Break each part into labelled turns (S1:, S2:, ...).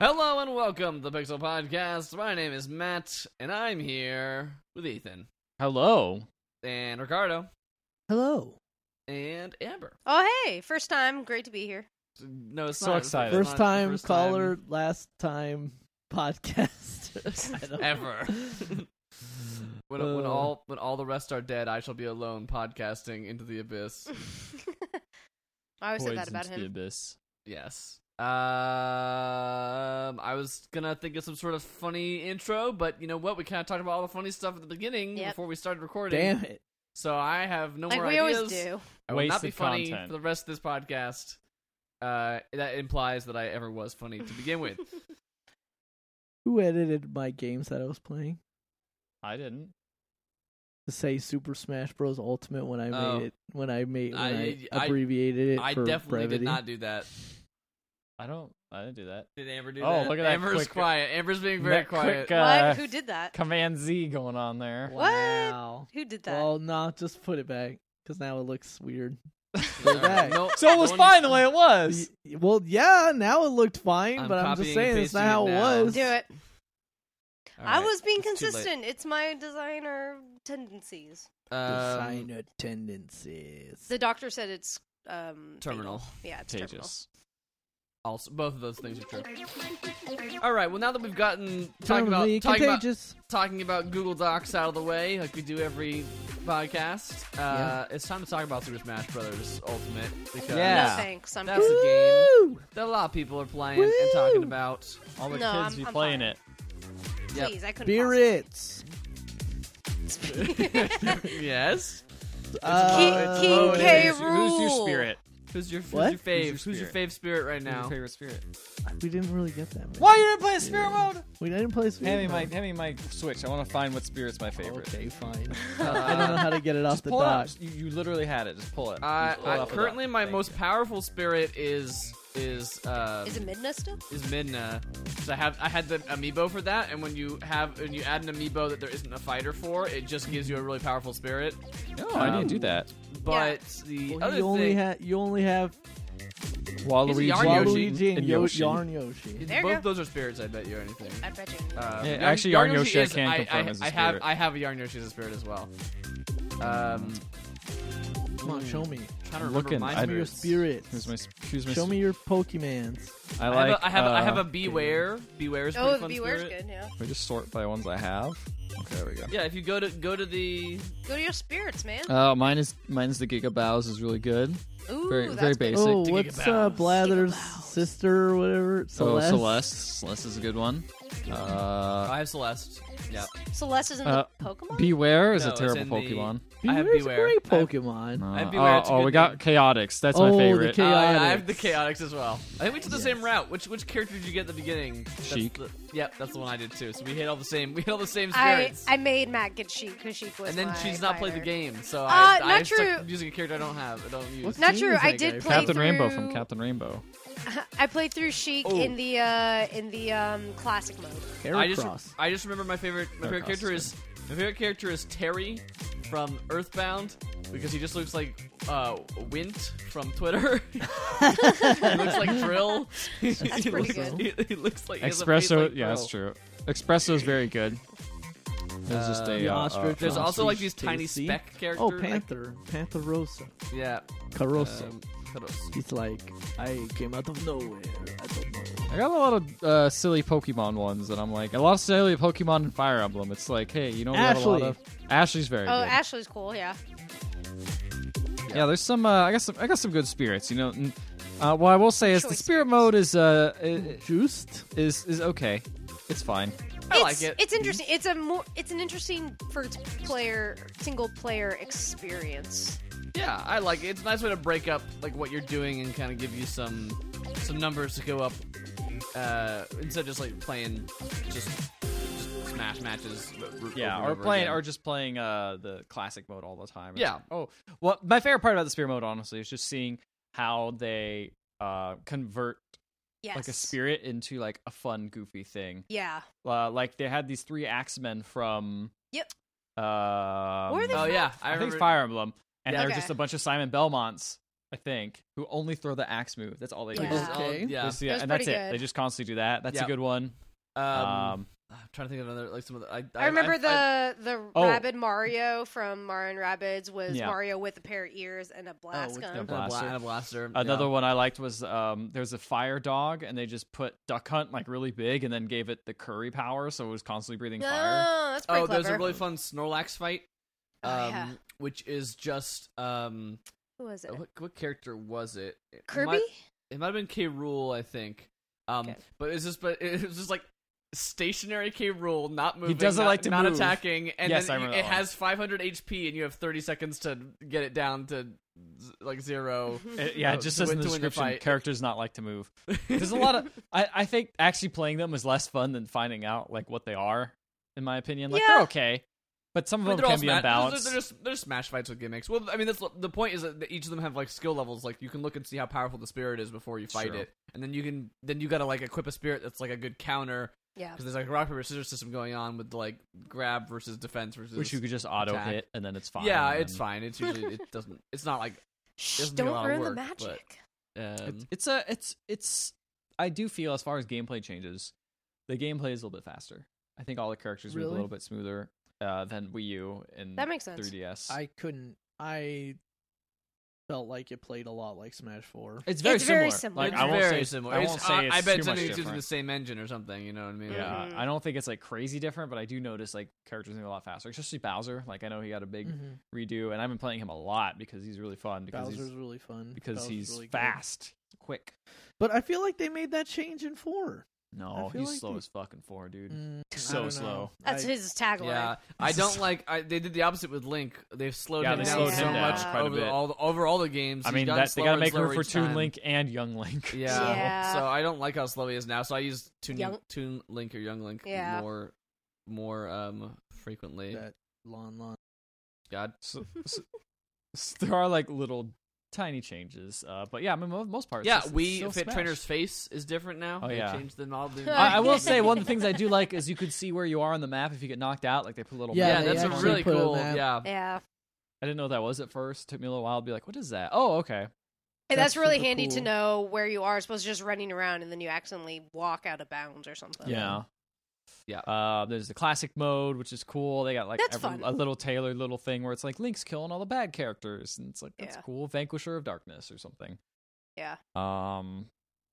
S1: Hello and welcome to the Pixel Podcast. My name is Matt, and I'm here with Ethan
S2: Hello.
S1: and Ricardo
S3: Hello.
S1: and Amber.
S4: Oh, hey, first time. Great to be here.
S1: No, it's
S2: So
S1: not.
S2: excited.
S1: It's
S3: First
S1: not the
S3: time
S1: first
S3: caller, last time podcast. I don't-
S1: ever. when, when
S3: Uh.
S1: all when all the rest are dead, I shall be alone podcasting into the abyss.
S4: I always said
S2: Voyage
S4: that about
S2: into the
S4: him.
S2: abyss.
S1: Yes. Um, I was gonna think of some sort of funny intro, but you know what? We kind of talked about all the funny stuff at the beginning
S4: Yep.
S1: before we started recording.
S3: Damn it.
S1: So I have no
S4: Like
S1: more
S4: we
S1: ideas.
S4: always do.
S1: I will not
S2: Wasted
S1: be funny
S2: content.
S1: for the rest of this podcast. Uh, that implies that I ever was funny to begin with.
S3: Who edited my games that I was playing
S2: I didn't.
S3: to say Super Smash Bros. Ultimate when I made
S1: Oh.
S3: it? When I made when
S1: I-
S3: I,
S1: I-
S3: abbreviated it
S1: I
S3: for
S1: definitely
S3: brevity.
S1: did not do that.
S2: I don't. I didn't do that.
S1: Did Amber do
S2: Oh,
S1: that?
S2: look at that
S1: Amber's
S2: quick-
S1: quiet. Amber's being very
S2: that
S1: quiet.
S2: quick, uh,
S4: what? Who did that?
S2: Command Z going on there.
S4: What?
S1: Wow.
S4: Who did that?
S3: Well, no, just put it back because now it looks weird.
S1: All right.
S3: back.
S1: Uh, No,
S2: So it was
S1: no one-
S2: fine the way it was.
S3: Y- Well, yeah, now it looked fine,
S1: I'm
S3: but I'm
S1: copying
S3: just
S1: and
S3: saying it's
S1: pasting
S3: not
S1: it
S3: how it
S1: now.
S3: was.
S4: do it.
S1: All
S4: I
S1: right.
S4: was being
S1: It's too late.
S4: consistent. It's my designer tendencies.
S1: Um,
S3: Designer tendencies.
S4: The doctor said it's um
S1: Terminal.
S4: fatal. Yeah, it's terminal.
S2: Contagious.
S1: also, both of those things are true. All right. Well, now that we've gotten talking about
S3: Terminally
S1: talking about
S3: contagious.
S1: talking about Google Docs out of the way, like we do every podcast, uh,
S3: Yeah.
S1: it's time to talk about Super Smash Brothers Ultimate because
S2: Yeah.
S4: No thanks. I'm
S1: That's
S4: good.
S1: a game.
S3: Woo!
S1: that a lot of people are playing and talking about.
S2: All the
S4: No,
S2: kids
S4: I'm-
S2: be
S4: I'm
S2: playing
S4: fine.
S2: it.
S1: Yep.
S4: Please, I couldn't
S3: Spirits.
S1: yes.
S3: Uh,
S4: King
S2: Oh,
S4: K.
S2: who's your- Who's your
S4: Rule.
S2: spirit?
S1: Who's your who's
S3: What?
S1: your fave?
S2: Who's
S1: Who's
S2: your
S1: your, fave spirit right
S2: Who's
S1: now?
S2: your favorite spirit?
S3: we didn't really get that. Many.
S2: Why you didn't play spirit mode?
S3: We didn't play Spirit.
S2: Hand me my
S3: Mode.
S2: hand me my switch. I want to find what spirit's my favorite.
S3: Okay, fine. I don't know
S1: Uh,
S3: how to get it off
S2: Just
S3: the
S2: pull it up.
S3: dock.
S2: You, you literally had it. Just pull it.
S1: I,
S2: Just pull it
S1: I,
S2: off the
S1: currently,
S2: dock.
S1: my
S2: Thank
S1: most
S2: you.
S1: powerful spirit is is uh,
S4: Pause. Is it Midna still?
S1: is Midna. 'Cause I have I had the amiibo for that, and when you have when you add an amiibo that there isn't a fighter for, it just gives you a really powerful spirit.
S2: No, I didn't
S1: Um,
S2: do that.
S1: But the
S3: Well,
S1: other
S3: you only
S1: thing,
S3: have you only have
S2: Waluigi,
S1: Yarn Yoshi.
S3: Waluigi and
S2: and
S3: Yo-
S2: Yoshi.
S3: Yarn Yoshi.
S4: There you
S1: both
S4: go.
S1: those are spirits. I bet you or anything.
S4: I bet you. Oh,
S1: Uh,
S2: Yeah,
S1: Yarn-
S2: actually, Yarn Yoshi I
S1: is-
S2: can confirm
S1: I,
S2: is a
S1: I have
S2: spirit.
S1: I have a Yarn Yoshi as a spirit as well. Um,
S3: Come on, Mm. show me.
S1: trying to
S2: I'm
S1: remember
S2: looking.
S1: my
S2: I-
S3: Show me your
S1: spirits.
S3: spirits.
S2: Who's my? Who's my?
S3: Show me your Pokemans.
S2: I
S1: I have,
S2: like.
S1: a, I, have a, I have
S2: uh,
S1: a beware. Beware is pretty
S4: oh, the
S1: fun
S4: Beware's
S1: spirit.
S4: good. Yeah.
S2: We just sort by ones I have. Okay, there we go.
S1: Yeah, if you go to go to the
S4: Go to your spirits, man.
S2: Uh, mine is mine's the Giga Bows is really good.
S4: Ooh,
S2: very-
S4: that's
S2: very
S4: good.
S2: basic.
S3: Oh,
S1: Giga
S3: what's uh,
S1: Bows.
S3: Blather's
S4: Giga Bows.
S3: sister or whatever? Celeste.
S2: Oh, Celeste. Celeste is a good one. Uh,
S1: Oh, I have Celeste. Yeah,
S4: Celeste is in
S2: Uh,
S4: the Pokemon.
S2: Beware is
S1: No,
S2: a
S1: it's
S2: terrible
S1: in the-
S2: Pokemon.
S1: I have
S3: Beware's a
S1: Beware.
S3: great
S1: I have-
S3: Pokemon.
S2: Uh,
S1: I have Beware, it's a
S2: oh, oh,
S1: good
S2: we got
S1: name.
S2: Chaotix. That's
S3: Oh,
S2: my
S3: the
S2: favorite.
S3: Chaotix.
S1: Oh, yeah, I have the Chaotix as well. I think we did the
S3: Yes.
S1: same route. Which which character did you get at the beginning?
S2: Sheik.
S1: That's the, yep, that's the one I did too. So we hit all the same. We hit all the same
S4: I,
S1: spirits.
S4: I made Matt get Sheik because Sheik was
S1: and then
S4: my
S1: she's not played the
S4: fighter.
S1: game, so I,
S4: Uh,
S1: I
S4: not
S1: stuck
S4: true.
S1: using a character I don't have. I don't use.
S3: What's-
S4: Not
S3: Team
S4: true.
S3: is
S4: I
S3: that guy?
S4: did play
S2: Captain
S4: through,
S2: Rainbow from Captain Rainbow.
S4: I played through Sheik
S1: Oh.
S4: in the uh, in the um, classic mode.
S1: I just
S3: Heracross.
S1: I just remember my favorite my favorite
S2: Heracross
S1: character
S2: is
S1: is my favorite character is Terry from Earthbound because he just looks like uh Wint from Twitter. he looks like Drill. That's he,
S4: pretty
S1: looks,
S4: good.
S1: He, he looks like he has a face
S2: Espresso.
S1: like
S2: yeah,
S1: Drill.
S2: that's true. Espresso is very good. There's just a
S3: The
S2: uh, uh,
S3: ostrich.
S1: There's
S2: uh,
S1: also like these
S3: Ostrich
S1: tiny
S3: tasty.
S1: speck characters.
S3: Oh, Panther. Pantherosa.
S1: Like, yeah.
S3: Carosa.
S1: Um, Karos.
S3: It's like I came out of nowhere. I don't know.
S2: I got a lot of uh, silly Pokemon ones that I'm like a lot of silly Pokemon and Fire Emblem. It's like, hey, you know, we got a lot
S3: Ashley.
S2: of Ashley's very
S4: Oh,
S2: good.
S4: Ashley's cool. Yeah.
S2: yeah, there's some. Uh, I got some. I got some good spirits. You know, and, uh, what I will say is the
S4: Choice
S2: spirit mode is uh i-
S3: Juiced.
S2: is is okay. It's fine.
S1: I
S4: it's,
S1: like it.
S4: It's interesting. It's a more. It's an interesting first player single player experience.
S1: Yeah, I like it. It's a nice way to break up like what you're doing and kind of give you some some numbers to go up uh, instead of just like playing just, just smash matches. r- r-
S2: Yeah,
S1: over and
S2: or
S1: over
S2: playing,
S1: again.
S2: or just playing uh, the classic mode all the time.
S1: Yeah.
S2: Oh, well, my favorite part about the spirit mode, honestly, is just seeing how they uh, convert
S4: Yes.
S2: like a spirit into like a fun, goofy thing.
S4: Yeah.
S2: Uh, like they had these three axemen from.
S4: Yep.
S2: Uh,
S4: Where are they
S1: Oh yeah, I
S2: I,
S1: remember.
S2: think Fire Emblem, and
S1: Yeah.
S2: they're
S4: Okay.
S2: just a bunch of Simon Belmonts. I think, who only throw the axe move. That's all they do.
S4: Yeah.
S1: Just all-
S3: Okay.
S1: yeah.
S2: Just- yeah,
S4: That was
S2: and that's
S4: pretty
S2: it.
S4: good.
S2: They just constantly do that. That's
S1: Yeah.
S2: a good one.
S1: Um,
S2: Um,
S1: I'm trying to think of another like some of the. I,
S4: I remember the
S1: I-
S4: the
S2: Oh.
S4: Rabid Mario from Mario and Rabbids was
S2: Yeah. Oh,
S4: Mario with a pair of ears and a blast
S1: with
S4: gun.
S2: the
S1: and a, bla-
S2: blaster.
S1: and a blaster.
S2: Another one I liked was um, there's a fire dog, and they just put Duck Hunt like really big, and then gave it the curry power, so it was constantly breathing
S4: No,
S2: fire.
S4: that's
S1: Yeah.
S4: pretty
S1: Oh,
S4: clever.
S1: there's a really fun Snorlax fight.
S4: Oh,
S1: Um,
S4: yeah.
S1: Which is just um,
S4: Who was it?
S1: what, what character was it? It
S4: Kirby?
S1: might- it might have been K. Rule, I think. Um,
S4: Okay.
S1: but it's just, but it was just like stationary K. Rule, not moving,
S2: doesn't
S1: not,
S2: like to
S1: not
S2: move.
S1: attacking, and
S2: Yes,
S1: then
S2: I remember
S1: you- it
S2: that one.
S1: has 500 HP, and you have 30 seconds to get it down to z- like zero.
S2: It- yeah,
S1: Oh,
S2: it just
S1: to
S2: says
S1: win-
S2: in the
S1: to win the
S2: description,
S1: fight.
S2: characters not like to move. There's a lot of I, I think actually playing them is less fun than finding out like what they are, in my opinion. Like
S4: Yeah.
S2: they're okay. But some of
S1: I mean,
S2: them can
S1: sma-
S2: be
S1: they're-
S2: unbalanced.
S1: They're, just they're smash fights with gimmicks. Well, I mean, that's the point is that each of them have like skill levels. Like you can look and see how powerful the spirit is before you fight
S2: True.
S1: it, and then you can then you gotta like equip a spirit that's like a good counter
S4: yeah.
S1: because there's like a rock paper scissors system going on with like grab versus defense versus
S2: which you could just auto
S1: attack.
S2: hit and then it's fine.
S1: Yeah,
S2: and
S1: it's
S2: then-
S1: fine. It's usually it doesn't. It's not like
S4: Shh,
S1: doesn't do a lot
S4: don't
S1: of
S4: ruin the
S1: work,
S4: magic.
S1: but- um,
S2: It's, it's a it's it's I do feel as far as gameplay changes, the gameplay is a little bit faster. I think all the characters move a
S3: Really?
S2: little bit smoother uh, than Wii U and
S4: That makes sense.
S2: 3DS.
S3: I couldn't. I felt like it played a lot like Smash Four.
S2: it's very
S4: It's
S2: similar.
S4: very similar.
S2: Like,
S1: it's
S2: I won't
S1: very
S2: say,
S1: similar.
S2: I
S1: It's-
S2: won't say
S1: uh,
S2: it's
S1: I bet
S2: too much
S1: something it's using
S2: different.
S1: the same engine or something. You know what I mean?
S2: Yeah,
S4: Mhm.
S2: I don't think it's like crazy different, but I do notice like characters move a lot faster, especially Bowser. Like I know he got a big
S1: Mm-hmm.
S3: Mhm.
S2: redo, and I've been playing him a lot because he's really fun because
S3: Bowser's
S2: he's
S3: really fun
S2: because
S3: Bowser's
S2: he's
S3: really good.
S2: fast, quick.
S3: But I feel like they made that change in four.
S2: No,
S3: feel
S2: he's
S3: like
S2: slow
S3: he-
S2: as fucking four, dude.
S3: Mm, I
S2: So
S3: don't know.
S2: slow.
S4: That's
S3: I-
S4: his tagline.
S1: Yeah, I
S2: This
S1: don't
S2: is-
S1: like. I, they did the opposite with Link. They've slowed
S2: Yeah,
S1: him
S4: they
S1: down
S4: slowed
S1: so
S4: him down
S1: much
S4: quite a
S1: over
S2: bit.
S1: all the, over all the games.
S2: I
S1: He's
S2: mean,
S1: gotten
S2: that, they gotta
S1: slower and
S2: make room
S1: slower
S2: for
S1: each
S2: Toon
S1: time.
S2: Link and Young Link.
S1: Yeah.
S2: So-
S4: Yeah.
S1: So I don't like how slow he is now. So I use Toon
S4: Young-
S1: Toon Link or Young Link
S4: Yeah.
S1: more more um frequently.
S3: That lawn lawn.
S1: God.
S2: so- so- so there are like little tiny changes, uh, but yeah, I mean, mo- most parts.
S1: Yeah,
S2: it's- it's
S1: we
S2: still
S1: Fit
S2: Smash.
S1: Trainer's face is different now.
S2: Oh,
S1: they
S2: yeah.
S1: changed the model.
S2: I, I will say one of the things I do like is you could see where you are on the map if you get knocked out. Like they put a little.
S3: Yeah,
S1: yeah,
S2: map
S3: they
S1: that's a
S2: on it.
S3: actually
S1: really
S3: put a
S1: cool.
S3: map-
S1: Yeah,
S4: Yeah.
S2: I didn't know what that was at first. Took me a little while to be like, what is that? Oh, okay.
S4: And
S3: That's
S4: that's, really
S3: super
S4: handy to
S3: cool.
S4: know where you are, as opposed to just running around and then you accidentally walk out of bounds or something.
S2: Yeah.
S1: Yeah.
S2: Uh, there's the classic mode, which is cool. They got like
S4: That's
S2: every-
S4: fun.
S2: a little tailored little thing where it's like Link's killing all the bad characters, and it's like that's
S4: Yeah.
S2: cool, Vanquisher of Darkness or something.
S4: Yeah.
S2: Um,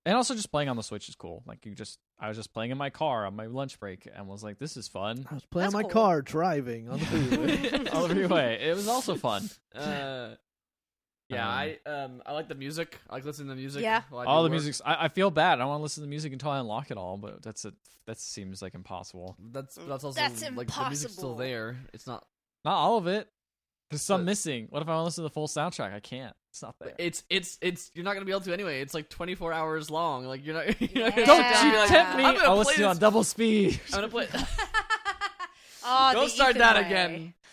S2: and also just playing on the Switch is cool. Like you just, I was just playing in my car on my lunch break, and was like, this is fun.
S3: I was playing
S4: That's
S3: my
S4: cool.
S3: car driving on the freeway.
S2: all the freeway. It was also fun.
S1: Uh, yeah,
S2: Um,
S1: I um I like the music. I like listening to music.
S4: Yeah.
S1: while I do
S2: All the
S1: work.
S2: music's. I, I feel bad. I want to listen to the music until I unlock it all, but that's a that seems like impossible.
S1: That's that's also
S4: That's
S1: like the music's still
S4: impossible.
S1: there. It's not.
S2: Not all of it. There's some
S1: But-
S2: missing. What if I want to listen to the full soundtrack? I can't. It's not there.
S1: It's it's it's you're not gonna be able to anyway. It's like 24 hours long. Like you're not. You're not gonna
S4: Yeah.
S2: Don't
S1: sit down and be
S2: you
S1: like,
S2: tempt me!
S1: I'm gonna
S2: I'll
S1: play
S2: listen to it on
S1: this-
S2: double speed.
S1: I'm gonna play.
S4: oh, the
S1: Don't start
S4: Ethan
S1: that
S4: way.
S1: again.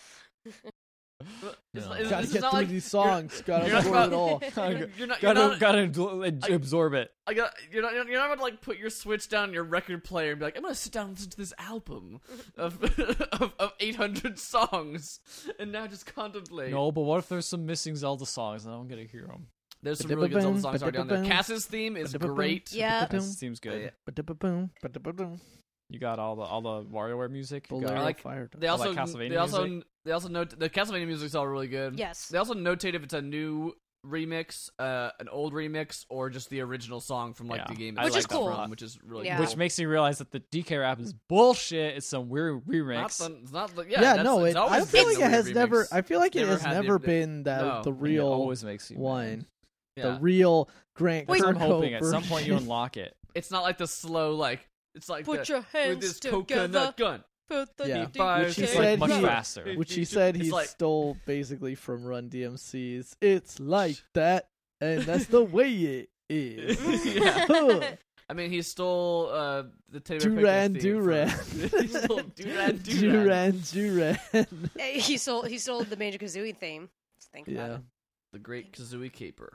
S1: It's-
S2: No.
S1: it's-
S3: gotta
S1: this is
S3: get
S1: not
S3: through
S1: like-
S3: these songs. Gotta
S1: you're not
S3: absorb
S1: about-
S3: it all.
S2: gotta
S1: You're not. You're
S2: gotta,
S1: not.
S2: abl-
S1: I-
S2: absorb it.
S1: I got, you're not. You're not going to like put your Switch down, and your record player, and be like, "I'm gonna sit down and listen to this album of of, of 800 songs," and now just contemplate.
S2: No, but what if there's some missing Zelda songs and I'm gonna hear them?
S1: There's some really good Zelda
S3: Ba-da-ba-boom,
S1: songs already on there.
S3: ba-da-ba-boom.
S1: Cass's theme is
S3: Ba-da-ba-boom.
S1: great.
S4: Yeah.
S2: That seems good.
S1: Yeah.
S3: Ba-da-ba-boom, ba-da-ba-boom.
S2: You got all the all the WarioWare music. You got
S3: Bolero
S1: like-
S3: fire. dog.
S1: They
S2: I like
S1: also
S2: Castlevania
S1: they also
S2: music.
S1: they also note the Castlevania music's all really good.
S4: Yes.
S1: They also notate if it's a new remix, uh, an old remix, or just the original song from like
S2: Yeah.
S1: the game,
S2: I
S1: it's
S4: like
S1: from,
S4: that a lot.
S1: which is really
S4: Yeah.
S1: cool.
S2: which makes me realize that the DK rap is bullshit. It's some weird
S1: not
S2: remix.
S1: the, it's not the, yeah,
S3: yeah,
S1: that's-
S3: no,
S1: it's
S3: it, I
S1: always
S3: feel
S1: been
S3: like
S1: the
S3: it has
S1: remix.
S3: never. I feel like it
S1: Never
S3: has
S1: had the-
S3: never
S1: the-
S3: been that
S1: no.
S3: the
S1: And it
S2: And it
S3: real
S2: always makes you mad.
S3: one,
S1: Yeah.
S3: the real Grant
S4: Wait.
S2: So I'm
S3: Kirkhope
S2: hoping at some
S3: version.
S2: point you unlock it.
S1: it's not like the slow like it's like
S4: Put
S1: the,
S4: your
S1: with
S4: hands
S1: this
S4: together.
S1: coconut gun.
S4: Put the
S3: Yeah.
S1: Fire
S4: DDT
S3: She
S2: It's
S1: It's
S2: like
S3: said
S2: much
S3: he-
S2: faster.
S1: it-
S3: which he said he
S1: It's like-
S3: stole basically from Run DMC's. It's like that, and that's the way it is.
S1: yeah.
S3: Huh.
S1: I mean, he stole uh, the Teddy Bear
S3: Duran
S1: Pickens theme
S3: Duran.
S1: from- he stole Duran Duran.
S3: Duran Duran.
S4: he sold. He sold the Banjo Kazooie theme. Let's think about
S3: Yeah.
S4: it.
S1: The Great Kazooie Caper.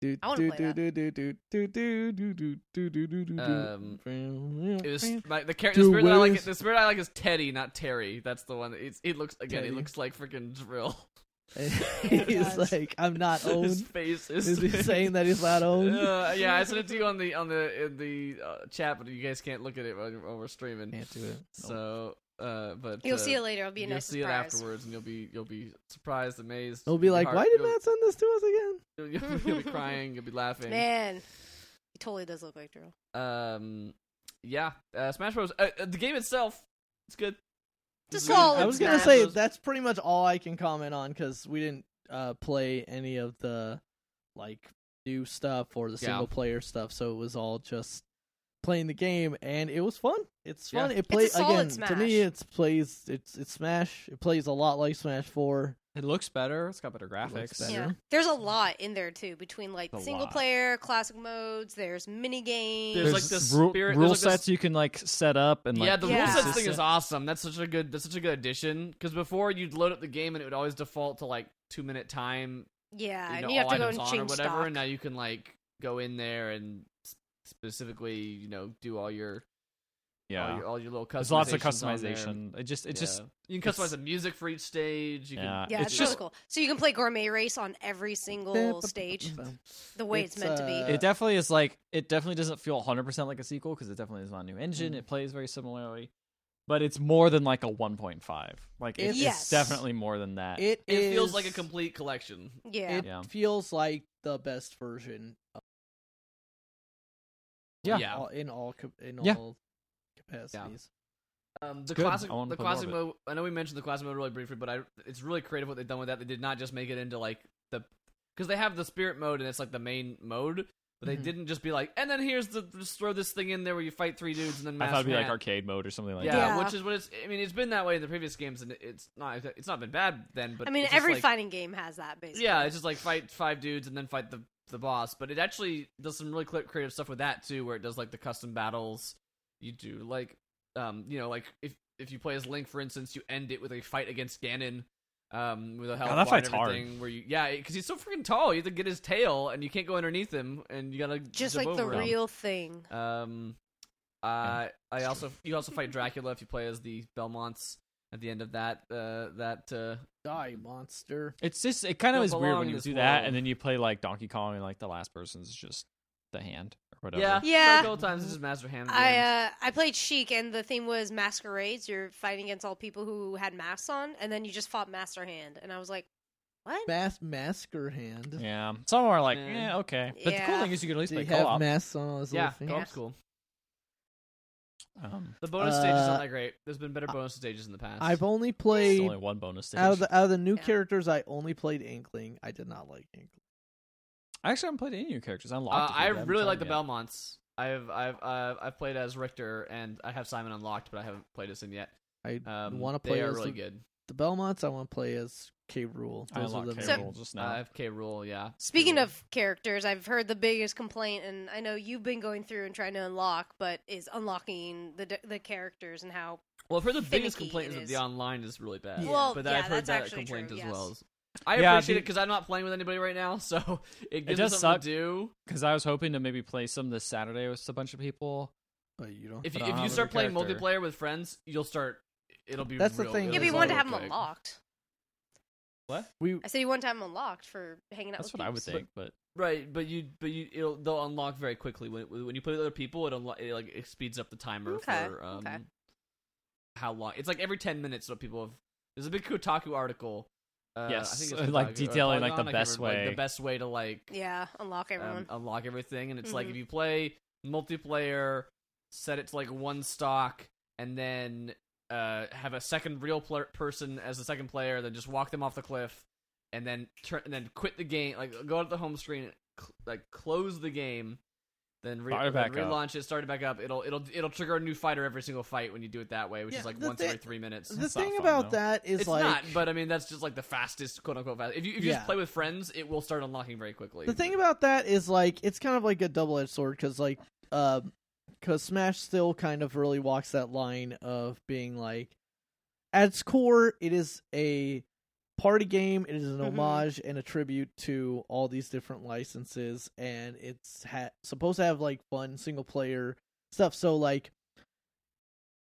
S3: Do
S4: I wanna
S3: do
S4: play
S3: do do do do do do do do do do do
S1: Um,
S3: do.
S1: It was my, the, char- the
S3: Dude,
S1: spirit that I
S3: where
S1: like.
S3: is-
S1: The spirit I like is Teddy, not Terry. That's the one. That it's, it looks again.
S3: Teddy.
S1: It looks like freaking drill.
S3: And he's
S4: Gosh.
S3: like, I'm not
S1: His
S3: owned.
S1: face
S3: Is
S1: is.
S3: he saying that he's not owned?
S1: Uh, yeah, I sent it to you on the on the in the uh, chat, but you guys can't look at it while, while we're streaming.
S3: Can't do it.
S1: So, uh, but
S4: You'll
S1: uh,
S4: see it later. It'll be a
S1: you'll
S4: nice
S1: see
S4: surprise.
S1: it afterwards, and you'll be you'll be surprised, amazed.
S3: They'll be
S1: your
S3: like,
S1: heart-
S3: why did
S1: you'll-
S3: Matt send this to us again?
S1: You'll, you'll- you'll be crying. You'll be laughing.
S4: Man, he totally does look like Drill.
S1: Um, yeah, uh, Smash Bros. Uh, uh, the game itself, it's good.
S4: Just
S1: It's good.
S4: solid
S3: I was gonna
S4: Smash.
S3: say that's pretty much all I can comment on because we didn't uh, play any of the like new stuff or the
S1: Yeah.
S3: single player stuff, so it was all just playing the game, and it was fun. It's
S1: Yeah.
S3: fun. It
S4: a
S3: plays
S4: solid
S3: again to
S4: Smash.
S3: me. It's plays. It's it's Smash. It plays a lot like Smash Four.
S2: It looks better. It's got better
S3: It looks
S2: graphics.
S3: better.
S4: Yeah. There's a lot in there too between like
S2: A
S4: single
S2: lot.
S4: player, classic modes, there's mini games.
S1: There's, like, this
S2: ru-
S1: spirit-
S2: rule
S1: there's, like, this-
S2: sets you can like set up and like
S1: yeah, the
S4: Yeah.
S1: rule sets thing is
S2: consistent.
S1: awesome. That's such a good that's such a good addition because before you'd load up the game and it would always default to like two minute time,
S4: yeah,
S1: you know,
S4: and you have
S1: all
S4: to go
S1: items
S4: and
S1: on or
S4: change
S1: whatever.
S4: stock.
S1: And now you can like go in there and s- specifically, you know, do all your
S2: yeah.
S1: all your, all your little customizations.
S2: There's lots of
S1: on there.
S2: customization. It just it just
S1: Yeah.
S3: Uh,
S1: you can customize
S2: it's-
S1: the music for each stage. You
S2: yeah.
S1: can,
S4: yeah, it's,
S2: it's
S4: really
S2: just
S4: cool. So you can play Gourmet Race on every single stage the way it's,
S3: It's,
S4: meant to
S3: uh,
S4: be.
S2: it definitely is like it definitely doesn't feel 100% like a sequel because it definitely is not a new engine.
S3: Mm.
S2: It plays very similarly, but it's more than like a 1.5. Like it-
S4: Yes.
S2: it's definitely more than that.
S3: It,
S1: it feels
S3: is-
S1: like a complete collection.
S4: yeah.
S3: It
S2: Yeah.
S3: feels like the best version. Of
S2: Yeah.
S1: Yeah.
S3: all, in all co- in
S2: Yeah.
S3: all capacities.
S1: Um, the
S2: good.
S1: classic,
S2: I wanna
S1: the
S2: play more of
S1: classic
S2: it.
S1: mode. I know we mentioned the classic mode really briefly, but I it's really creative what they've done with that. They did not just make it into like the because they have the spirit mode and it's like the main mode, but they
S4: Mm-hmm.
S3: Mhm.
S1: didn't just be like, and then here's the just throw this thing in there where you fight three dudes and then.
S2: I
S1: Mash
S2: thought it'd be like
S1: Matt.
S2: arcade mode or something like
S1: yeah,
S2: that.
S4: Yeah.
S1: which is what it's. I mean, it's been that way in the previous games, and it's not. It's not been bad then, but
S4: I mean,
S1: it's just
S4: every
S1: like-
S4: fighting game has that basically.
S1: Yeah, it's just like fight five dudes and then fight the the boss. But it actually does some really cl- creative stuff with that too, where it does like the custom battles. You do like, um, you know, like if if you play as Link, for instance, you end it with a fight against Ganon, um, with a hell
S2: that
S1: and
S2: fight's hard.
S1: everything. Where you, yeah, because he's so freaking tall, you have to get his tail, and you can't go underneath him, and you gotta
S4: just
S1: jump
S4: like the
S1: over him.
S4: real thing.
S1: Um, uh, I also you also fight Dracula if you play as the Belmonts at the end of that uh that uh
S3: Die monster.
S2: It's just it kind of
S1: Don't
S2: is weird
S1: belong
S2: when
S1: in
S2: you
S1: this
S2: do that
S1: world.
S2: and then you play like Donkey Kong and like the last person's just the hand or whatever.
S1: yeah
S4: Yeah.
S1: a couple times it's just Master Hand. at the
S4: I
S1: end.
S4: uh, I played Sheik, and the theme was masquerades. You're fighting against all people who had masks on, and then you just fought Master Hand, and I was like, what?
S3: Mass masker hand.
S2: Yeah. Some are like,
S1: Yeah.
S2: yeah, okay. But the cool
S4: Yeah.
S2: thing is you can at least
S3: Do you
S2: play
S3: have
S2: co-op.
S3: masks on all his
S1: yeah,
S3: little fingers?
S1: co-op's cool.
S2: um,
S1: The bonus stage is
S3: Uh,
S1: not that great. There's been better bonus stages in the past.
S3: I've only
S2: there's
S3: played
S2: only one bonus stage.
S3: out of the out of the new
S4: Yeah.
S3: characters. I only played Inkling. I did not like Inkling.
S2: I actually haven't played any new characters. I
S1: uh,
S2: unlocked.
S1: I really like the
S2: bell.
S1: Belmonts. I've I've uh, I've played as Richter and I have Simon unlocked, but I haven't played as him yet.
S3: I
S1: Um,
S3: want to
S1: They
S3: play
S1: are
S3: as
S1: really
S3: the,
S1: good.
S3: the Belmonts. I want to play as K. Rule.
S2: I
S3: Those are
S2: unlocked
S3: the
S2: K.
S3: main-
S4: So-
S2: Rool just
S1: Uh,
S2: now.
S1: FK rule, yeah.
S4: Speaking
S2: Mm-hmm.
S1: Rule.
S4: of characters, I've heard the biggest complaint, and I know you've been going through and trying to unlock, but is unlocking the d- the characters and how
S1: well, for the biggest
S4: finicky
S1: complaint
S4: it
S1: is that
S4: is.
S1: the online is really bad.
S3: Yeah.
S4: Well,
S1: but
S4: yeah,
S1: I've heard
S4: that's
S1: that
S4: actually
S1: complaint
S4: true,
S1: as
S4: yes.
S1: well. I
S2: Yeah,
S1: appreciate
S2: the-
S1: it because I'm not playing with anybody right now, so it gives
S2: does
S1: me something
S2: suck.
S1: to do.
S2: Because I was hoping to maybe play some this Saturday with a bunch of people.
S3: But um, you don't.
S1: If you,
S2: But I
S1: if
S2: don't
S1: you
S2: have
S1: start
S2: a
S1: playing
S2: character.
S1: multiplayer with friends, you'll start. It'll be
S3: That's the
S1: real-
S3: thing
S1: it'll
S3: is,
S4: It'd be
S1: be
S3: There's
S4: one
S3: a
S4: to
S1: real
S4: have them
S1: quick.
S4: unlocked.
S2: What?
S3: we
S4: I said you want to have them unlocked for hanging out.
S2: That's
S4: with
S2: what I would
S4: peeps.
S2: think. But
S1: Right, but you but you it'll they'll unlock very quickly when when you play with other people. It unlo- it like it speeds up the timer
S4: Okay,
S1: for um
S4: okay.
S1: how long. It's like every ten minutes. What people have there's a big Kotaku article. Uh, I
S2: Yes,
S1: think
S2: uh,
S1: it's
S2: like
S1: Kotaku, or
S2: detailing, like, the
S1: Polygon, I can't
S2: best
S1: remember, like,
S2: way.
S1: the best way to like
S4: Yeah, unlock
S1: um,
S2: uh,
S4: everyone.
S1: unlock everything, and it's like
S4: Mhm.
S1: if
S3: Mm-hmm.
S1: you play multiplayer, set it to like one stock, and then uh, have a second real pl- person as the second player, then just walk them off the cliff, and then turn and then quit the game. Like go to the home screen, cl- like close the game, then, re-
S2: Start it
S1: then
S2: back up.
S1: relaunch it, start it back up. It'll it'll it'll trigger a new fighter every single fight when you do it that way, which
S3: Yeah,
S1: is like
S3: the
S1: once
S3: thi-
S1: every three minutes.
S3: the
S2: That's not
S3: thing
S2: fun,
S3: about
S2: though.
S3: that is
S1: It's
S3: like
S1: not, but I mean that's just like the fastest quote unquote fast. If you if you
S3: Yeah.
S1: just play with friends, it will start unlocking very quickly.
S3: The thing about that is like it's kind of like a double edged sword because like um because Smash still kind of really walks that line of being like at its core it is a party game it is an
S4: Mhm.
S3: homage and a tribute to all these different licenses and it's ha- supposed to have like fun single player stuff so like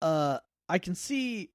S3: uh i can see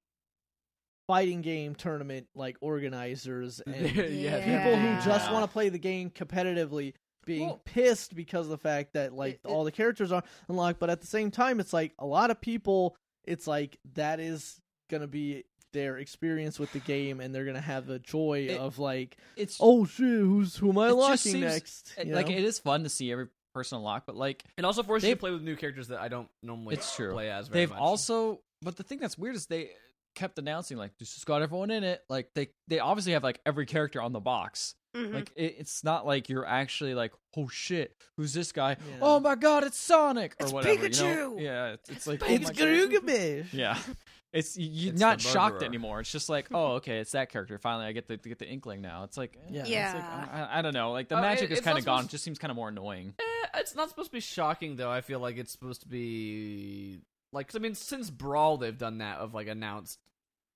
S3: fighting game tournament like organizers and
S1: yeah,
S3: people
S4: Yeah.
S3: who just
S2: Yeah.
S3: want to play the game competitively being
S1: Well-
S3: pissed because of the fact that like all the characters are unlocked but at the same time it's like a lot of people it's like that is gonna be their experience with the game and they're gonna have the joy
S2: It-
S3: of like
S2: It's
S3: oh shit who's who am i
S2: It just
S3: unlocking
S2: seems-
S3: next
S2: it-
S3: you
S2: like
S3: know?
S2: it is fun to see every person unlock, but like
S1: It also forces you
S2: They've-
S1: to play with new characters that I don't normally
S2: It's true.
S1: play as. Very
S2: they've
S1: much.
S2: also but the thing that's weird is they kept announcing like this has got everyone in it. Like they they obviously have like every character on the box.
S1: Mm-hmm.
S4: Mhm.
S2: Like it, it's not like you're actually like, oh shit, who's this guy?
S3: Yeah.
S2: Oh my god, it's Sonic or
S4: It's
S2: whatever. You know?
S4: Pikachu!
S2: Yeah, it's, it's like oh
S3: it's
S2: my God.
S3: Garugabish.
S2: Yeah, it's y- you're
S1: It's
S2: not
S1: the
S2: shocked
S1: murderer.
S2: anymore. It's just like, oh okay, it's that character. Finally, I get to, to get the inkling now. It's like, eh,
S3: Yeah.
S2: it's like,
S4: Yeah.
S2: I, I don't know. Like the
S1: Uh, it-
S2: magic is
S1: it's not
S2: kind of gone.
S1: supposed-
S2: It just seems kind of more annoying.
S1: Eh, it's not supposed to be shocking though. I feel like it's supposed to be like 'cause, I mean, since Brawl they've done that of like announced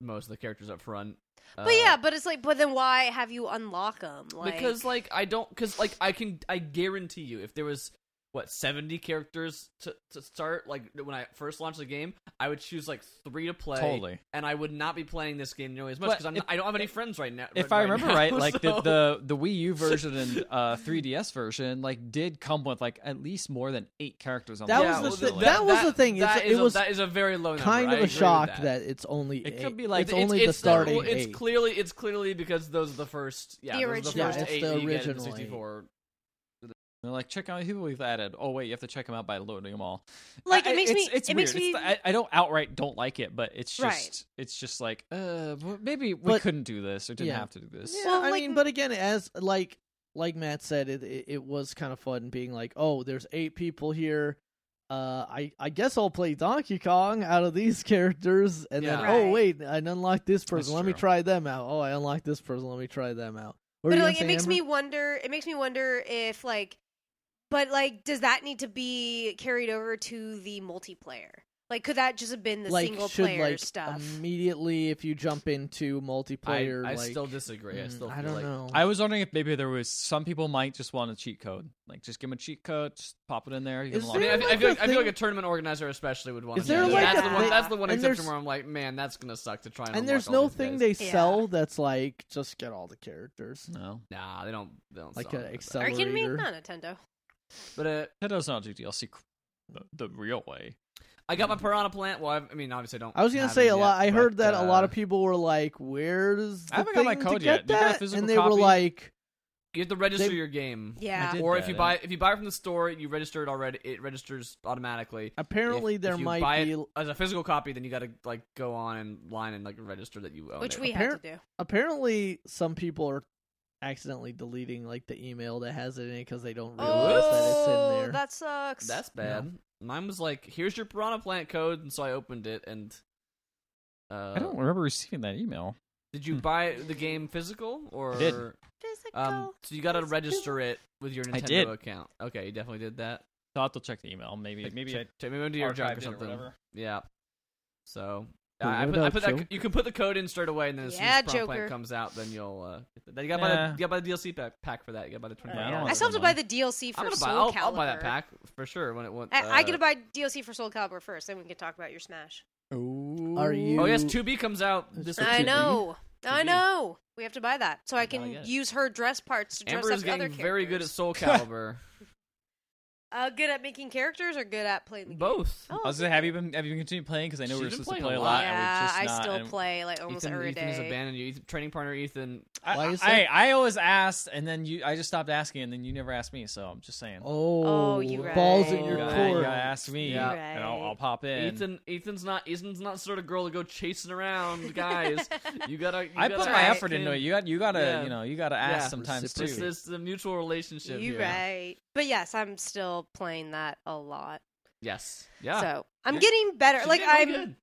S1: most of the characters up front. Uh,
S4: but yeah, but it's like, but then why have you unlock them? Like,
S1: because like I don't because like I can I guarantee you if there was what seventy characters to to start like when I first launched the game I would choose like three to play
S2: Totally.
S1: and I would not be playing this game nearly as much
S2: But
S1: because I'm
S2: if-
S1: not, I don't have any friends right now.
S2: If I remember
S1: now,
S2: right, like
S1: so-
S2: the, the the Wii U version and uh, 3DS version, like did come with like at least more than eight characters on
S3: That
S2: the
S3: was
S1: Yeah,
S3: the
S1: well,
S2: box.
S3: thi-
S2: Like,
S3: that was the thing. It's-
S1: that
S3: it
S1: is a-
S3: was
S1: that is a very low number.
S3: kind
S1: I
S3: of
S1: agree
S3: a
S1: with
S3: shock
S1: that.
S3: that. it's only
S2: It
S3: eight.
S2: could be like-
S3: it's, only the starting
S1: well, it's
S3: eight.
S1: clearly it's clearly because those are the first yeah
S4: The
S1: those are the
S4: original.
S1: first
S4: Yeah,
S3: it's
S1: eight
S3: the
S1: that you get in
S3: original eight.
S1: 64
S2: They're like, check out who we've added. Oh wait, you have to check them out by loading them all.
S4: Like,
S2: I-
S4: it makes
S2: it's,
S4: me-
S2: It's
S4: it
S2: weird.
S4: makes
S2: It's
S4: me-
S2: the- I, I don't outright don't like it, but it's just
S4: Right.
S2: it's just like uh, well, maybe we
S3: But-
S2: couldn't do this or didn't
S3: Yeah.
S2: have to do this.
S3: Yeah,
S4: Well,
S3: I
S4: like-
S3: mean, but again, as like like Matt said, it it, it was kind of fun being like, oh, there's eight people here. Uh, I I guess I'll play Donkey Kong out of these characters, and then
S1: Yeah.
S4: Right.
S3: oh wait, I unlocked this person. Let me
S2: true.
S3: try them out. Oh, I unlocked this person. Let me try them out. What were
S4: but
S3: you gonna
S4: like, it
S3: say,
S4: makes
S3: Amber?
S4: me wonder. It makes me wonder if like, but like, does that need to be carried over to the multiplayer? Like, could that just have been the
S3: like
S4: single
S3: should
S4: player
S3: like
S4: stuff?
S3: immediately if you jump into
S1: I,
S3: multiplayer.
S1: I
S3: like,
S1: still disagree I
S3: mm,
S1: still
S3: I
S1: feel
S3: don't
S1: like,
S3: know.
S2: I was wondering if maybe there was some people might just want a cheat code, like just give them a cheat code, just pop it in there. You can
S3: Is
S2: log
S1: I mean,
S3: there
S1: I,
S2: in.
S1: feel- I, feel like, I feel like
S3: thing-
S1: a tournament organizer especially would want
S3: Is
S1: to.
S4: there
S1: do
S4: like
S1: that. that's
S4: a
S1: the one.
S4: thing-
S1: That's the one
S3: and
S1: exception
S3: there's-
S1: where I'm like, man, that's gonna suck to try and.
S3: and there's
S1: unlock all
S3: no
S1: these
S3: thing
S1: guys.
S3: they sell that's like just get all the characters.
S2: no,
S1: Nah, they don't. They don't
S3: Like
S1: sell
S3: a
S1: it.
S3: Excel-
S4: Are you kidding me?
S3: accelerator.
S4: Not Nintendo.
S1: But uh,
S2: Nintendo's not do DLC cr- the, the real way.
S1: I got my Piranha Plant. Well, I've- I mean, obviously, I don't.
S3: Mm. I was gonna
S1: have
S3: say
S1: it
S3: a
S1: yet,
S3: lot. I heard
S1: but,
S3: that a lot of
S1: uh,
S3: people were like, "Where does the
S2: I haven't got my
S3: thing
S2: code
S3: to get
S2: yet. Do you got a
S3: that?"
S2: physical
S3: and they were
S2: copy?
S3: like,
S1: You have to register
S3: they-
S1: your game.
S4: Yeah.
S2: did
S1: Or if
S2: that,
S1: you
S2: yeah.
S1: buy if you buy it from the store, you register it already. It registers automatically.
S3: "Apparently,
S1: If-
S3: there
S1: if you
S3: might
S1: buy
S3: be.
S1: it as a physical copy, then you got to like go on and line and like register that you own
S4: Which
S1: it.
S4: we
S3: Apparent-
S4: had to do.
S3: Apparently, some people are accidentally deleting like the email that has it in it because they don't realize that it's
S4: Oh,
S3: in there."
S4: that sucks.
S1: That's bad. Mine was like, here's your piranha plant code, and so I opened it and. Uh,
S2: I don't remember receiving that email.
S1: Did you
S2: Hmm.
S1: buy the game physical or?
S2: did.
S4: physical.
S1: Um, so you got to
S4: Physical.
S1: register it with your Nintendo
S2: I did.
S1: account. Okay, you definitely did that.
S2: So I'll have to check the email. Maybe
S1: Like,
S2: maybe
S1: check,
S2: I
S1: check maybe into your junk
S2: archived
S1: or
S2: it
S1: something.
S2: whatever.
S1: yeah. So
S3: Dude,
S1: I, I
S3: what
S1: put, I
S3: about
S1: put that,
S3: Joker?
S1: you can put the code in straight away, and then as
S4: Yeah,
S1: soon as Piranha
S4: Joker.
S1: Plant comes out, then you'll uh, get that. You got buy
S2: Nah.
S1: the, you got buy the DLC pack, pack for that. You got buy the twenty
S2: Yeah, I
S1: five.
S2: don't
S4: I
S2: want
S4: still have to
S2: that
S4: buy
S2: money.
S4: the DLC for
S1: I'm gonna buy.
S4: Soul
S1: I'll, I'll buy that
S4: Calibur.
S1: pack for sure when it went.
S4: I, I
S1: uh,
S4: get to buy DLC for Soul Calibur first, then we can talk about your Smash.
S3: Are you?
S1: Oh yes, two B comes out
S3: That's
S1: this
S3: For
S4: I
S1: weekend.
S4: know. I
S1: TV.
S4: know. We have to buy that so I
S2: gotta
S4: can
S2: get it.
S4: use her dress parts to dress
S1: Amber is
S4: up other
S1: getting
S4: characters.
S1: very good at Soul Calibur.
S4: Uh, good at making characters or good at playing the game?
S1: Both.
S4: Oh,
S2: I was
S4: okay.
S2: gonna, have you been have you been continuing playing? Because I know we
S1: She's
S2: were
S1: been
S2: supposed
S1: playing
S2: to play
S1: a
S2: a
S1: lot.
S2: lot.
S4: Yeah,
S2: and we've
S4: I
S2: just
S4: still
S2: not, and-
S4: play like almost
S1: Ethan,
S4: every day.
S1: Ethan has abandoned you. Ethan, training partner Ethan.
S2: I,
S3: Why is
S2: I,
S3: that?
S2: I always asked, and then you I just stopped asking, and then you never asked me. So I'm just saying.
S3: Oh,
S4: Oh, you
S3: balls in
S4: right.
S2: you
S3: your
S2: gotta,
S3: court.
S2: you gotta ask me,
S1: Yeah.
S2: and I'll, I'll pop in.
S1: Ethan, Ethan's not. Ethan's not the sort of girl to go chasing around guys. you gotta. You
S2: I
S1: gotta
S2: put my
S4: Right.
S1: ask
S2: effort
S1: him.
S2: into it. You got you gotta
S1: Yeah.
S2: you know you gotta ask
S1: Yeah.
S2: sometimes
S1: It's
S2: too.
S3: Reciprocity.
S1: this the mutual relationship.
S4: you
S1: here.
S4: right. But yes, I'm still playing that a lot.
S1: Yes. Yeah.
S4: So I'm
S1: Yeah.
S4: getting better.
S1: She's
S4: like
S1: doing really
S4: I'm
S1: good.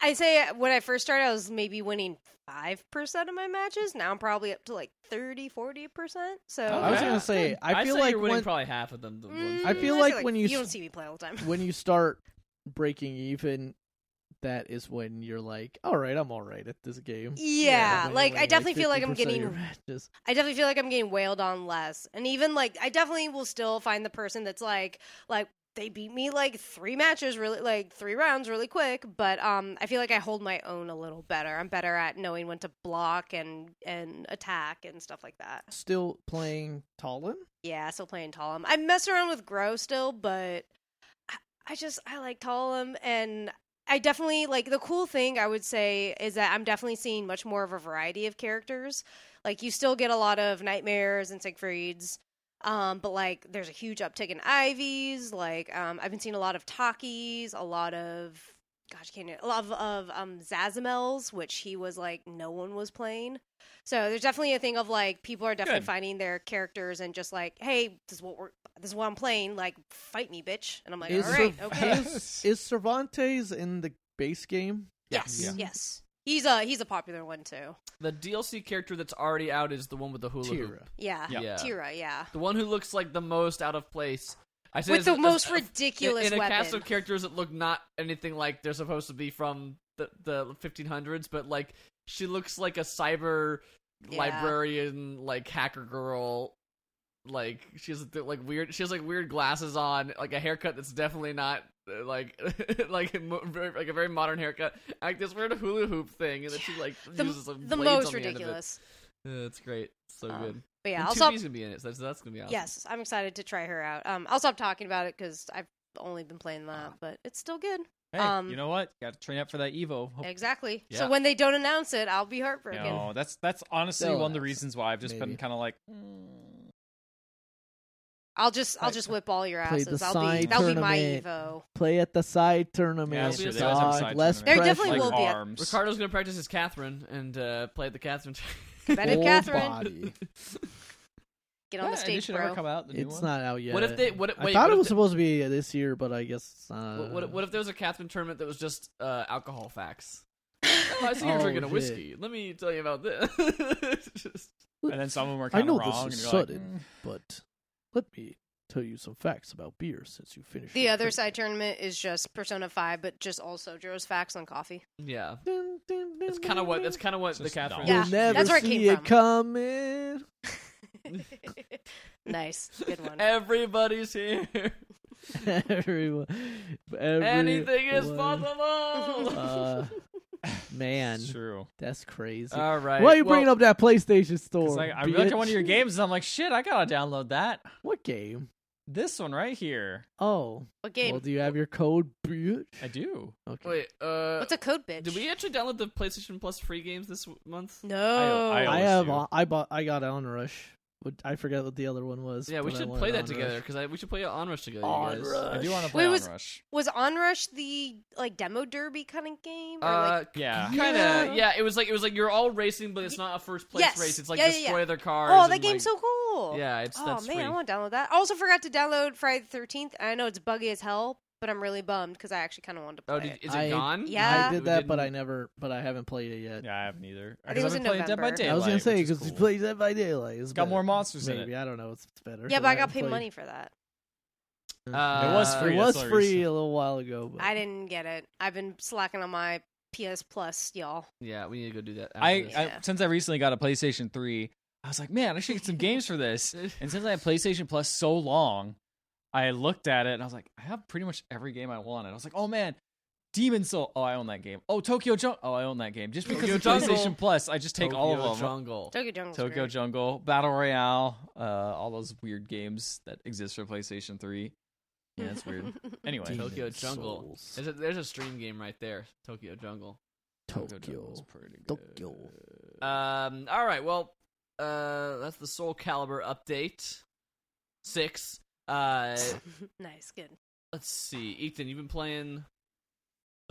S4: I say uh, when I first started, I was maybe winning 5% of my matches. Now I'm probably up to like 30, 40%. So,
S2: Oh,
S3: I was
S2: yeah.
S3: gonna say, I feel
S1: say
S3: like
S1: you're winning
S3: when
S1: probably half of them. The ones
S4: Mm,
S3: I
S1: that-
S3: feel
S4: I'd say,
S3: like when you
S4: You
S3: s-
S4: don't see me play all the time.
S3: when you start breaking even. That is when you're like, all right, I'm all right at this game.
S4: Yeah,
S3: Like,
S4: like
S3: like,
S4: I definitely feel like I'm
S3: 50% of
S4: getting
S3: your matches.
S4: I definitely feel like I'm getting wailed on less. And even like I definitely will still find the person that's like like they beat me like three matches really like three rounds really quick but um i feel like i hold my own a little better i'm better at knowing when to block and and attack and stuff like that
S3: Still playing Talon?
S4: yeah still playing Tollum. i mess around with grow still but I, I just i like Tollum and i definitely like the cool thing i would say is that i'm definitely seeing much more of a variety of characters like you still get a lot of nightmares and siegfrieds um, but like there's a huge uptick in ivies. Like um, I've been seeing a lot of Takis, a lot of gosh, can't a lot of, of um Zazamels, which he was like no one was playing. So there's definitely a thing of like people are definitely
S2: Good.
S4: finding their characters and just like, hey, this is what we're this is what I'm playing. Like fight me, bitch. And I'm like,
S3: Is
S4: all right,
S3: Cerv-
S4: okay,
S3: Is, is Cervantes in the base game?
S4: yes,
S2: Yeah.
S4: yes. He's a he's a popular one too.
S1: The DLC character that's already out is the one with the hula hoop.
S3: Tira.
S4: Yeah,
S2: Yeah.
S1: Yeah.
S4: Tira, yeah,
S1: The one who looks like the most out of place. I say
S4: with
S1: this
S4: the
S1: as-
S4: most
S1: as-
S4: ridiculous
S1: in, in a
S4: weapon.
S1: cast of characters that look not anything like they're supposed to be from the, the 1500s, but like she looks like a cyber
S4: Yeah.
S1: librarian, like hacker girl. Like she has th- like weird, she has like weird glasses on, like a haircut that's definitely not uh, like like a mo- very, like a very modern haircut. Like this weird hula hoop thing, and then she like
S4: the,
S1: uses some
S4: the
S1: blades on
S4: most
S1: the end of it.
S4: ridiculous.
S1: Yeah, it's great, so
S4: Um,
S1: good.
S4: But yeah,
S1: and
S4: I'll stop.
S1: 2B's gonna be in it, so that's, that's gonna be awesome.
S4: Yes, I'm excited to try her out. Um, I'll stop talking about it because I've only been playing that,
S1: Uh-huh.
S4: but it's still good.
S2: Hey,
S4: Um,
S2: you know what? Got to train up for that Evo. Hope-
S4: Exactly.
S1: Oh. Yeah.
S4: So when they don't announce it, I'll be heartbroken.
S2: No, that's that's honestly
S3: They'll
S2: one of the
S3: announce it,
S2: reasons why I've just
S3: maybe.
S2: been kind of like. mm.
S4: I'll just I'll
S2: Right.
S4: just whip all your
S3: Play
S4: asses.
S3: the
S4: I'll be
S3: side
S4: that'll be my
S3: tournament.
S4: Evo.
S3: Play at the side
S2: Yeah,
S3: tournament.
S2: that's true. They always have a
S3: dog.
S2: side
S3: Less
S2: tournament.
S4: There
S3: pressure.
S4: definitely
S2: like
S4: will be a-
S2: arms.
S1: Ricardo's gonna practice his Catherine and uh, play the Catherine.
S4: Competitive
S3: Full
S4: Catherine,
S3: body.
S4: get on
S2: Yeah,
S4: the
S2: and it
S4: stage,
S2: should ever
S4: bro.
S2: come out, the new
S3: It's
S2: one.
S3: not out yet.
S1: What if they? What? if-
S3: I
S1: Wait,
S3: thought
S1: what
S3: it
S1: if
S3: was
S1: the-
S3: supposed to be this year, but I guess uh, it's not.
S1: What, what, what if there was a Catherine tournament that was just uh, alcohol facts? Oh, I see you're
S3: Oh,
S1: drinking a
S3: shit.
S1: whiskey. Let me tell you about this. Just-
S2: And then some of them are
S3: I
S2: kind
S3: know
S2: of
S3: this
S2: wrong.
S3: is
S2: and you're like, mm.
S3: sudden. But let me tell you some facts about beer since you finished.
S4: The
S3: your
S4: other
S3: drink.
S4: side tournament is just Persona Five, but just also Joe's facts on coffee.
S1: yeah,
S3: Dun, dun, dun,
S1: that's kind of what.
S3: dun,
S1: That's kind of what the
S2: Just
S1: Catherine.
S2: dumb.
S3: dun.
S4: Yeah,
S3: You'll never
S4: that's where it
S3: see
S4: came from.
S3: coming.
S4: nice, good one.
S1: Everybody's here.
S3: Everyone, everyone.
S1: Anything is possible.
S3: Uh, man,
S2: It's true.
S3: that's crazy.
S1: All right.
S3: Why are you
S1: well,
S3: bringing up that PlayStation store?
S2: It's like I look at one of your
S3: bitch?
S2: games and I'm like, shit, I gotta download that.
S3: What game?
S2: This one right here,
S3: Oh,
S4: What game?
S3: well, do you have your code, bitch?
S2: I do.
S3: Okay.
S1: Wait. Uh,
S4: What's a code, bitch?
S1: did we actually download the PlayStation Plus free games this w- month?
S4: No.
S2: I-
S3: I
S2: always
S3: have.
S2: do.
S3: on- I bought. I got Onrush. What- I forget what the other one was.
S1: Yeah, we
S3: but I
S1: should
S3: wanted
S1: play that
S3: Onrush.
S1: together because we should play Onrush together. You guys.
S2: I do want to
S4: Wait,
S2: play
S4: was-
S2: Onrush.
S4: Was Onrush the like demo derby kind of game? Or, like,
S1: Uh,
S2: Yeah.
S1: kind
S4: Yeah.
S1: of. Yeah, it was like it was like you're all racing, but it's not a first place
S4: Yes.
S1: race. It's like
S4: Yeah, yeah,
S1: destroy
S4: yeah.
S1: their cars.
S4: oh, that
S1: and,
S4: game's
S1: like-
S4: so cool.
S1: Yeah, it's
S4: Oh
S1: that's
S4: man,
S1: free.
S4: I want to download that. I also forgot to download Friday the Thirteenth. I know it's buggy as hell, but I'm really bummed because I actually kind of wanted to play
S1: oh, did,
S4: it.
S1: is it
S3: I-
S1: gone?
S4: Yeah.
S3: I
S1: We
S3: did that, but I
S1: didn't-
S3: never. But I haven't played it yet.
S2: Yeah, I haven't either.
S4: I think it was
S2: I've
S4: in
S2: been playing Dead by
S4: November.
S2: Daylight.
S3: I was gonna say
S2: which is
S3: because you
S2: cool.
S3: play Dead by Daylight. It's
S2: got
S3: better.
S2: more monsters in
S3: Maybe
S2: it.
S3: I don't know. It's it's better.
S4: Yeah,
S3: 'cause
S4: but I got
S3: haven't
S4: paid
S3: played-
S4: money for that.
S1: Uh,
S2: It was free,
S3: It
S2: that's
S3: was
S2: the only
S3: free
S2: reason.
S3: a little while ago. But
S4: I didn't get it. I've been slacking on my PS Plus, y'all.
S1: Yeah, we need to go do that. after
S2: I,
S1: this.
S2: I
S4: Yeah.
S2: since I recently got a PlayStation 3, I was like, man, I should get some games for this. And since I had PlayStation Plus so long, I looked at it and I was like, I have pretty much every game I wanted. I was like, oh man, Demon Soul. Oh, I own that game. Oh, Tokyo Jungle. Oh, I own that game. Just because
S1: Tokyo
S2: of
S1: Jungle.
S2: PlayStation Plus, I just take all
S1: Tokyo
S2: of them.
S1: Jungle.
S4: Tokyo Jungle.
S2: Tokyo Jungle, Battle Royale, uh, all those weird games that exist for PlayStation 3. Yeah, it's weird. Anyway,
S3: Demon
S1: Tokyo Jungle.
S3: Souls.
S1: There's a, there's a stream game right there. Tokyo Jungle.
S2: Jungle's
S3: Tokyo.
S2: pretty good.
S3: Tokyo.
S1: Um. All right. Well. Uh. That's the Soul Calibur update. Six. Uh.
S4: nice, good.
S1: let's see, Ethan, you've been playing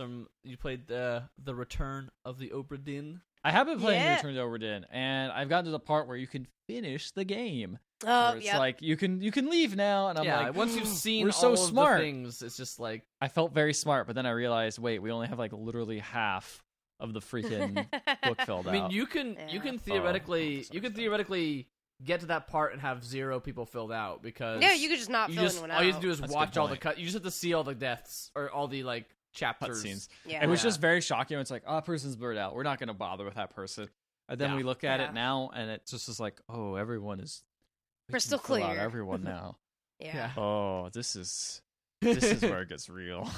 S1: some. You played the the Return of the Obra Dinn.
S2: I have been playing
S4: Yeah.
S2: Return to Overdin, and I've gotten to the part where you can finish the game.
S4: Oh
S2: where it's
S4: yeah.
S2: like you can you can leave now, and I'm
S1: yeah,
S2: like, "Hmm."
S1: once you've seen
S2: we're
S1: all
S2: so
S1: of
S2: smart.
S1: the things, it's just like
S2: I felt very smart, but then I realized, wait, we only have like literally half of the freaking book filled
S1: I mean,
S2: out.
S1: you can you
S4: Yeah.
S1: can
S2: Oh,
S1: theoretically
S2: that's
S1: you can
S2: understandable.
S1: theoretically get to that part and have zero people filled out because
S4: yeah, you could just not
S1: you
S4: fill
S1: just-
S4: anyone out.
S1: all you have to do is
S2: That's a good
S1: watch all the
S2: point.
S1: cut. You just have to see all the deaths or all the like chapters.
S2: Cutscenes.
S4: yeah.
S2: It was
S1: Yeah.
S2: just very shocking. It's like, oh, that person's blurred out. We're not going to bother with that person. And then
S1: Yeah.
S2: we look at
S4: Yeah.
S2: it now, and it just is like, oh, everyone is we can
S4: Crystal
S2: fill out
S4: clear.
S2: Everyone now.
S4: yeah.
S1: Yeah.
S2: oh, this is this is where it gets real.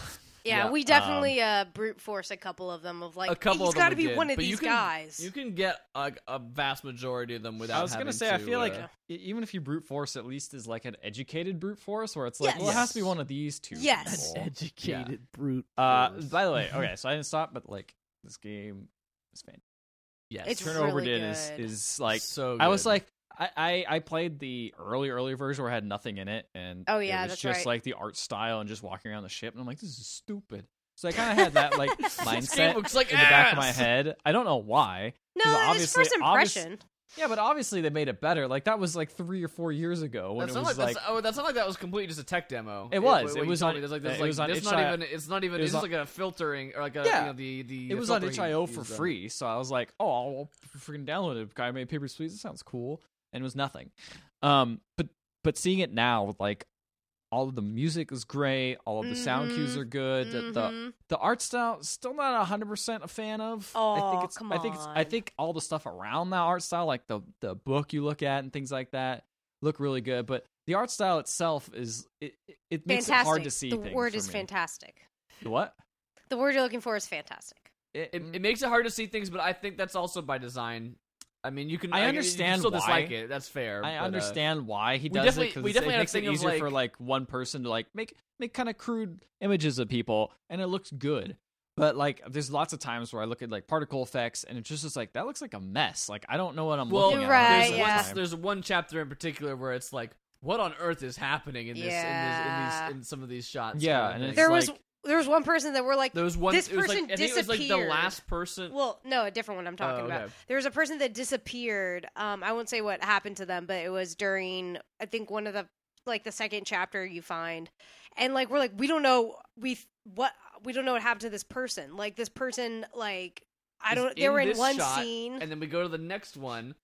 S4: Yeah,
S1: Yeah,
S4: we
S2: um,
S4: definitely uh, brute force a couple of them of like
S1: a couple
S4: he's
S1: of them
S4: got to
S1: we
S4: be
S1: did,
S4: one of
S1: but you
S4: these
S1: can-
S4: guys.
S1: You can get like a vast majority of them without.
S2: I was
S1: going
S2: gonna say, I feel like
S1: uh,
S2: e- even if you brute force, at least is like an educated brute force, where it's like,
S4: Yes.
S2: well, it has to be one of these two.
S4: Yes.
S2: people.
S3: Educated brute.
S2: Oh, Uh,
S3: force.
S2: by the way, okay, so I didn't stop, but like this game is fantastic.
S1: yes,
S4: It's
S2: Turnover
S4: really
S2: did is
S4: good.
S2: is like
S1: so.
S2: I was
S1: good.
S2: like I, I I played the early early version where I had nothing in it and
S4: Oh, yeah,
S2: it was
S4: that's
S2: just
S4: right.
S2: like the art style and just walking around the ship and I'm like this is stupid. So I kind of had that like
S1: this game
S2: mindset
S1: looks like
S2: in the back of my
S1: ass!
S2: head. I don't know why.
S4: no, it's
S2: obviously-
S4: first
S2: obvious-
S4: impression.
S2: Yeah, but obviously they made it better. Like that was like three or four years ago when
S1: That
S2: it
S1: sounds
S2: was
S1: like,
S2: like,
S1: that's, oh, that sounded like that was completely just a tech demo.
S2: It was.
S1: what
S2: It
S1: you
S2: was
S1: told
S2: on-
S1: me. There's like
S2: it
S1: this,
S2: was
S1: like,
S2: on
S1: this not
S2: itch.io.
S1: even. It's not even.
S2: It
S1: It's
S2: was
S1: just like a filtering or like a
S2: Yeah.
S1: you know, the the.
S2: it
S1: the
S2: was on
S1: filter he
S2: itch.io
S1: used
S2: for
S1: on it.
S2: free. So I was like, oh, I'll freaking download it. Guy made papers, please. That sounds cool, and it was nothing. Um, but but seeing it now with like all of the music is great, all of the sound cues
S4: Mhm.
S2: are good. the- The
S4: Mhm.
S2: the art style still not hundred percent a fan of. I
S4: Aw,
S2: think it's,
S4: come
S2: I think it's, I
S4: on.
S2: think all the stuff around that art style, like the the book you look at and things like that, look really good. But the art style itself is it it, it makes
S4: fantastic.
S2: it hard to see.
S4: the
S2: things
S4: word
S2: for
S4: is
S2: me.
S4: fantastic.
S2: The What?
S4: The word you're looking for is fantastic.
S1: It,
S2: Mm.
S1: it makes it hard to see things, but I think that's also by design. I mean, you can.
S2: I
S1: you- You
S2: understand
S1: can still
S2: why.
S1: dislike it. That's fair.
S2: I
S1: but, uh,
S2: understand why
S1: we
S2: he does
S1: definitely-
S2: it because
S1: we
S2: it
S1: definitely had a
S2: makes it
S1: thing of,
S2: easier for
S1: like-
S2: like one person to like make make kind of crude images of people, and it looks good. But like, there's lots of times where I look at like particle effects, and it's just is like that looks like a mess. Like I don't know what I'm
S1: Well,
S2: looking at.
S4: Right,
S1: there's,
S2: most of the
S4: yeah.
S1: one,
S2: time.
S1: there's one chapter in particular where it's like, what on earth is happening in this in, this, in,
S4: Yeah.
S1: these, in some of these shots?
S2: Yeah,
S1: kind of
S2: and
S1: thing.
S2: It's
S4: There was
S2: like-
S4: there was one person that we're like,
S1: there was one.
S4: this
S1: it was like,
S4: person
S1: I think it was like the
S4: disappeared.
S1: last person.
S4: well, no, a different one I'm talking
S1: Oh,
S4: about.
S1: okay.
S4: There was a person that disappeared. Um, I won't say what happened to them, but it was during I think one of the like the second chapter you find, and like we're like we don't know we th- what we don't know what happened to this person. Like this person, like I
S1: Is
S4: don't.
S1: in
S4: they were in
S1: this
S4: one
S1: shot,
S4: scene.
S1: and then we go to the next one,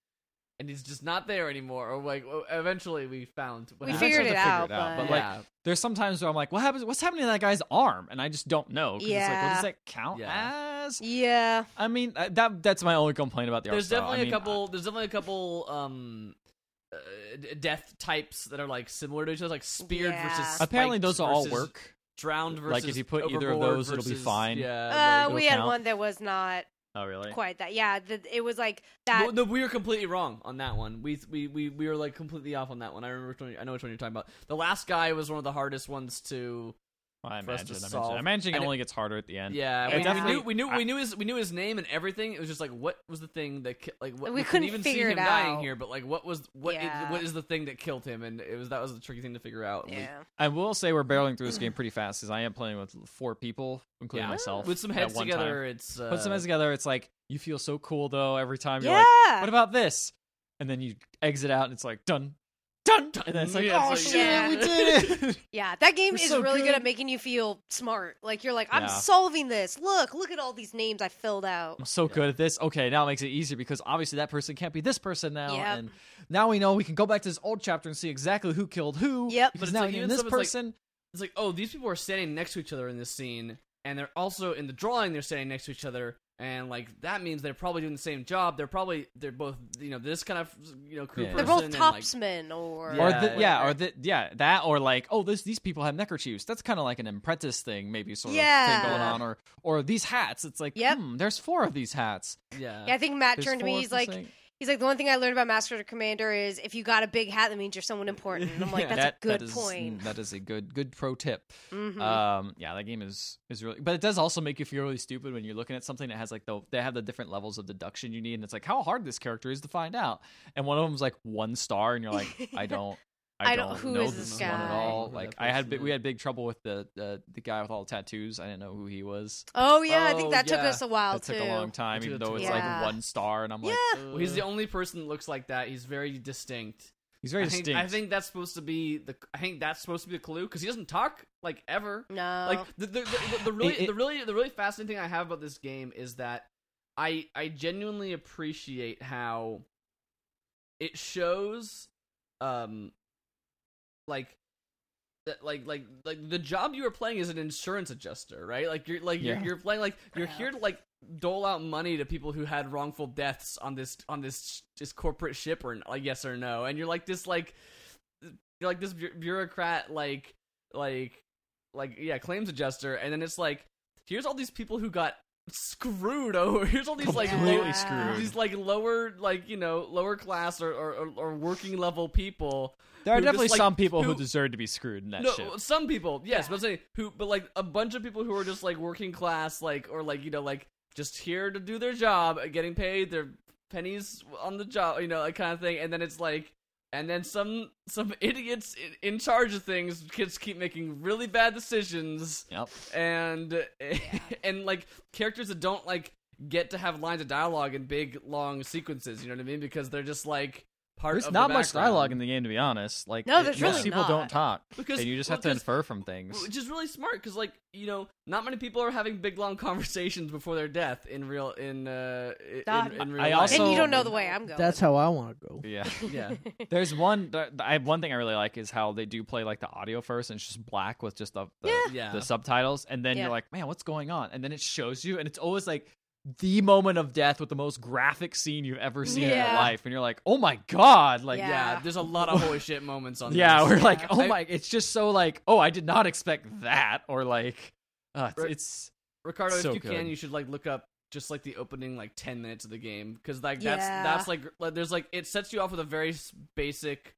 S1: and he's just not there anymore. Or like, well, eventually we found. What
S4: We
S1: happened.
S4: figured
S2: Eventually
S4: it
S2: they'll
S4: out,
S2: figure it out,
S4: but-
S2: but like
S1: yeah,
S2: there's sometimes where I'm like, what happens? What's happening to that guy's arm? And I just don't know. 'cause It's like, what does
S4: Yeah.
S2: that count as?
S4: yeah,
S2: I mean, uh, that that's my only complaint about the
S1: there's
S2: art style. I
S1: definitely
S2: mean,
S1: a couple. There's definitely a couple. Um, uh, d- death types that are like similar to each other, like speared
S4: Yeah.
S1: versus.
S2: I- apparently,
S1: spiked
S2: those will all
S1: versus
S2: work.
S1: Drowned versus.
S2: Like, if you put either of
S1: overboard
S2: those, it'll be
S1: versus-
S2: fine.
S1: Yeah.
S4: uh,
S1: like-
S4: we had
S2: count.
S4: one that was not
S2: Oh, really?
S4: quite that. Yeah, the, it was like that.
S1: Well, no, we were completely wrong on that one. We we we we were like completely off on that one. I remember. Which one, I know which one you're talking about. The last guy was one of the hardest ones to.
S2: I
S1: for us to
S2: imagine. I imagine,
S1: solve.
S2: I imagine it
S1: And it-
S2: only gets harder at the end.
S1: Yeah,
S4: Yeah.
S1: we, we knew
S2: Definitely-
S1: we knew
S2: I-
S1: we knew his we knew his name and everything. It was just like what was the thing that ki- like what,
S4: We
S1: couldn't
S4: couldn't
S1: even see
S4: figure
S1: him
S4: it
S1: dying
S4: out.
S1: here, but like what was what is-
S4: Yeah.
S1: what is the thing that killed him? And it was that was the tricky thing to figure out. And we-
S4: yeah.
S2: I will say we're barreling through this game pretty fast because I am playing with four people, including
S1: Yeah.
S2: myself.
S1: with some
S2: at
S1: heads
S2: one
S1: together,
S2: time.
S1: it's uh,
S2: Put some heads together. It's like you feel so cool though every time you're
S4: yeah.
S2: like, what about this? And then you exit out and it's like dun dun, dun. and then it's like,
S1: Yeah,
S2: oh
S1: it's
S2: shit,
S4: like,
S2: we
S4: yeah.
S2: did it.
S4: yeah, that game
S2: We're
S4: is
S2: so
S4: really good.
S2: good.
S4: at making you feel smart. Like you're like, I'm
S2: Yeah.
S4: solving this. Look, look at all these names I filled out.
S2: I'm so
S1: Yeah.
S2: good at this. Okay, now it makes it easier because obviously that person can't be this person now,
S4: Yep.
S2: and now we know we can go back to this old chapter and see exactly who killed who.
S4: Yep. But
S2: because
S1: it's
S2: now
S1: like,
S2: we know
S1: even
S2: this
S1: stuff is like-
S2: person.
S1: it's like oh these people are standing next to each other in this scene, and they're also in the drawing they're standing next to each other, and like that means they're probably doing the same job. They're probably they're both you know this kind of you know crew
S2: Yeah.
S4: They're
S1: person
S4: both
S1: and, like,
S4: topsmen or
S2: or
S1: Yeah,
S2: the, yeah, or
S4: whatever.
S2: the, yeah, that, or like, oh, this, these people have neckerchiefs. That's kind of like an apprentice thing, maybe sort of
S4: Yeah.
S2: thing going on, or or these hats. It's like,
S4: Yep.
S2: hmm, there's four of these hats.
S1: yeah.
S4: yeah, I think Matt
S2: There's
S4: turned
S2: four
S4: to me.
S2: of
S4: He's
S2: this
S4: like,
S2: thing.
S4: he's like, the one thing I learned about Master Commander is if you got a big hat, that means you're someone important. And I'm like,
S1: Yeah.
S4: that's
S2: That-
S4: a
S2: that
S4: good
S2: is-
S4: point.
S2: That is a good good pro tip.
S4: hmm
S2: Um, yeah, that game is is really, but it does also make you feel really stupid when you're looking at something that has like the they have the different levels of deduction you need, and it's like how hard this character is to find out, and one of them's like one star, and you're like, I don't. I,
S4: I don't- who
S2: know
S4: is
S2: this,
S4: this
S2: one at
S4: guy?
S2: all.
S1: Who
S2: Like
S1: that
S2: I had,
S1: person
S2: bi- we
S1: is.
S2: had big trouble with the the the guy with all the tattoos. I didn't know who he was.
S4: oh yeah, I
S1: oh,
S4: think that took
S1: yeah.
S4: us a while
S2: That
S4: too.
S2: took a long time,
S1: It
S2: even
S1: took-
S2: though it's
S4: Yeah.
S2: like one star, and I'm like,
S4: yeah,
S1: Well,
S2: Uh.
S1: he's the only person that looks like that. He's very distinct.
S2: he's very
S1: I think,
S2: distinct.
S1: I think that's supposed to be the. I think that's supposed to be the clue because he doesn't talk like ever.
S4: no,
S1: Like the the, the, the, the really
S2: It- it-
S1: the really the really fascinating thing I have about this game is that I I genuinely appreciate how it shows, um, like. That, like like like the job you are playing is an insurance adjuster, right? Like you're like you're,
S2: Yeah.
S1: you're playing like you're
S4: Yeah.
S1: here to like dole out money to people who had wrongful deaths on this on this this corporate ship or like yes or no, and you're like this like you're like this bu- bureaucrat like like like yeah claims adjuster, and then it's like here's all these people who got screwed over. Here's all these like
S2: completely
S1: low-
S4: Yeah.
S2: screwed.
S1: these like lower like you know lower class or or, or- or working level people.
S2: There are
S1: who just,
S2: definitely
S1: like,
S2: some people who,
S1: who-
S2: deserve to be screwed in that
S1: no,
S2: shit.
S1: some people yes,
S4: Yeah.
S1: but I'm saying who, but like a bunch of people who are just like working class, like or like you know like just here to do their job, uh, getting paid their pennies on the job, you know that kind of thing. And then it's like. And then some some idiots in, in charge of things kids keep making really bad decisions
S2: Yep.
S1: and and like characters that don't like get to have lines of dialogue in big long sequences. You know what I mean? Because they're just like part.
S2: There's
S1: of
S2: not
S1: the
S2: much
S1: background.
S2: dialogue in the game, to be honest. Like,
S4: No,
S2: it-
S4: there's
S2: most
S1: really
S2: people don't
S4: not.
S2: talk,
S1: because
S2: and you just
S1: well,
S2: have to
S1: 'cause-
S2: infer from things.
S1: which is really smart because like you know not many people are having big long conversations before their death in real in uh in,
S4: God.
S1: in, in real
S2: I
S1: life.
S2: also-
S4: and you don't know the way I'm going.
S3: That's how I want to go.
S2: yeah.
S1: yeah.
S2: There's one. th- I have one thing I really like is how they do play like the audio first, and it's just black with just the the,
S1: Yeah.
S2: the subtitles, and then
S4: Yeah.
S2: you're like, man, what's going on? And then it shows you, and it's always like the moment of death with the most graphic scene you've ever seen in your
S4: Yeah.
S2: life, and you're like, oh my god, like.
S1: yeah.
S2: Yeah.
S4: Yeah.
S1: there's a lot of holy shit moments on. this.
S2: we're like,
S4: Yeah.
S2: oh
S1: I-
S2: my! It's just so like, oh, I did not expect that, or like, uh, it's,
S1: Right.
S2: it's
S1: Ricardo,
S2: So
S1: if you
S2: good.
S1: can, you should like look up just like the opening like ten minutes of the game because like that's
S4: Yeah.
S1: that's like, like, there's like it sets you off with a very s- basic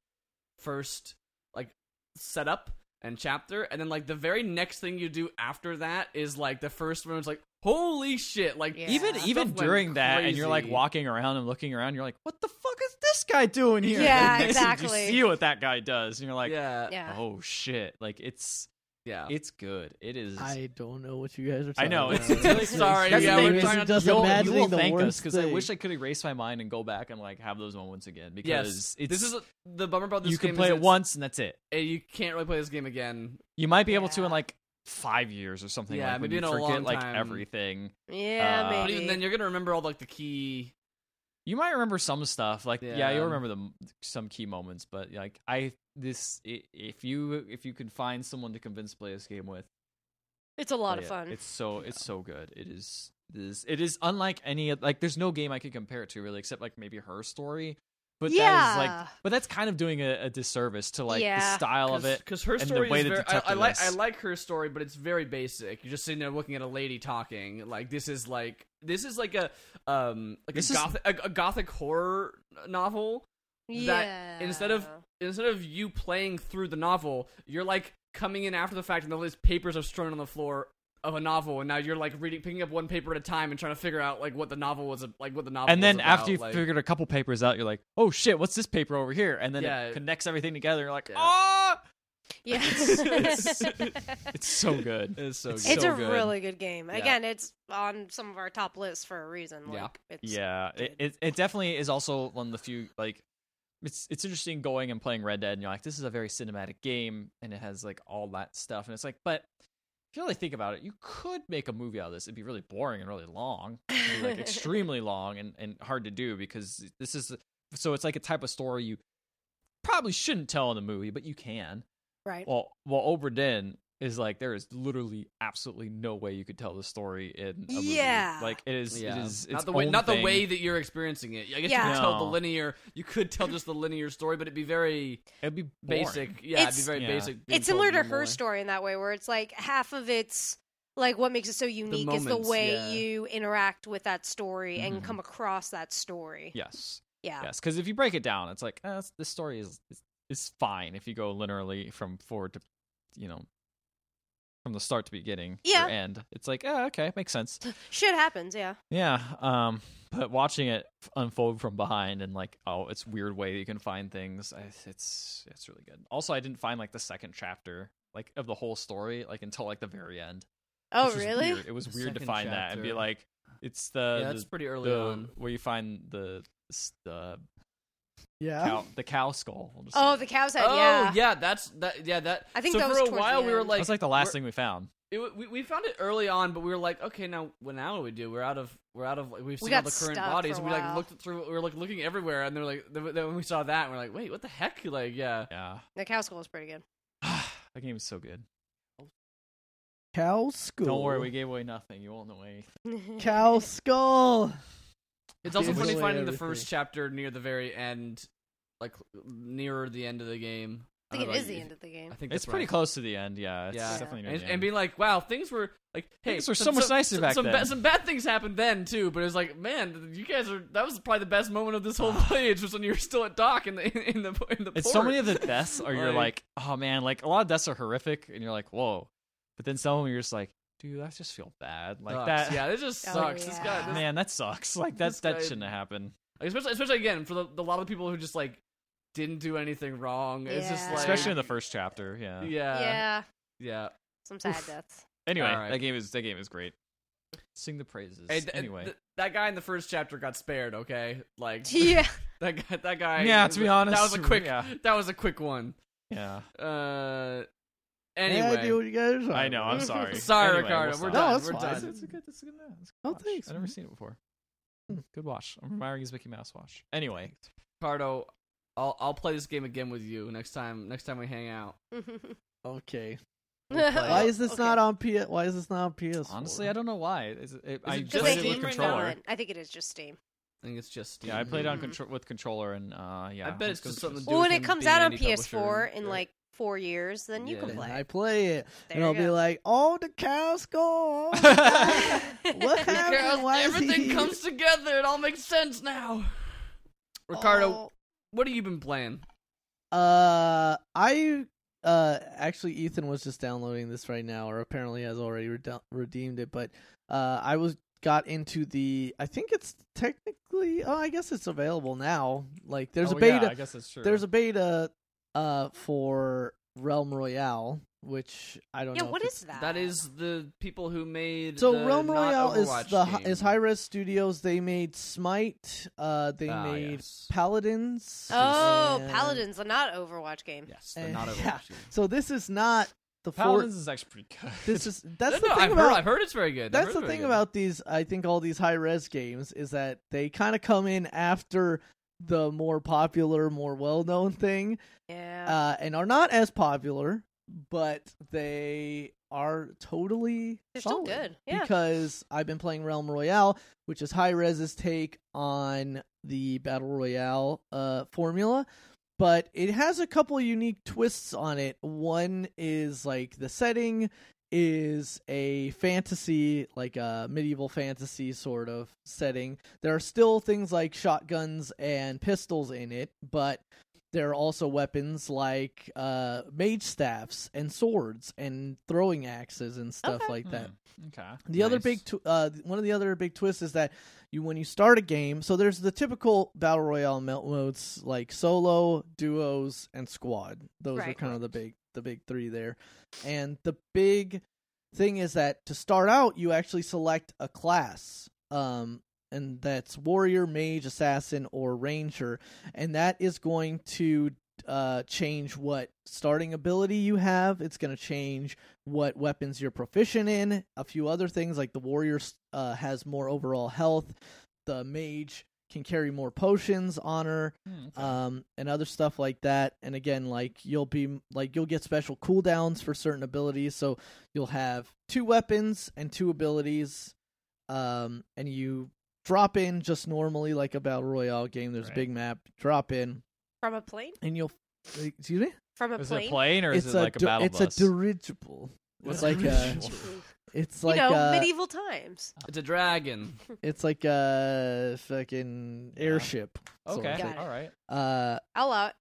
S1: first like setup and chapter, and then like the very next thing you do after that is like the first one is like holy shit like
S4: Yeah.
S2: even
S4: Stuff
S2: even
S1: went
S2: during that, and you're like
S1: crazy.
S2: walking around and looking around, you're like, what the fuck is this guy doing here?
S4: Yeah,
S2: And
S4: exactly.
S2: You see what that guy does, and you're like,
S1: yeah
S4: yeah.
S2: oh shit! Like it's
S1: yeah.
S2: it's good. It is.
S3: I don't know what you guys are.
S2: I
S3: talking
S2: know.
S3: About.
S2: It's, it's really
S1: Sorry,
S2: That's
S1: yeah,
S2: the
S1: we're
S2: thing is,
S1: trying to-
S3: Just
S2: you'll, you
S3: imagining
S2: will
S3: the
S2: thank us
S3: worst
S2: because I wish I
S3: thing.
S2: could erase my mind and go back and like have those moments again.
S1: Yes.
S2: Because it's
S1: this is a, the bummer about this
S2: you
S1: game.
S2: can
S1: is
S2: play it
S1: it's-
S2: once and that's it.
S1: eh, You can't really play this game again.
S2: You might be able to
S4: Yeah.
S2: in like five years or something.
S1: Yeah,
S2: like, when
S1: maybe
S2: you
S1: in a
S2: forget
S1: long
S2: like
S1: time.
S2: everything.
S4: Yeah,
S2: Uh,
S4: maybe.
S1: But even then, you're gonna remember all like the key.
S2: You might remember some stuff, like yeah,
S1: Yeah.
S2: you'll remember the m- some key moments, but like I this i- if you if you could find someone to convince to play this game with,
S4: it's a
S2: play
S4: lot of
S2: it.
S4: fun.
S2: Oh, It's so it's so good. It is it is it is unlike any oth- like there's no game I could compare it to really, except like maybe her story. But that is
S4: Yeah.
S2: like but that's kind of doing a, a disservice to like the
S4: Yeah.
S2: style of it.
S1: because her
S2: and the
S1: story
S2: way
S1: is
S2: the
S1: very, I, I
S2: detective
S1: like I
S2: is.
S1: like her story, but it's very basic. You're just sitting there looking at a lady talking. Like this is like this is like a um like a,
S2: This is-
S1: goth- a, a gothic horror novel.
S4: yeah.
S1: that instead of- Instead of you playing through the novel, you're like coming in after the fact, and all these papers are strewn on the floor of a novel, and now you're like reading, picking up one paper at a time, and trying to figure out like what the novel was, like what the novel.
S2: And then
S1: was
S2: after
S1: about,
S2: you
S1: like,
S2: figured a couple papers out, you're like, oh shit, what's this paper over here? And then
S1: Yeah.
S2: it connects everything together. You're like,
S1: Yeah.
S2: ah,
S4: yeah.
S2: It's- it's so good.
S1: it's so
S2: it's
S1: good.
S4: It's
S2: so
S4: a
S2: good.
S4: really good game.
S1: Yeah.
S4: Again, it's on some of our top lists for a reason.
S1: Yeah.
S4: Like, it's,
S2: yeah it, it, it definitely is also one of the few like it's it's interesting going and playing red dead and you're like this is a very cinematic game and it has like all that stuff and it's like but if you really think about it you could make a movie out of this it'd be really boring and really long It'd be, like extremely long and, and hard to do because this is so it's like a type of story you probably shouldn't tell in a movie but you can
S4: right.
S2: well, well, Oberdin is like there is literally absolutely no way you could tell the story in a movie.
S4: Yeah.
S2: like it is,
S1: Yeah.
S2: it is its
S1: not the way
S2: own
S1: not the
S2: thing.
S1: way that you're experiencing it. I guess you
S4: Yeah.
S1: could tell the
S2: No.
S1: linear. You could tell just the linear story, but it'd be very
S2: It'd be boring.
S1: basic. Yeah, it'd be
S4: It's-
S1: very
S2: Yeah.
S1: basic. being
S4: it's similar
S1: told
S4: to
S1: in
S4: her
S1: one way.
S4: story in that way where it's like half of it's like what makes it so unique is
S1: moments,
S4: the way
S1: yeah.
S4: you interact with that story
S2: Mhm.
S4: and come across that story
S2: Yes,
S4: yeah
S2: yes, because if you break it down, it's like eh, it's- this story is, is is fine if you go linearly from forward to, you know, from the start to beginning, to
S4: Yeah.
S2: end. It's like oh, okay, makes sense.
S4: shit happens yeah
S2: Yeah. Um, but watching it f- unfold from behind and like, oh, it's weird way you can find things. I, it's it's really good. Also, I didn't find like the second chapter like of the whole story like until like the very end.
S4: oh
S2: which was
S4: really
S2: weird. It was
S1: The
S2: weird to
S1: second
S2: find that and be
S1: chapter.
S2: like, it's the
S1: yeah, that's
S2: the-
S1: pretty early
S2: the-
S1: on.
S2: where you find the s- the
S3: Yeah.
S2: cow the cow skull. We'll just
S4: oh
S2: say.
S4: the cow's head
S1: oh
S4: yeah
S1: that's that. Yeah, that.
S4: I think
S1: so.
S4: that was
S1: for a
S4: towards
S1: while,
S4: the
S1: we were
S4: end.
S1: like,
S2: that's like the last
S1: we're-
S2: thing we found.
S1: It, wa- we, we found it early on, but we were like, okay, now well, now what do we do? We're out of we're out of like, we've
S4: We
S1: seen all
S4: got
S1: the current
S4: stuck for
S1: bodies.
S4: a
S1: and we like
S4: while.
S1: looked through. We were like looking everywhere, and they're like, then then when we saw that, we're like, wait, what the heck? Like, yeah,
S2: Yeah,
S4: the cow skull is pretty good
S2: that game is so good.
S3: Cow skull.
S2: Don't worry, we gave away nothing. You won't know anything.
S3: cow skull.
S1: It's also
S2: It's
S1: funny
S3: really
S1: finding the
S3: everything.
S1: first chapter near the very end, like nearer the end of the game. I
S4: think
S1: don't know
S4: it is
S1: about
S4: the
S1: you.
S4: end of the game.
S1: I think
S2: It's
S1: that's
S2: pretty
S1: right.
S2: close to the end. Yeah, it's
S1: Yeah.
S2: definitely near
S1: and,
S2: the
S1: and
S2: end.
S1: being like, wow, things were like, hey,
S2: Things were so
S1: some,
S2: much
S1: some-
S2: nicer
S1: some-
S2: back
S1: some, ba-
S2: then.
S1: some bad things happened then too, but it was like, man, you guys are that was probably the best moment of this whole voyage was when you were still at dock in the in, the in the.
S2: it's
S1: port.
S2: so many of the deaths are you're
S1: Like-
S2: like, oh man, like a lot of deaths are horrific, and you're like, whoa. But then some of them you're just like, dude, I just feel bad. Like
S1: Sucks.
S2: that.
S1: Yeah, it just
S4: Oh,
S1: sucks. This guy,
S4: yeah.
S1: this-
S2: Man, that sucks. Like that
S1: This
S2: that
S1: guy-
S2: shouldn't have happened.
S1: especially especially again for the, the lot of people who just like didn't do anything wrong. It's just
S4: Yeah.
S1: like,
S2: Especially in the first chapter.
S1: yeah,
S2: Yeah.
S1: yeah,
S4: yeah,
S1: yeah.
S4: some sad
S1: Uh, Oof.
S4: deaths.
S2: Anyway,
S1: All right.
S2: that game is that game is great. Sing the praises.
S1: Hey, th-
S2: anyway.
S1: th- that guy in the first chapter got spared. Okay, like
S4: Yeah,
S1: that guy. That guy.
S2: Yeah, to be honest,
S1: that was a quick.
S2: yeah.
S1: That was a quick one.
S2: yeah.
S1: Uh,
S3: Any
S1: anyway,
S3: idea what you guys are talking
S2: I know. I'm
S3: about.
S2: sorry.
S1: Sorry,
S2: Anyway,
S1: Ricardo, we're
S2: we'll stop.
S3: No,
S1: done.
S3: that's
S1: we're
S3: fine.
S1: done.
S2: It's, it's a good. It's a good. It's a good
S3: Oh,
S2: watch.
S3: thanks,
S2: I've never
S3: man.
S2: seen it before.
S3: Hmm.
S2: Good watch. I'm admiring his Mickey Mouse watch. Anyway,
S1: Ricardo, I'll I'll play this game again with you next time. Next time we hang out.
S3: Okay.
S1: play.
S3: Why is this
S4: Okay.
S3: not on P? Why is this not on PS?
S2: honestly, I don't know why. Is it, it, I
S1: it
S2: just
S1: just
S4: Because
S2: played it with
S4: they keep
S1: Steam right
S2: controller.
S1: now?
S4: renewing. I think it is just Steam.
S1: I think it's just. Steam.
S2: Yeah, I played on
S4: Mhm.
S2: contro- with controller and uh, yeah.
S1: I bet
S2: it's
S1: it's just
S2: 'cause
S1: something to do
S4: Well, when
S1: with
S4: it
S1: him
S4: comes
S1: being
S4: out
S1: an
S4: on
S1: indie publisher,
S4: PS4 in
S1: right?
S4: like four years, then you
S1: Yeah.
S4: can
S3: Then
S4: play.
S3: I play it,
S4: There
S3: and I'll
S4: you
S3: be
S4: go.
S3: like, "Oh, the oh, cows go on. what
S4: Girls,
S3: happened? Why is
S1: everything
S3: he-
S1: comes together. It all makes sense now. Ricardo,
S3: Oh.
S1: what have you been playing?
S3: Uh, I uh actually Ethan was just downloading this right now, or apparently has already rede- redeemed it. But uh, I was got into the. I think it's technically. Oh, I guess it's available now. Like there's
S2: Oh,
S3: a
S2: yeah,
S3: beta.
S2: I guess that's true.
S3: there's a beta. Uh, for Realm Royale, which I don't
S4: yeah,
S3: know. if
S4: what
S3: it's-
S4: is that?
S1: That is the people who made
S3: So
S1: the
S3: Realm
S1: not
S3: Royale is
S1: Overwatch
S3: the
S1: game.
S3: is High Res Studios. They made Smite. Uh, they
S1: Ah,
S3: made
S1: yes.
S3: Paladins.
S4: Oh,
S3: and-
S4: Paladins, a not Overwatch game.
S1: Yes, the
S3: and-
S1: not Overwatch
S3: Eh, yeah.
S1: game.
S3: So this is not the four.
S2: Paladins is actually pretty good.
S3: This is that's
S1: no,
S3: the
S1: no,
S3: thing
S1: I've
S3: about
S1: heard, I've heard it's very good. I've heard
S3: that's
S1: it's
S3: the
S1: very
S3: thing
S1: good.
S3: about these. I think all these high res games is that they kind of come in after the more popular, more well known thing,
S4: Yeah.
S3: uh, and are not as popular, but they are totally
S4: They're still
S3: solid
S4: good. Yeah.
S3: because I've been playing Realm Royale, which is High Res's take on the Battle Royale uh, formula, but it has a couple unique twists on it. One is like the setting is a fantasy, like a medieval fantasy sort of setting. There are still things like shotguns and pistols in it, but there are also weapons like uh, mage staffs and swords and throwing axes and stuff
S4: Okay.
S3: like that.
S2: Hmm, Okay.
S3: The other
S2: Nice.
S3: big, tw- uh, one of the other big twists is that you when you start a game. So there's the typical battle royale melt modes like solo, duos, and squad. Those are
S4: Right.
S3: kind of the big, the big three there. And the big thing is that to start out, you actually select a class, um, and that's warrior, mage, assassin, or ranger, and that is going to uh, change what starting ability you have. It's going to change what weapons you're proficient in. A few other things like the warrior uh, has more overall health. The mage can carry more potions on her
S2: Hmm, okay.
S3: um and other stuff like that and again like you'll be like you'll get special cooldowns for certain abilities so you'll have two weapons and two abilities um and you drop in just normally like a battle royale game there's
S2: Right.
S3: a big map drop in
S4: From a plane?
S3: and you'll excuse me
S4: From a
S2: is it
S4: plane?
S2: a plane or is
S3: it's
S2: it like a
S3: dir-
S2: battle
S3: it's
S2: bus?
S3: a dirigible
S1: What's
S3: it's like a,
S2: dirigible?
S3: it's
S4: you
S3: like uh,
S4: know,
S3: a,
S4: medieval times.
S1: it's a dragon.
S3: it's like a fucking
S2: Yeah.
S3: airship sort of
S2: Okay.
S3: thing.
S4: Got it.
S2: All right.
S3: uh
S4: I'll allow it.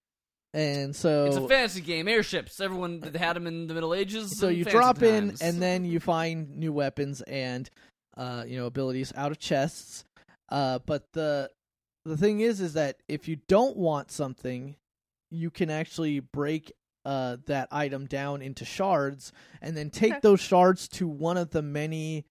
S3: and so
S1: It's a fantasy game. Airships. Everyone that had them in the Middle Ages.
S3: so
S1: and
S3: you
S1: fancy
S3: drop
S1: times.
S3: in and then you find new weapons and uh you know abilities out of chests uh but the the thing is is that if you don't want something you can actually break uh that item down into shards and then take
S4: Okay.
S3: those shards to one of the many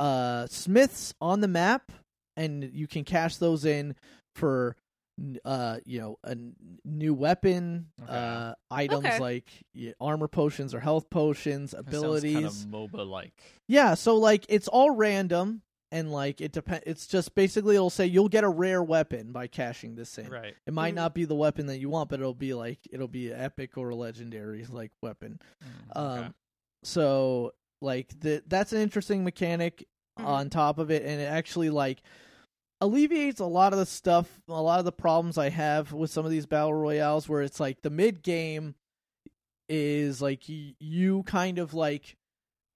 S3: uh smiths on the map and you can cash those in for n- uh you know a n- new weapon
S2: Okay.
S3: uh items
S4: Okay.
S3: like y- armor potions or health potions abilities
S2: Kind of MOBA like.
S3: yeah so like it's all random and like it depend it's just basically it'll say you'll get a rare weapon by cashing this in
S2: Right.
S3: it might
S4: Mhm.
S3: not be the weapon that you want but it'll be like it'll be an epic or a legendary like weapon
S2: Hmm,
S3: um,
S2: okay.
S3: so like the, that's an interesting mechanic
S4: Mhm.
S3: on top of it, and it actually like alleviates a lot of the stuff, a lot of the problems I have with some of these battle royales, where it's like the mid game is like y- you kind of like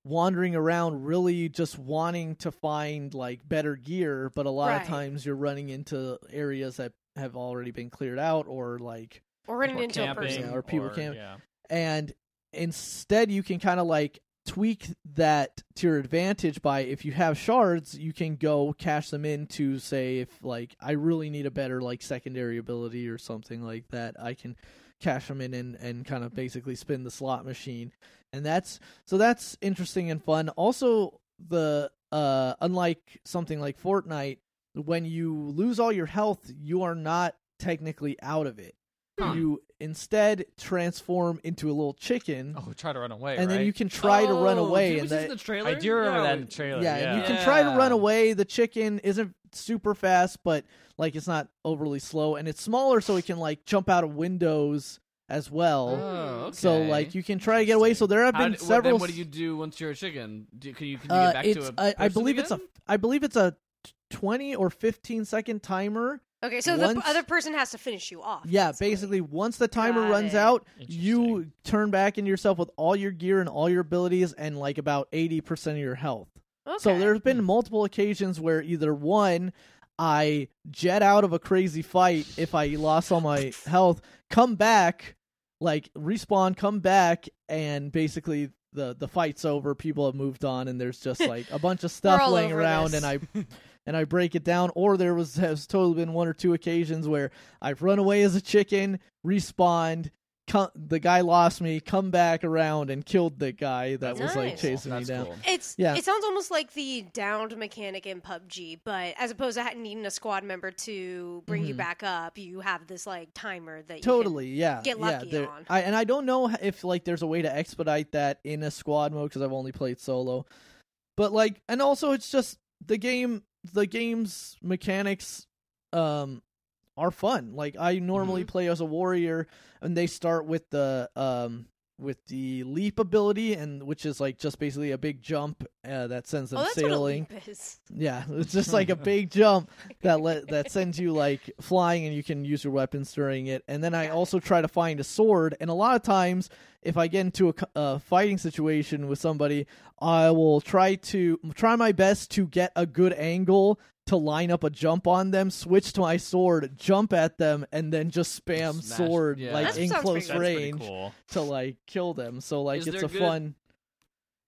S3: wandering around really just wanting to find like better gear but a lot
S4: Right.
S3: of times you're running into areas that have already been cleared out or like
S4: Or running
S2: Or
S4: into a person.
S2: camping,
S3: Yeah, or people
S2: or-
S3: camp-
S2: Yeah.
S3: and instead you can kind of like tweak that to your advantage by if you have shards you can go cash them in to say if like i really need a better like secondary ability or something like that i can cash them in and, and kind of basically spin the slot machine and that's so that's interesting and fun also the uh unlike something like fortnite when you lose all your health you are not technically out of it
S1: Huh.
S3: you instead transform into a little chicken
S2: Oh, try to run away.
S3: and
S2: right?
S3: then you can try to run
S1: Oh,
S3: away
S1: did we
S3: and
S1: see
S3: that,
S1: the trailer?
S2: I do remember
S1: Yeah,
S2: that
S1: we-
S2: in the trailer.
S3: yeah,
S2: yeah.
S3: and you can try to run
S2: Yeah.
S3: away the chicken isn't super fast but like it's not overly slow and it's smaller so it can like jump out of windows as well
S1: Oh, okay.
S3: so like you can try to get away so there have
S1: How
S3: been
S1: d- what-
S3: several
S1: Then what do you do once you're a chicken? Do, can you can you
S3: uh,
S1: get back
S3: it's,
S1: to a
S3: I, I
S1: person
S3: believe it's a
S1: again?
S3: i believe it's a 20 or 15 second timer
S4: Okay, so the p-
S3: Once-
S4: other person has to finish you off.
S3: yeah basically once the timer
S4: Got
S3: runs
S4: it.
S3: out you
S2: Interesting.
S3: turn back into yourself with all your gear and all your abilities and like about 80% of your health
S4: Okay.
S3: So there's been multiple occasions where either one, I jet out of a crazy fight if I lost all my health, come back, like respawn, come back, and basically the the fight's over. People have moved on, and there's just like a bunch of
S4: all
S3: stuff laying
S4: over
S3: around,
S4: this.
S3: and I. And I break it down, or there was has totally been one or two occasions where I've run away as a chicken, respawned, co- the guy lost me, come back around and killed the guy that was like
S4: Nice.
S3: chasing
S1: Oh,
S2: That's
S3: me down.
S2: cool.
S4: It's
S3: Yeah.
S4: it sounds almost like the downed mechanic in PUBG, but as opposed to ha- needing a squad member to bring you
S3: Mhm.
S4: back up, you have this like timer that you can-
S3: totally yeah
S4: get lucky
S3: yeah, there-
S4: on.
S3: I, and i don't know h- if like there's a way to expedite that in a squad mode because i've only played solo but like and also it's just the game the game's mechanics um are fun like i normally
S4: Mm-hmm.
S3: play as a warrior and they start with the um with the leap ability and which is like just basically a big jump uh, that sends them
S4: oh, that's
S3: sailing
S4: what a leap is.
S3: yeah, it's just like a big jump that let that sends you like flying, and you can use your weapons during it. And then I also try to find a sword. And a lot of times, if I get into a co- a fighting situation with somebody, I will try to try my best to get a good angle to line up a jump on them, switch to my sword, jump at them, and then just spam
S1: Smash.
S3: sword
S1: Yeah.
S3: like
S1: That
S3: in
S4: sounds
S3: close
S4: pretty
S2: That's pretty
S3: range
S2: cool.
S3: to like kill them. So like
S1: Is
S3: it's
S1: there
S3: a
S1: good-
S3: fun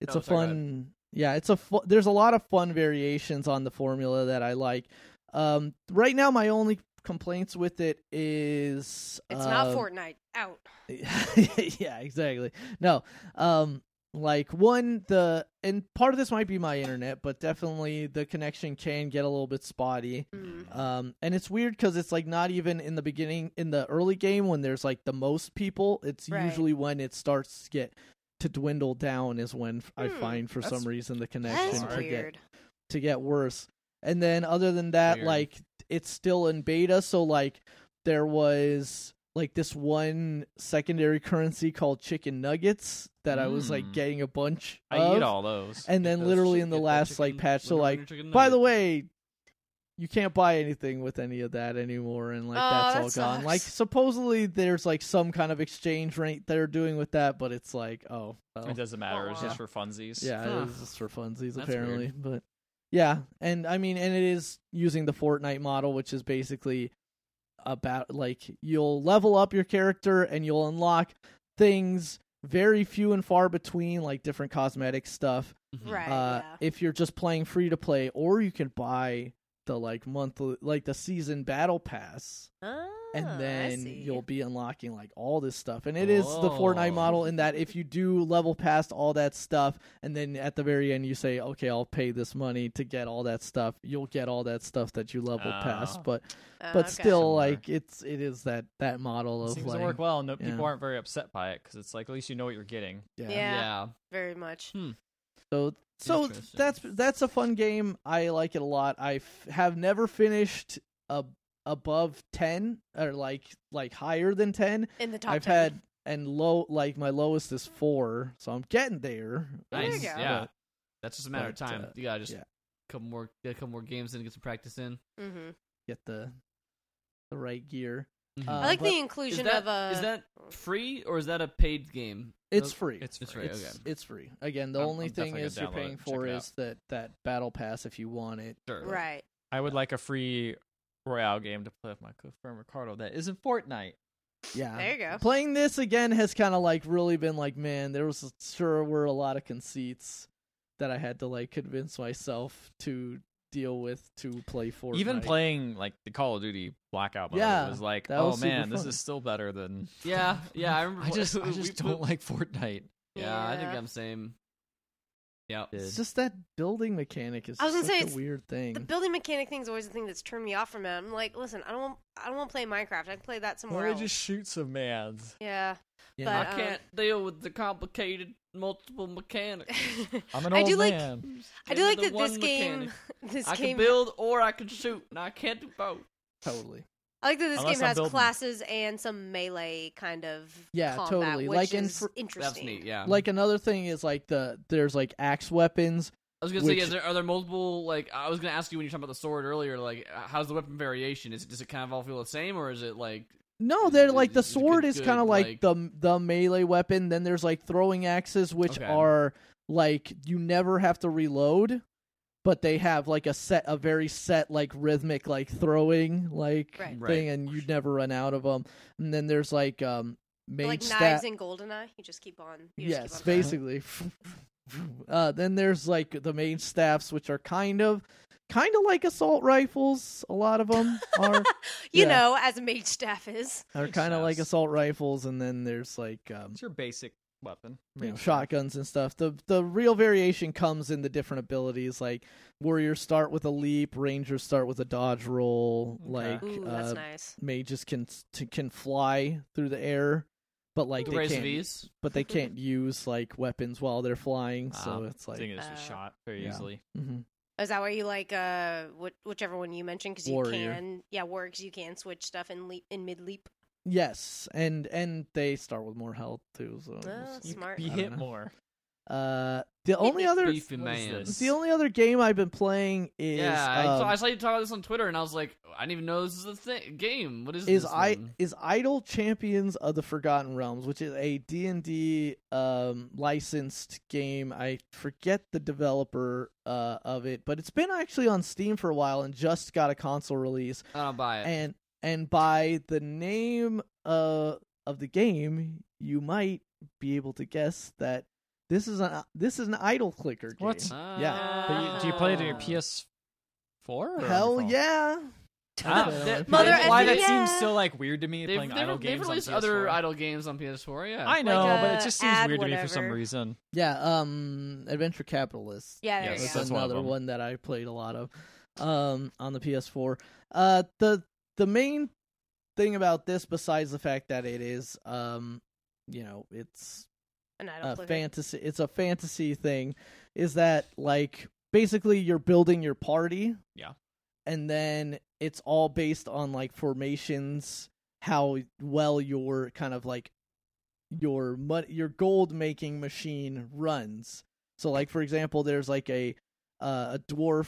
S3: it's
S1: Oh,
S3: a
S1: sorry, go ahead.
S3: fun yeah, it's a fu- there's a lot of fun variations on the formula that I like. Um right now my only complaints with it is
S4: It's not
S3: um,
S4: Fortnite. Out.
S3: yeah, exactly. No. Um like one the and part of this might be my internet, but definitely the connection can get a little bit spotty.
S4: Mm.
S3: Um, and it's weird because it's like not even in the beginning, in the early game when there's like the most people. It's
S4: Right.
S3: usually when it starts to get to dwindle down is when f- I
S4: Hmm,
S3: find for
S2: that's-
S3: some reason the
S4: That's
S3: connection
S2: hard.
S3: to get
S4: weird.
S3: to get worse. And then other than that,
S1: Weird.
S3: like it's still in beta, so like there was like this one secondary currency called chicken nuggets that I was like
S2: Mm.
S3: getting a bunch
S2: I
S3: of.
S2: eat all those.
S3: And
S1: Get
S3: then
S1: those
S3: literally
S1: chi-
S3: in the
S1: get that
S3: last like
S1: chicken-
S3: patch, so
S1: whatever
S3: like
S1: your chicken
S3: by
S1: nugget.
S3: the way, you can't buy anything with any of that anymore, and like
S4: Oh,
S3: that's
S4: that
S3: all gone.
S4: sucks.
S3: Like supposedly there's like some kind of exchange rate they're doing with that, but it's like oh, well,
S2: It doesn't matter. It's
S4: Aw.
S2: just for funsies.
S3: yeah,
S1: Huh.
S3: it was just for funsies
S2: That's
S3: apparently. But yeah, and I mean, and it is using the Fortnite model, which is basically about like you'll level up your character and you'll unlock things very few and far between, like different cosmetic stuff
S1: Mhm.
S4: Right.
S3: uh,
S4: yeah.
S3: if you're just playing free to play, or you can buy the like monthly, like the season battle pass, and
S4: Ah, I
S3: then
S4: see.
S3: you'll be unlocking like all this stuff. And it is the
S1: Whoa.
S2: Oh.
S3: Fortnite model in that if you do level past all that stuff, and then at the very end you say, "Okay, I'll pay this money to get all that stuff," you'll get all that stuff that you level
S2: Oh.
S3: past. But
S4: Ah,
S3: but
S4: okay.
S3: still,
S2: Similar.
S3: like it's it is that that model
S2: It
S3: of
S2: seems to
S3: like
S2: work well. No, people
S3: yeah.
S2: aren't very upset by it because it's like at least you know what you're getting.
S3: yeah.
S4: Yeah.
S1: Mm-hmm. Yeah.
S4: very much.
S3: So so
S1: Interesting.
S3: that's that's a fun game. I like it a lot. I f- have never finished a, above 10 or like like higher than 10.
S4: In the top
S3: I've
S4: 10.
S3: had and low like my lowest is 4, so I'm getting there.
S4: There you
S1: Nice.
S4: go.
S1: Yeah. That's just a matter of
S3: but,
S1: time.
S3: uh,
S1: you gotta just
S3: yeah.
S1: couple
S4: Mm-hmm.
S1: more, get a couple more games in, get some practice in.
S4: Mhm.
S3: Get the the right gear.
S1: Mhm.
S3: Uh,
S4: I like
S3: but
S4: the
S1: Is
S4: inclusion
S1: that-
S4: of uh, a.
S1: is that free or is that a paid game? Uh,
S3: It's
S1: Nope.
S3: free.
S2: It's
S1: It's
S2: free.
S1: free.
S3: It's,
S1: okay.
S3: it's free. Again, the
S2: I'm-
S3: only
S2: I'm
S3: thing
S2: definitely
S3: is
S2: gonna download
S3: you're
S2: it
S3: paying
S2: and
S3: for
S2: check it
S3: is that that battle pass if you want it.
S1: Sure.
S4: right.
S2: I would like a free Royale game to play with my good friend Ricardo that isn't Fortnite.
S3: Yeah.
S4: There you go.
S3: Playing this again has kind of like really been like, man, there was sure were a lot of conceits that I had to like convince myself to deal with to play for.
S2: Even playing like the Call of Duty Blackout mode
S3: Yeah,
S2: was like,
S3: that
S2: oh
S3: was super
S2: man, this
S3: fun.
S2: is still better than.
S1: Yeah, yeah. I remember.
S2: I just, I
S1: we-
S2: just
S1: we-
S2: don't like Fortnite.
S1: Yeah, I think
S4: Yeah.
S1: I'm same. Yeah.
S2: Dude.
S3: It's just that building mechanic is
S4: I was gonna
S3: such
S4: say,
S3: a
S4: it's
S3: weird thing.
S4: The building mechanic thing is always the thing that's turned me off from it. I'm like, listen, I don't, want, I don't want to play Minecraft. I can play that somewhere else.
S2: shoot some mans?
S4: Yeah.
S1: I
S4: But, um,
S1: can't deal with the complicated multiple mechanics.
S2: I'm an
S4: I
S2: old
S4: do like-
S2: man.
S3: Mm.
S4: I
S1: Give me
S4: do like
S1: the
S4: that this
S1: one
S4: game,
S1: mechanic.
S4: this
S1: I
S4: game,
S1: can build or I can shoot, and I can't do both.
S3: totally.
S4: I like that this
S2: Unless
S4: game
S2: I'm
S4: has
S2: building.
S4: classes and some melee kind of
S3: Yeah,
S4: combat,
S3: totally.
S4: which
S3: Like in
S4: is
S3: fr-
S4: interesting.
S1: That's neat. Yeah.
S3: Like another thing is like the there's like axe weapons.
S1: I was gonna say,
S3: which-
S1: is there, are there multiple? Like, I was gonna ask you when you talked about the sword earlier. Like, uh, how's the weapon variation? Is it, does it kind of all feel the same, or is it like
S3: No, they're
S1: Is-
S3: like the
S1: is- is good-
S3: sword is
S1: good,
S3: kind of like,
S1: like-
S3: the the melee weapon. Then there's like throwing axes, which
S1: Okay.
S3: are like you never have to reload, but they have like a set, a very set like rhythmic like throwing like
S4: Right.
S3: thing,
S1: Right.
S3: and you'd never run out of them. And then there's like um mage
S4: like
S3: stat-
S4: knives and Goldeneye, you just keep on. You just
S3: yes,
S4: keep on
S3: basically. uh, then there's like the main staffs, which are kind of, kind of like assault rifles. A lot of them are
S4: throwing. you
S3: yeah.
S4: know, as a mage staff is.
S3: are
S2: Main
S3: kind of like
S2: staffs.
S3: assault rifles, and then there's like um,
S2: It's your basic weapon.
S3: you know, shotguns and stuff. The the real variation comes in the different abilities. Like warriors start with a leap, rangers start with a dodge roll.
S2: Okay.
S3: Like
S4: Ooh,
S3: uh,
S4: that's nice.
S3: mages can t- can fly through the air, but like
S1: the
S3: they
S1: race
S3: can't,
S1: V's?
S3: but they can't use like weapons while they're flying.
S2: Ah,
S3: So it's like
S2: thing is just
S4: Uh,
S2: shot very
S3: yeah.
S2: easily.
S3: mhm.
S4: Is that why you like uh what whichever one you mentioned because you
S3: Warrior.
S4: can yeah warrior 'cause you can switch stuff in leap in mid leap.
S3: yes, and and they start with more health too. So
S4: Oh,
S3: it's-
S4: smart.
S2: Be
S3: I don't
S2: hit
S3: know.
S2: more.
S3: uh, the only other
S1: Beefy
S2: what is
S1: man.
S2: this?
S3: the only other game I've been playing is
S1: yeah, I, saw,
S3: um,
S1: I saw you talk about this on Twitter, and I was like, I didn't even know this is a thing game. What is,
S3: is
S1: this
S3: I
S1: one?
S3: is Idol Champions of the Forgotten Realms, which is a D and D um licensed game. I forget the developer uh of it, but it's been actually on Steam for a while and just got a console release.
S1: I don't buy it.
S3: And and by the name uh of the game, you might be able to guess that this is an this is an idle clicker game.
S2: What?
S1: Uh,
S3: yeah.
S2: But you, do you play it on your
S1: Ah.
S2: PS4? Or on your
S3: Oh. Hell
S2: phone?
S3: yeah.
S2: Ah,
S3: I played it on
S1: that-
S3: my PS4.
S4: Mother
S2: That's why
S4: and-
S2: that
S4: Yeah.
S2: seems so like weird to me
S1: They've,
S2: playing
S1: they've,
S2: idle
S1: they've
S2: games
S1: released
S2: on
S1: other
S2: PS4.
S1: idle games on PS4. Yeah,
S2: I know,
S4: Like,
S2: but
S4: uh,
S2: it just seems
S4: ad
S2: weird to me for some
S4: whatever.
S2: reason.
S3: Yeah, um Adventure Capitalist.
S4: Yeah, there
S2: Yes,
S4: you
S3: That's
S4: go.
S2: one of
S3: another
S2: them.
S3: one that I played a lot of um, on the PS4. Uh, the the main thing about this, besides the fact that it is, um, you know, it's
S4: And I don't
S3: a
S4: believe it.
S3: fantasy. It's a fantasy thing. Is that like basically you're building your party?
S2: Yeah.
S3: And then it's all based on like formations, how well your kind of like your mon- your gold making machine runs. So like for example, there's like a uh, a dwarf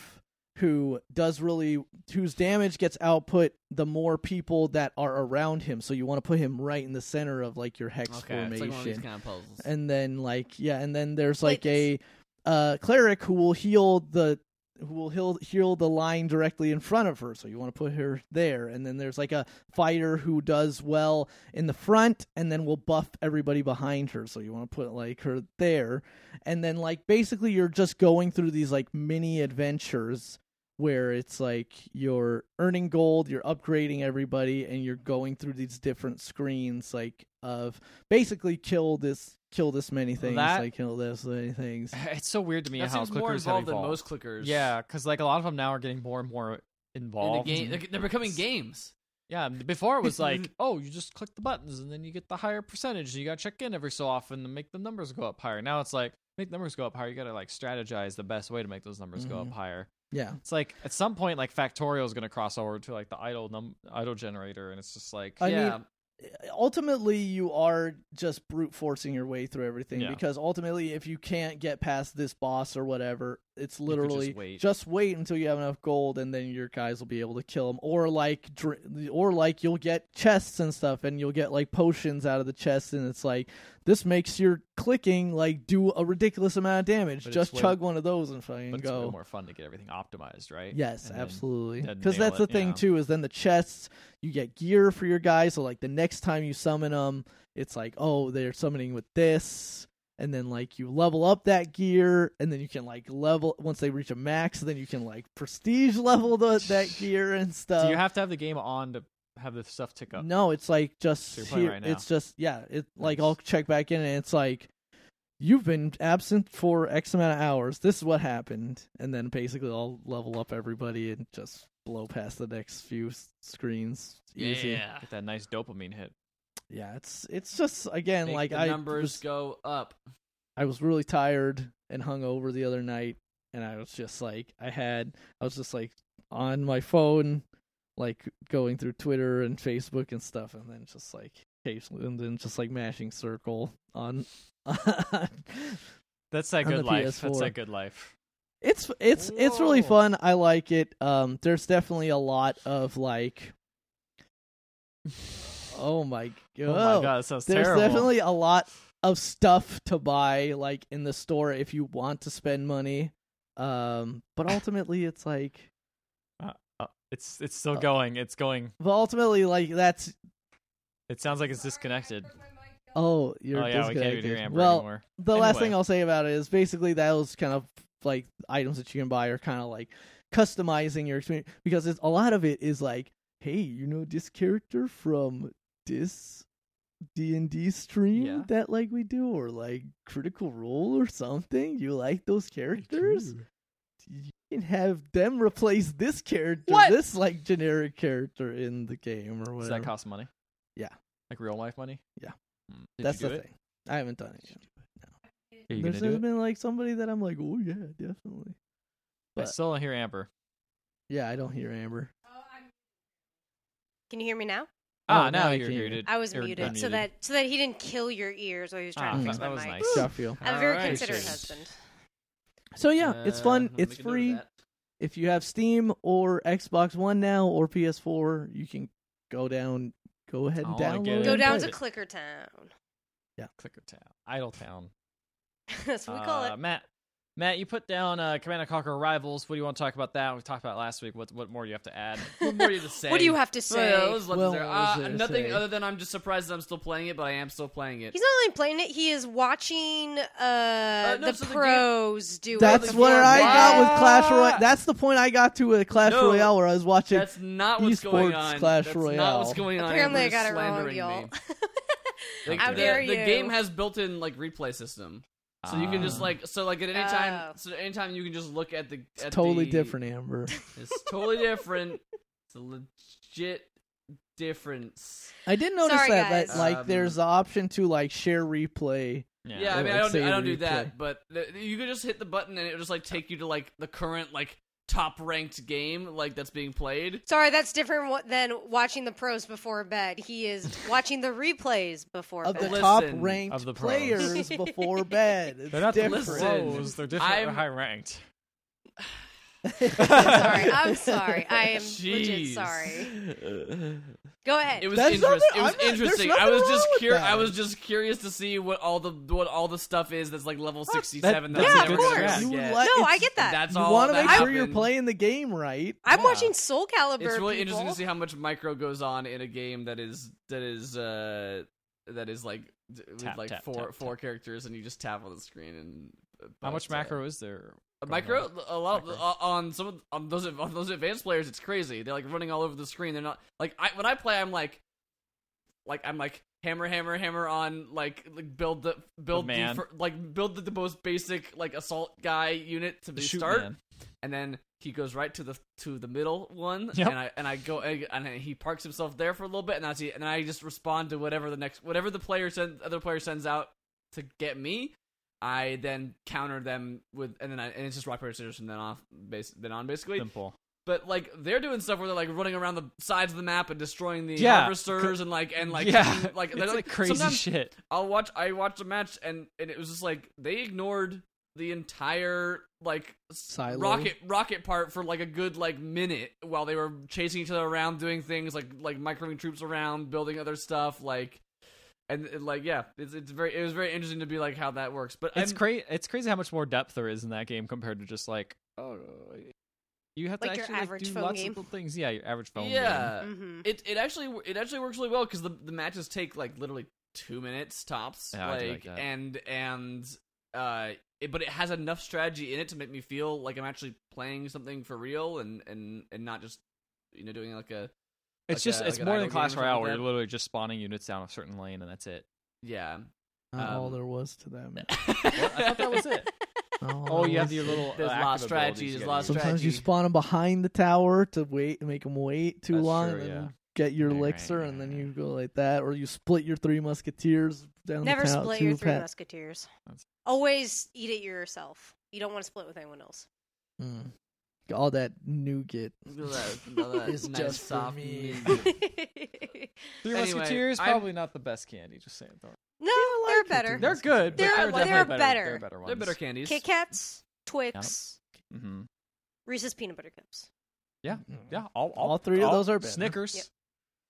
S3: who does really whose damage gets output the more people that are around him. So you want to put him right in the center of like your hex
S1: Okay,
S3: formation
S1: it's like one of these kind of puzzles.
S3: and then like yeah and then there's
S4: Wait,
S3: like a uh cleric who will heal the who will heal heal the line directly in front of her so you want to put her there and then there's like a fighter who does well in the front and then will buff everybody behind her so you want to put like her there and then like basically you're just going through these like mini adventures where it's like you're earning gold, you're upgrading everybody, and you're going through these different screens like of basically kill this kill this many things,
S2: That-
S3: like kill this many things.
S2: It's so weird to me
S1: that
S2: how
S1: seems more
S2: clickers
S1: involved
S2: have
S1: than
S2: evolved.
S1: most clickers.
S2: Yeah, because like a lot of them now are getting more and more
S1: in the
S2: involved.
S1: game, they're, they're becoming games.
S2: Yeah, before it was like, oh, you just click the buttons and then you get the higher percentage. You gotta check in every so often to make the numbers go up higher. Now it's like make numbers go up higher. You gotta like strategize the best way to make those numbers go up
S3: Mhm.
S2: higher.
S3: Yeah,
S2: It's like at some point, like Factorio is gonna cross over to like the idle num idle generator, and it's just like
S3: I
S1: yeah,
S3: mean, ultimately you are just brute forcing your way through everything
S2: Yeah.
S3: because ultimately if you can't get past this boss or whatever, it's
S2: could just
S3: literally
S2: wait.
S3: until you have enough gold, and then your guys will be able to kill them. Or like, dr- or like you'll get chests and stuff, and you'll get like potions out of the chests, and it's like this makes your clicking like do a ridiculous amount of damage.
S2: But it's
S3: just
S2: way-
S3: chug one of those and fucking
S2: But it's way
S3: go.
S2: more fun to get everything optimized, right?
S3: Yes,
S2: And then-
S3: absolutely.
S2: then
S3: Because
S2: nail
S3: that's the
S2: it,
S3: thing
S2: yeah.
S3: too is then the chests you get gear for your guys. So like the next time you summon them, it's like oh they're summoning with this, and then like you level up that gear, and then you can like level once they reach a max, then you can like prestige level the, that gear and stuff.
S2: Do you have to have the game on to have the stuff tick up?
S3: uh, No, it's like just
S2: So you're playing
S3: here.
S2: right now.
S3: it's just yeah. It like
S2: Nice.
S3: I'll check back in and it's like you've been absent for X amount of hours. This is what happened, and then basically I'll level up everybody and just blow past the next few s- screens. Easy.
S1: Yeah.
S2: Get that nice dopamine hit.
S3: Yeah, It's it's just again
S1: Make
S3: like
S1: the
S3: I
S1: numbers
S3: was,
S1: go up.
S3: I was really tired and hungover the other night, and I was just like I had I was just like on my phone, like going through Twitter and Facebook and stuff, and then just like occasionally, and then just like mashing circle on.
S2: That's that
S3: On
S2: good
S3: the
S2: life. That's
S3: PS4.
S2: that good life.
S3: it's it's it's really
S1: Whoa.
S3: fun. I like it. Um, there's definitely a lot of like, oh my god,
S2: Oh, my god, that sounds
S3: there's
S2: terrible.
S3: definitely a lot of stuff to buy like in the store if you want to spend money um but ultimately it's like
S2: It's it's
S3: Uh,
S2: still going. It's going.
S3: but ultimately like that's
S2: It sounds like it's disconnected.
S3: oh you're
S2: oh yeah, we can't
S3: disconnected.
S2: even hear Amber
S3: well
S2: anymore.
S3: the last thing
S2: Anyway.
S3: i'll say about it is basically those kind of like items that you can buy are kind of like customizing your experience because it's, a lot of it is like hey you know this character from this d&d stream
S2: Yeah.
S3: that like we do or like critical role or something you like those characters you can have them replace this character,
S1: What?
S3: this like generic character in the game or
S2: Does
S3: whatever.
S2: that cost money?
S3: Yeah.
S2: Like real life money?
S3: Yeah.
S2: Mm. Did you
S3: That's
S2: do
S3: the
S2: it?
S3: thing. I haven't done it. Yet.
S2: Are you
S3: There's
S2: gonna do
S3: there's
S2: it?
S3: been like somebody that I'm like, oh yeah,
S2: I
S3: definitely. but-
S2: still don't hear Amber.
S3: Yeah, I don't hear Amber.
S4: Can you hear me now?
S2: Ah,
S3: Oh, now
S2: now
S3: I
S2: you're
S3: can hear you.
S2: muted.
S4: I was
S2: You're
S4: muted so
S2: unmuted.
S4: that so that he didn't kill your ears while he was trying
S2: Ah,
S3: mm.
S4: to fix
S2: that
S4: my
S2: was
S4: mic.
S2: nice.
S3: I feel.
S4: I'm a very
S1: Alright.
S4: considerate
S2: Appreciate it.
S4: husband.
S3: So yeah, it's
S1: Uh,
S3: fun.
S1: what
S3: It's
S1: we can do with
S3: free.
S1: that.
S3: If you have Steam or Xbox One now or PS4, you can go down. Go ahead and
S2: Oh, I
S3: download.
S2: get it.
S3: it
S4: Go
S3: and
S4: down
S3: play
S4: to
S3: it.
S4: Clicker Town.
S2: Clicker Town. Idle Town.
S4: That's what we call
S2: Uh,
S4: it.
S2: Matt. Matt, you put down uh, Command and Conquer Rivals. What do you want to talk about that? We talked about it last week. What what more do you have to add?
S1: What more you to say?
S4: What do you have to
S1: Well,
S4: say?
S1: yeah, let's let
S3: Well,
S1: there.
S3: what was
S1: Uh,
S3: there to
S1: nothing
S3: say?
S1: other than I'm just surprised that I'm still playing it, but I am still playing it.
S4: He's not only playing it; he is watching uh,
S1: no,
S4: the
S1: so the game-
S4: pros do it.
S3: That's
S1: the
S3: what
S1: fuck?
S3: I got with
S1: What?
S3: Clash Royale. That's the point I got to with Clash
S1: No,
S3: Royale where I was watching.
S1: That's not what's going
S3: Esports
S1: on.
S3: Clash
S1: That's not
S3: Royale.
S1: what's going on.
S4: Apparently, I
S1: You're
S4: got it wrong,
S1: slandering
S4: y'all.
S1: me. Like,
S4: How
S1: the,
S4: dare
S1: The
S4: you.
S1: game has built-in like replay system, so you can just
S2: Ah.
S1: like so like at any time.
S4: Oh.
S1: So at any time you can just look at the.
S3: It's
S1: at
S3: totally
S1: the-
S3: different, Amber.
S1: It's totally different. It's a legit difference.
S3: I did notice
S4: Sorry,
S3: that,
S4: guys.
S3: that like
S1: Um,
S3: there's the option to like share replay.
S1: Yeah,
S2: yeah.
S1: I
S3: Or,
S1: mean,
S3: like,
S1: I don't, do- I
S3: save
S1: don't do
S3: replay.
S1: that, but th- you could just hit the button and it'll just like take you to like the current like top ranked game like that's being played.
S4: Sorry, that's different wa- than watching the pros before bed. He is watching the replays before
S3: Of the
S4: bed.
S1: Listen,
S3: top ranked
S2: Of the pros.
S3: players before bed. It's
S2: They're not
S3: different.
S2: the
S1: Listen,
S2: pros. They're different. They're
S1: I'm-
S2: high ranked.
S4: sorry, I'm sorry. I am legit
S1: Jeez.
S4: sorry. Go ahead.
S1: It was
S3: That's
S1: interest- it was
S3: nothing- I'm not- there's
S1: interesting.
S3: nothing
S1: I was
S3: wrong
S1: just
S3: with
S1: cur- I
S3: that.
S1: was just curious to see what all the what all the stuff is that's like level sixty seven.
S2: that-
S1: that's
S4: yeah,
S1: never
S4: of
S1: gonna
S4: course.
S1: happen
S3: You
S1: yet.
S3: like-
S4: no,
S3: it's-
S4: I get that.
S1: That's
S3: you
S1: all.
S3: want to
S1: that
S3: make sure you're
S1: happened.
S3: playing the game right.
S4: I'm
S2: Yeah.
S4: watching Soul Calibur.
S1: It's really
S4: people.
S1: interesting to see how much micro goes on in a game that is that is uh that is like d- with
S2: Tap,
S1: like
S2: tap,
S1: four
S2: tap,
S1: four characters and you just tap on the screen and.
S2: How much
S1: but, uh,
S2: macro is there?
S1: A micro,
S2: Going
S1: a lot of-
S2: Micro.
S1: uh, on some of, on those on those advanced players, it's crazy. They're like running all over the screen. They're not like I, when I play, I'm like, like I'm like hammer, hammer, hammer on like like build the build the,
S2: man.
S1: fir- like build the, the most basic like assault guy unit to
S2: The
S1: the
S2: shoot
S1: start,
S2: man.
S1: and then he goes right to the to the middle one,
S2: Yep.
S1: and I and I go and and he parks himself there for a little bit, and I see and I just respond to whatever the next whatever the player send, other player sends out to get me. I then counter them with and then I, and it's just rock paper scissors from then off base then on basically.
S2: Simple.
S1: But like they're doing stuff where they're like running around the sides of the map and destroying the
S2: Yeah.
S1: harvesters and like and like
S2: yeah,
S1: like
S2: it's like crazy
S1: sometimes
S2: shit.
S1: I'll watch I watched a match and and it was just like they ignored the entire like s-
S3: Silo.
S1: rocket rocket part for like a good like minute while they were chasing each other around doing things like like microwaving troops around building other stuff like and, and, like yeah it's it's very it was very interesting to be like how that works but
S2: It's
S1: I'm-
S2: crazy. It's crazy how much more depth there is in that game compared to just like oh, you have
S4: Like
S2: to
S4: your
S2: actually like,
S4: average
S2: do
S4: phone
S2: lots
S4: game.
S2: of little things. Yeah, your average phone. game.
S1: yeah
S4: hmm
S1: it it actually it actually works really well because the the matches take like literally two minutes tops.
S2: Yeah, I
S1: like,
S2: do like that.
S1: and and uh, it, but it has enough strategy in it to make me feel like I'm actually playing something for real and and and not just you know doing like a
S2: It's
S1: Like
S2: just
S1: a-
S2: it's
S1: like an
S2: more than
S1: idle game or
S2: Clash
S1: something
S2: Royale
S1: like
S2: where
S1: that.
S2: you're literally just spawning units down a certain lane and that's it.
S1: yeah.
S3: Not all
S1: Um,
S3: there was to them.
S2: I thought that was it. Oh, uh, you have your little.
S1: There's
S2: uh,
S1: a lot
S2: active
S1: of strategy,
S2: abilities you
S1: there's a
S2: gotta
S1: lot of
S2: use.
S1: strategy.
S3: Sometimes you spawn them behind the tower to wait, make them wait too
S2: That's
S3: long,
S2: true,
S3: and then
S2: yeah.
S3: get your
S2: Right, right,
S3: elixir, and
S2: yeah,
S3: then
S2: yeah.
S3: you go like that, or you split your three musketeers down
S4: Never
S3: the tower.
S4: split
S3: to
S4: your
S3: the
S4: three
S3: pa-
S4: musketeers.
S2: That's-
S4: Always eat it yourself. You don't want to split with anyone else.
S3: Mm. All that nougat.
S1: Look at that- look at that
S3: It's
S1: nice
S3: just for
S1: soft
S3: me.
S1: meat.
S2: Three
S1: Anyway,
S2: Musketeers
S1: I'm-
S2: probably not the best candy. Just saying, though.
S4: no, they're better.
S2: They're good. but
S4: They're-
S2: there are
S4: they're
S2: definitely
S4: better.
S2: There are better ones.
S1: They're better candies.
S4: Kit Kats, Twix,
S2: hmm
S4: Reese's peanut butter cups.
S3: Mm.
S2: Yeah, all, all,
S3: All three of
S2: all-
S3: those are better.
S2: Snickers.
S4: Yep.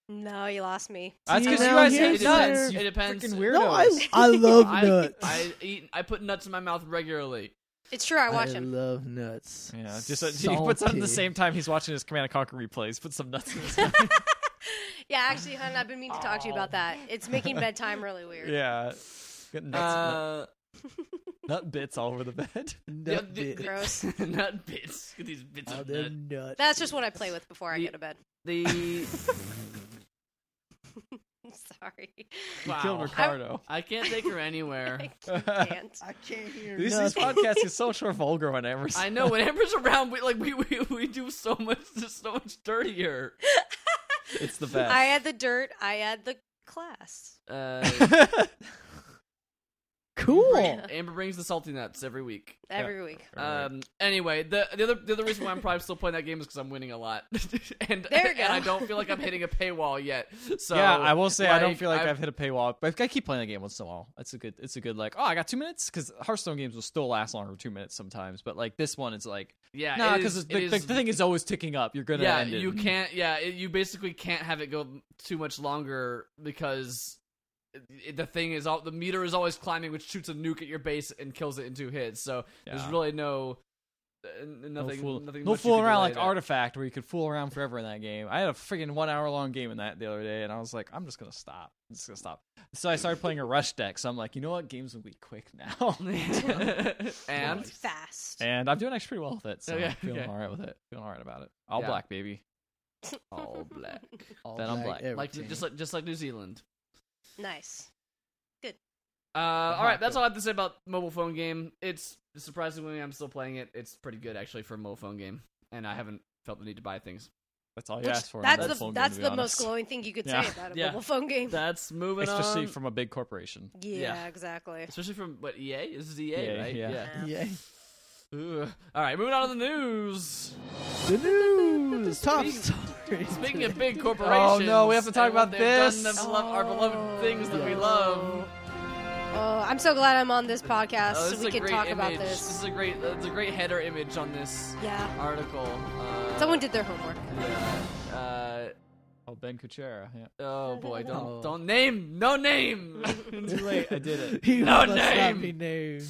S4: No, you lost me.
S2: That's
S3: See,
S2: because you
S3: now
S2: guys
S1: here's
S2: hate nuts.
S1: where-
S2: you
S1: It depends.
S2: freaking
S1: No,
S2: Weirdos.
S3: No, I, I love
S1: I,
S3: nuts.
S1: I eat I put nuts in my mouth regularly.
S4: It's true. I watch
S3: I
S4: him.
S3: love nuts.
S2: Yeah, just uh, he puts on at the
S3: Salty.
S2: same time he's watching his Command and Conquer replays. Put some nuts in his mouth.
S4: yeah, actually, hon, I've been meaning to talk to you about that. It's making bedtime really weird.
S2: yeah, Get nuts, nut,
S1: Uh,
S2: nut bits all over the bed.
S1: yeah,
S3: Nut
S1: the-
S3: bits.
S4: Gross.
S1: nut bits. Get these bits
S3: All
S1: of
S3: them
S1: nut.
S3: nuts.
S4: That's just what I play with before I
S1: The-
S4: go to bed.
S1: The
S4: Sorry.
S2: You killed
S1: Wow.
S2: Ricardo.
S1: I can't take her anywhere.
S4: I can't.
S3: I can't hear
S2: These, these
S3: nothing.
S2: podcasts is so sure vulgar when I ever.
S1: I know when Amber's around, we like we, we, we do so much just so much dirtier.
S2: It's the best.
S4: I add the dirt. I add the class.
S1: Uh,
S3: Cool.
S4: Yeah.
S1: Amber brings the salty nuts every week.
S4: Every week.
S1: Um. Anyway, the the other the other reason why I'm probably still playing that game is because I'm winning a lot, and
S4: There you
S1: and
S4: go.
S1: I don't feel like I'm hitting a paywall yet. So
S2: yeah, I will say I don't
S1: like,
S2: feel like
S1: I've-
S2: I've, hit a paywall, but I keep playing the game once in a while. It's a good, it's a good like. Oh, I got two minutes because Hearthstone games will still last longer than two minutes sometimes. But like this one, it's like
S1: yeah,
S2: no,
S1: it
S2: because
S1: is-
S2: the,
S1: it
S2: the,
S1: is-
S2: the thing is always ticking up. You're gonna
S1: yeah,
S2: end it.
S1: you can't. Yeah, it, you basically can't have it go too much longer because it, it- the thing is, all the meter is always climbing, which shoots a nuke at your base and kills it in two hits. So
S2: Yeah.
S1: there's really no uh, n-
S2: No
S1: nothing.
S2: fool,
S1: nothing
S2: no
S1: much you
S2: fool
S1: can
S2: around
S1: delay
S2: like
S1: there.
S2: Artifact, where you could fool around forever in that game. I had a freaking one hour long game in that the other day, and I was like, I'm just gonna stop. I'm just gonna stop. So I started playing a rush deck. So I'm like, you know what, games will be quick now,
S1: and
S4: It's fast.
S2: and I'm doing actually pretty well with it. So
S1: Okay,
S2: I'm feeling
S1: okay.
S2: all right with it. Feeling all right about it. All
S1: Yeah.
S2: black, baby.
S1: all black,
S3: All
S2: Then I'm black.
S1: like
S3: everything.
S1: just like just like New Zealand.
S4: nice.
S1: Uh, all right, that's all I have to say about mobile phone game. It's surprisingly, I'm still playing it. It's pretty good actually for a mobile phone game, and I haven't felt the need to buy things.
S2: That's all you
S4: Which-
S2: asked for. in a
S4: that's
S2: mobile
S4: the
S2: phone game,
S4: that's
S2: to be
S4: the most
S2: honest.
S4: glowing thing you could
S2: Yeah.
S4: say about a
S1: Yeah.
S4: mobile phone game.
S1: That's moving
S2: especially
S1: on.
S2: from a big corporation.
S4: yeah,
S1: yeah.
S4: exactly.
S1: especially from what EA. This is EA,
S2: EA,
S1: right?
S2: E yeah.
S3: yeah.
S1: Ugh. All right, moving on to the news.
S3: The news. Top
S1: Speaking-
S3: stories.
S1: Speaking of
S3: today.
S4: Oh,
S1: big corporations,
S2: no, we have to talk
S1: and what
S2: about
S1: they've done
S2: this.
S1: to lo- our beloved things that we
S3: Oh.
S1: love.
S4: Oh, I'm so glad I'm on this podcast
S1: Oh,
S4: so
S1: this is
S4: we
S1: a
S4: can
S1: great
S4: talk
S1: image.
S4: about
S1: This
S4: this.
S1: is a great. uh, It's a great header image on this
S4: Yeah.
S1: article. Uh,
S4: Someone did their homework.
S1: Yeah. Uh,
S2: Oh, Ben Kuchera. Yeah.
S1: Oh boy, don't
S3: Oh.
S1: don't name no name.
S2: Too late. I did it.
S3: He
S1: No
S3: must
S1: name.
S3: not be named.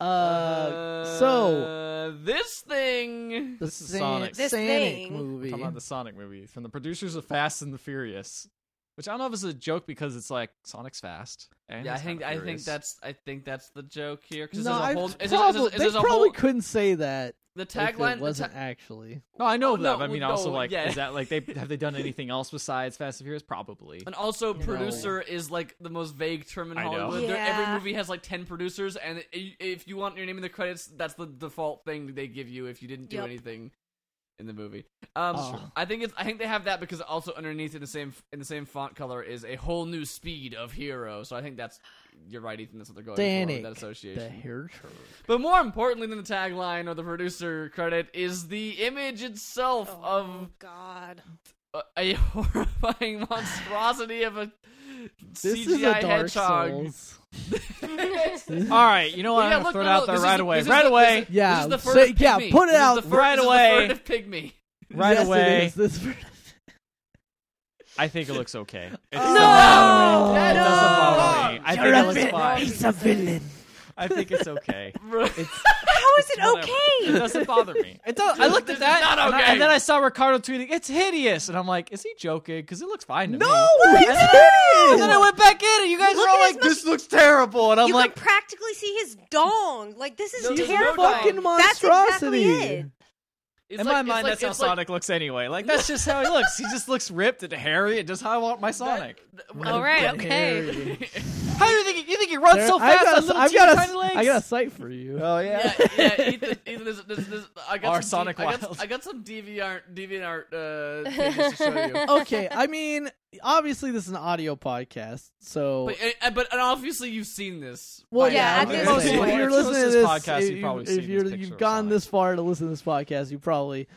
S3: Uh, so
S1: Uh, this thing.
S3: the
S2: this is
S3: San-
S2: Sonic.
S4: This
S3: Sonic
S4: thing-
S3: movie.
S2: Talking about the Sonic movie from the producers of Fast and the Furious, which I don't know if it's a joke because it's like Sonic's fast. And
S1: Yeah, I
S2: he's
S1: think
S2: kinda
S1: I think
S2: furious.
S1: that's I think that's the joke here because
S3: no,
S1: there's a
S3: I
S1: whole.
S3: probably,
S1: Is there's, there's, there's,
S3: they
S1: a
S3: probably
S1: whole.
S3: couldn't say that.
S1: The
S3: if
S1: tagline.
S3: it
S1: the
S3: wasn't
S1: ta-
S3: actually.
S2: no, I know
S1: Oh,
S2: that.
S1: no,
S2: but I mean,
S1: well,
S2: also
S1: no,
S2: like,
S1: yeah.
S2: is that like they have they done anything else besides Fast and Furious? Probably.
S1: and also,
S3: No.
S1: producer is like the most vague term in
S2: I know.
S1: Hollywood. There- Every
S4: Yeah.
S1: movie has like ten producers, and i- if you want your name in the credits, that's the default thing they give you if you didn't do
S4: Yep.
S1: anything in the movie. Um,
S3: Oh.
S1: I think it's I think they have that because also underneath in the same in the same font color is a whole new speed of hero. So I think that's you're right, Ethan. That's what they're going for
S3: Danik,
S1: with that
S3: The
S1: association.
S3: hair
S1: But more importantly than the tagline or the producer credit is the image itself
S4: Oh
S1: of
S4: God.
S1: a- a horrifying monstrosity of a
S3: This
S1: CGI
S3: is a Dark
S1: hedgehog.
S3: Souls.
S2: All right, you know what?
S1: Well,
S2: I'm
S1: yeah,
S2: gonna
S1: look,
S2: throw it
S1: no,
S2: out
S1: no,
S2: there
S1: this
S2: right
S1: is-
S2: away.
S1: this is
S2: Right
S1: the-
S2: away.
S1: this is-
S3: Yeah,
S1: this is the
S3: say-
S1: furtive
S3: yeah,
S1: pygmy.
S3: put it
S1: This is
S3: out.
S1: the fur-
S2: Right
S1: this is
S2: away.
S1: the furtive pygmy.
S2: right
S3: Yes, it
S2: away.
S3: is. This fur-
S2: I think it looks okay. It's
S3: Oh,
S4: No!
S2: It doesn't bother me.
S1: No!
S2: I
S3: You're a
S2: think it
S3: villain.
S2: looks fine.
S3: He's a villain.
S2: I think it's okay.
S4: How is it
S2: Whatever. It
S4: okay?
S2: doesn't bother me. It does. I looked
S1: This is
S2: at that,
S1: not
S2: and, I-
S1: okay.
S2: and then I saw Ricardo tweeting, "It's hideous," and I'm like, "Is he joking? Because it looks fine to me."
S3: No,
S2: And
S3: he's
S2: then, and then I
S3: hideous.
S2: went back in, and you guys
S4: Look
S2: were all
S4: at his
S2: like, "This looks terrible," and I'm
S4: you
S2: like,
S4: can practically see his dong. Like this is
S1: No, there's no
S4: terrifying.
S1: dong.
S3: Fucking
S4: That's exactly
S3: monstrosity.
S4: it.
S1: It's
S2: In
S1: like-
S2: my
S1: it's
S2: mind,
S1: like-
S2: that's how
S1: it's like-
S2: Sonic looks anyway. Like that's just how he looks. He just looks ripped and hairy, and just how I want my Sonic.
S4: All right, okay.
S2: How do you think? He, you think he runs so
S3: There- I've
S2: fast
S3: got
S2: on
S3: a-
S2: little
S3: I've
S2: teeny
S3: got a-
S2: tiny legs?
S3: I got a site for you.
S2: oh
S1: yeah, yeah, Ethan, Ethan, this, this, this, I got
S2: Or
S1: some
S2: Sonic
S1: D- I
S2: Wild.
S1: got, I got some DeviantArt, DeviantArt uh, things to show you.
S3: okay, I mean, obviously this is an audio podcast, so
S1: But, uh, but and obviously you've seen this.
S3: well,
S1: by
S4: yeah,
S1: now.
S4: at this
S1: Most
S2: point-
S1: people-
S3: if you're
S2: If
S3: listening to
S2: this
S3: this
S2: podcast,
S3: if
S2: you've probably
S3: if
S2: seen this
S3: you're,
S2: picture
S3: you've
S2: of
S3: gone
S2: Sonic.
S3: this far to listen to this podcast, you probably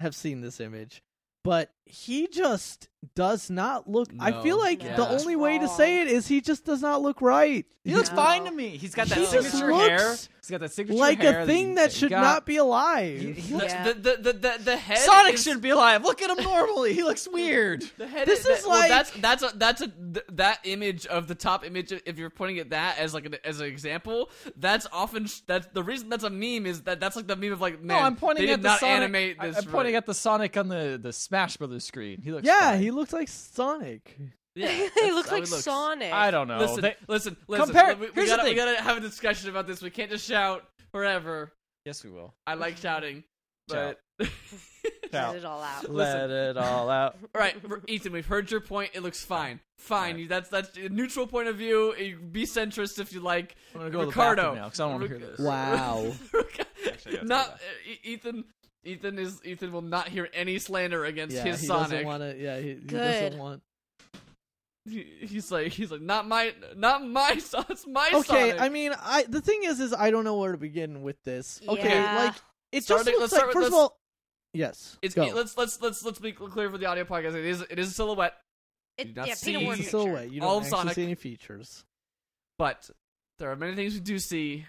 S3: have seen this image. But he just does not look. I feel
S1: No.
S3: like
S1: Yeah.
S3: the
S1: That's
S3: only way to
S4: wrong.
S3: say it is he just does not look right.
S2: He looks
S4: No.
S2: fine to me. He's got that
S1: He just
S2: signature
S3: looks
S2: hair. He's got that signature
S3: like
S2: hair
S3: a thing that should not be
S2: He,
S3: alive.
S2: he
S1: The,
S2: looks,
S4: Yeah.
S1: the, the, the, the, the head.
S2: Sonic
S1: is,
S2: should be alive. Look at him normally. He looks weird.
S1: The head
S3: This
S1: that-
S3: is
S1: well,
S3: like-
S1: that's that's a that's a th- that image of the top image. If you're pointing at that as like an, as an example, that's often sh- that's the reason that's a meme is that that's like the meme of like man.
S2: no, I'm pointing
S1: they did
S2: at the
S1: not
S2: Sonic.
S1: animate
S2: I-
S1: this.
S2: I'm pointing
S1: right.
S2: at the Sonic on the, the Smash Brothers screen. He looks.
S3: yeah,
S2: fine.
S3: he looks like Sonic.
S1: Yeah,
S4: he
S1: that's
S4: looks
S1: how
S4: like
S1: he looks.
S4: Sonic.
S2: I don't know.
S1: Listen,
S2: They-
S1: listen, listen.
S2: Compare-
S1: we, we
S2: here's the
S1: gotta, we
S2: thing.
S1: gotta have a discussion about this. We can't just shout forever.
S2: yes, we will.
S1: I like shouting, but
S4: Let it all out.
S2: Let it all out.
S1: all right, r- Ethan, we've heard your point. It looks fine, fine.
S2: All right.
S1: You, that's that's a neutral point of view. You Be centrist if you like.
S2: I'm gonna go to the
S1: Ricardo.
S2: bathroom now because I don't want to
S1: Ric-
S2: hear this.
S3: Wow.
S2: Actually, I gotta
S1: not
S2: go back.
S1: E- Ethan. Ethan is Ethan will not hear any slander against
S3: yeah,
S1: his
S3: he
S1: Sonic.
S3: doesn't want to. Yeah, he, he
S4: Good.
S3: doesn't want.
S1: He- he's like he's like not my not my Sonic. It's my
S3: Okay,
S1: Sonic.
S3: I mean, I the thing is, is I don't know where to begin with this. Okay,
S4: Yeah.
S3: like it just
S1: Starting- let's
S3: looks
S1: start
S3: like
S1: with-
S3: first of
S1: let's-
S3: all, yes,
S1: it's e,
S3: go.
S1: let's let's let's let's be clear for the audio podcast. It is it is a silhouette.
S4: It,
S1: Did not
S4: yeah,
S1: see-
S4: Peter
S1: It's
S3: it's
S1: more
S3: a
S4: Warren.
S3: silhouette. You
S1: All
S3: don't actually
S1: Sonic.
S3: see any features.
S1: but there are many things we do see.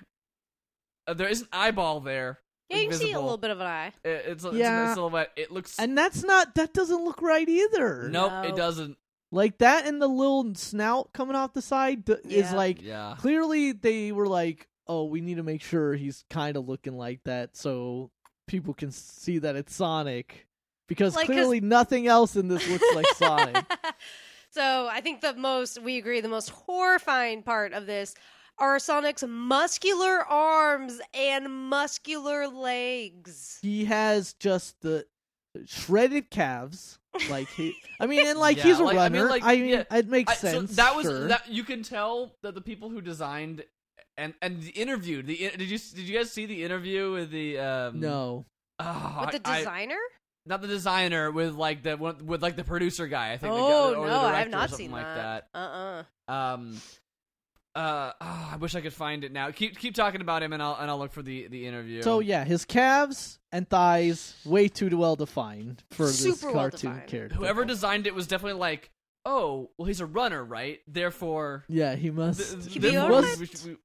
S1: Uh, there is an eyeball there.
S4: Yeah, you can see a
S1: Invisible.
S4: little bit of an eye.
S1: I- It's, a- it's in
S3: Yeah.
S1: the silhouette. It looks.
S3: And that's not that doesn't look right either.
S1: nope,
S4: No.
S1: it doesn't.
S3: like that and the little snout coming off the side d- is
S4: Yeah.
S3: like
S1: Yeah.
S3: clearly they were like, oh, we need to make sure he's kind of looking like that so people can see that it's Sonic because
S4: Like, 'cause-
S3: clearly nothing else in this looks like Sonic.
S4: so I think the most we agree the most horrifying part of this are Sonic's muscular arms and muscular legs.
S3: He has just the shredded calves. Like he, I mean, and like he's
S1: Yeah,
S3: a
S1: like- I mean,
S3: runner. I mean,
S1: like, yeah.
S3: it makes
S1: I- so
S3: sense.
S1: that was
S3: sure.
S1: that. You can tell that the people who designed and and interviewed the in- did you did you guys see the interview with the um
S3: no.
S1: oh,
S4: With
S1: I-
S4: the
S1: I-
S4: designer?
S1: not the designer with like the one with like the producer guy I think the guy-
S4: oh
S1: or the
S4: no, I
S1: director or
S4: have not
S1: something
S4: seen
S1: like
S4: that. Uh-uh.
S1: um uh oh, I wish I could find it now keep keep talking about him and I'll and I'll look for the the interview
S3: So yeah, his calves and thighs way too well defined for this
S4: Super
S3: cartoon
S4: well-defined.
S3: character.
S1: whoever designed it was definitely like, oh, well, he's a runner, right? Therefore,
S3: Yeah, he must.
S4: He'd
S1: this-
S4: be
S1: we-
S4: alright.
S1: we should- we-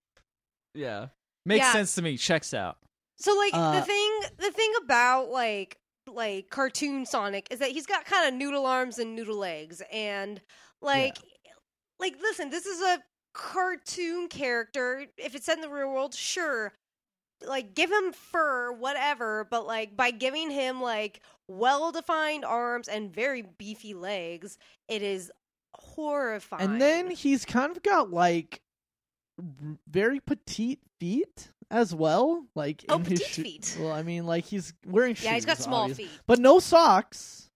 S1: yeah,
S2: Makes
S4: Yeah.
S2: sense to me. Checks out.
S4: So like the
S3: Uh,
S4: thing the thing about like like cartoon Sonic is that he's got kind of noodle arms and noodle legs and like like listen, this is a cartoon character. If it's set in the real world, sure. Like give him fur, whatever, but like by giving him like well-defined arms and very beefy legs, it is horrifying.
S3: and then he's kind of got like r- very petite feet as well. Like
S4: Oh,
S3: in his
S4: petite
S3: sho-
S4: feet.
S3: Well, I mean, like he's wearing shoes.
S4: yeah, he's got small
S3: obviously.
S4: feet.
S3: but no socks.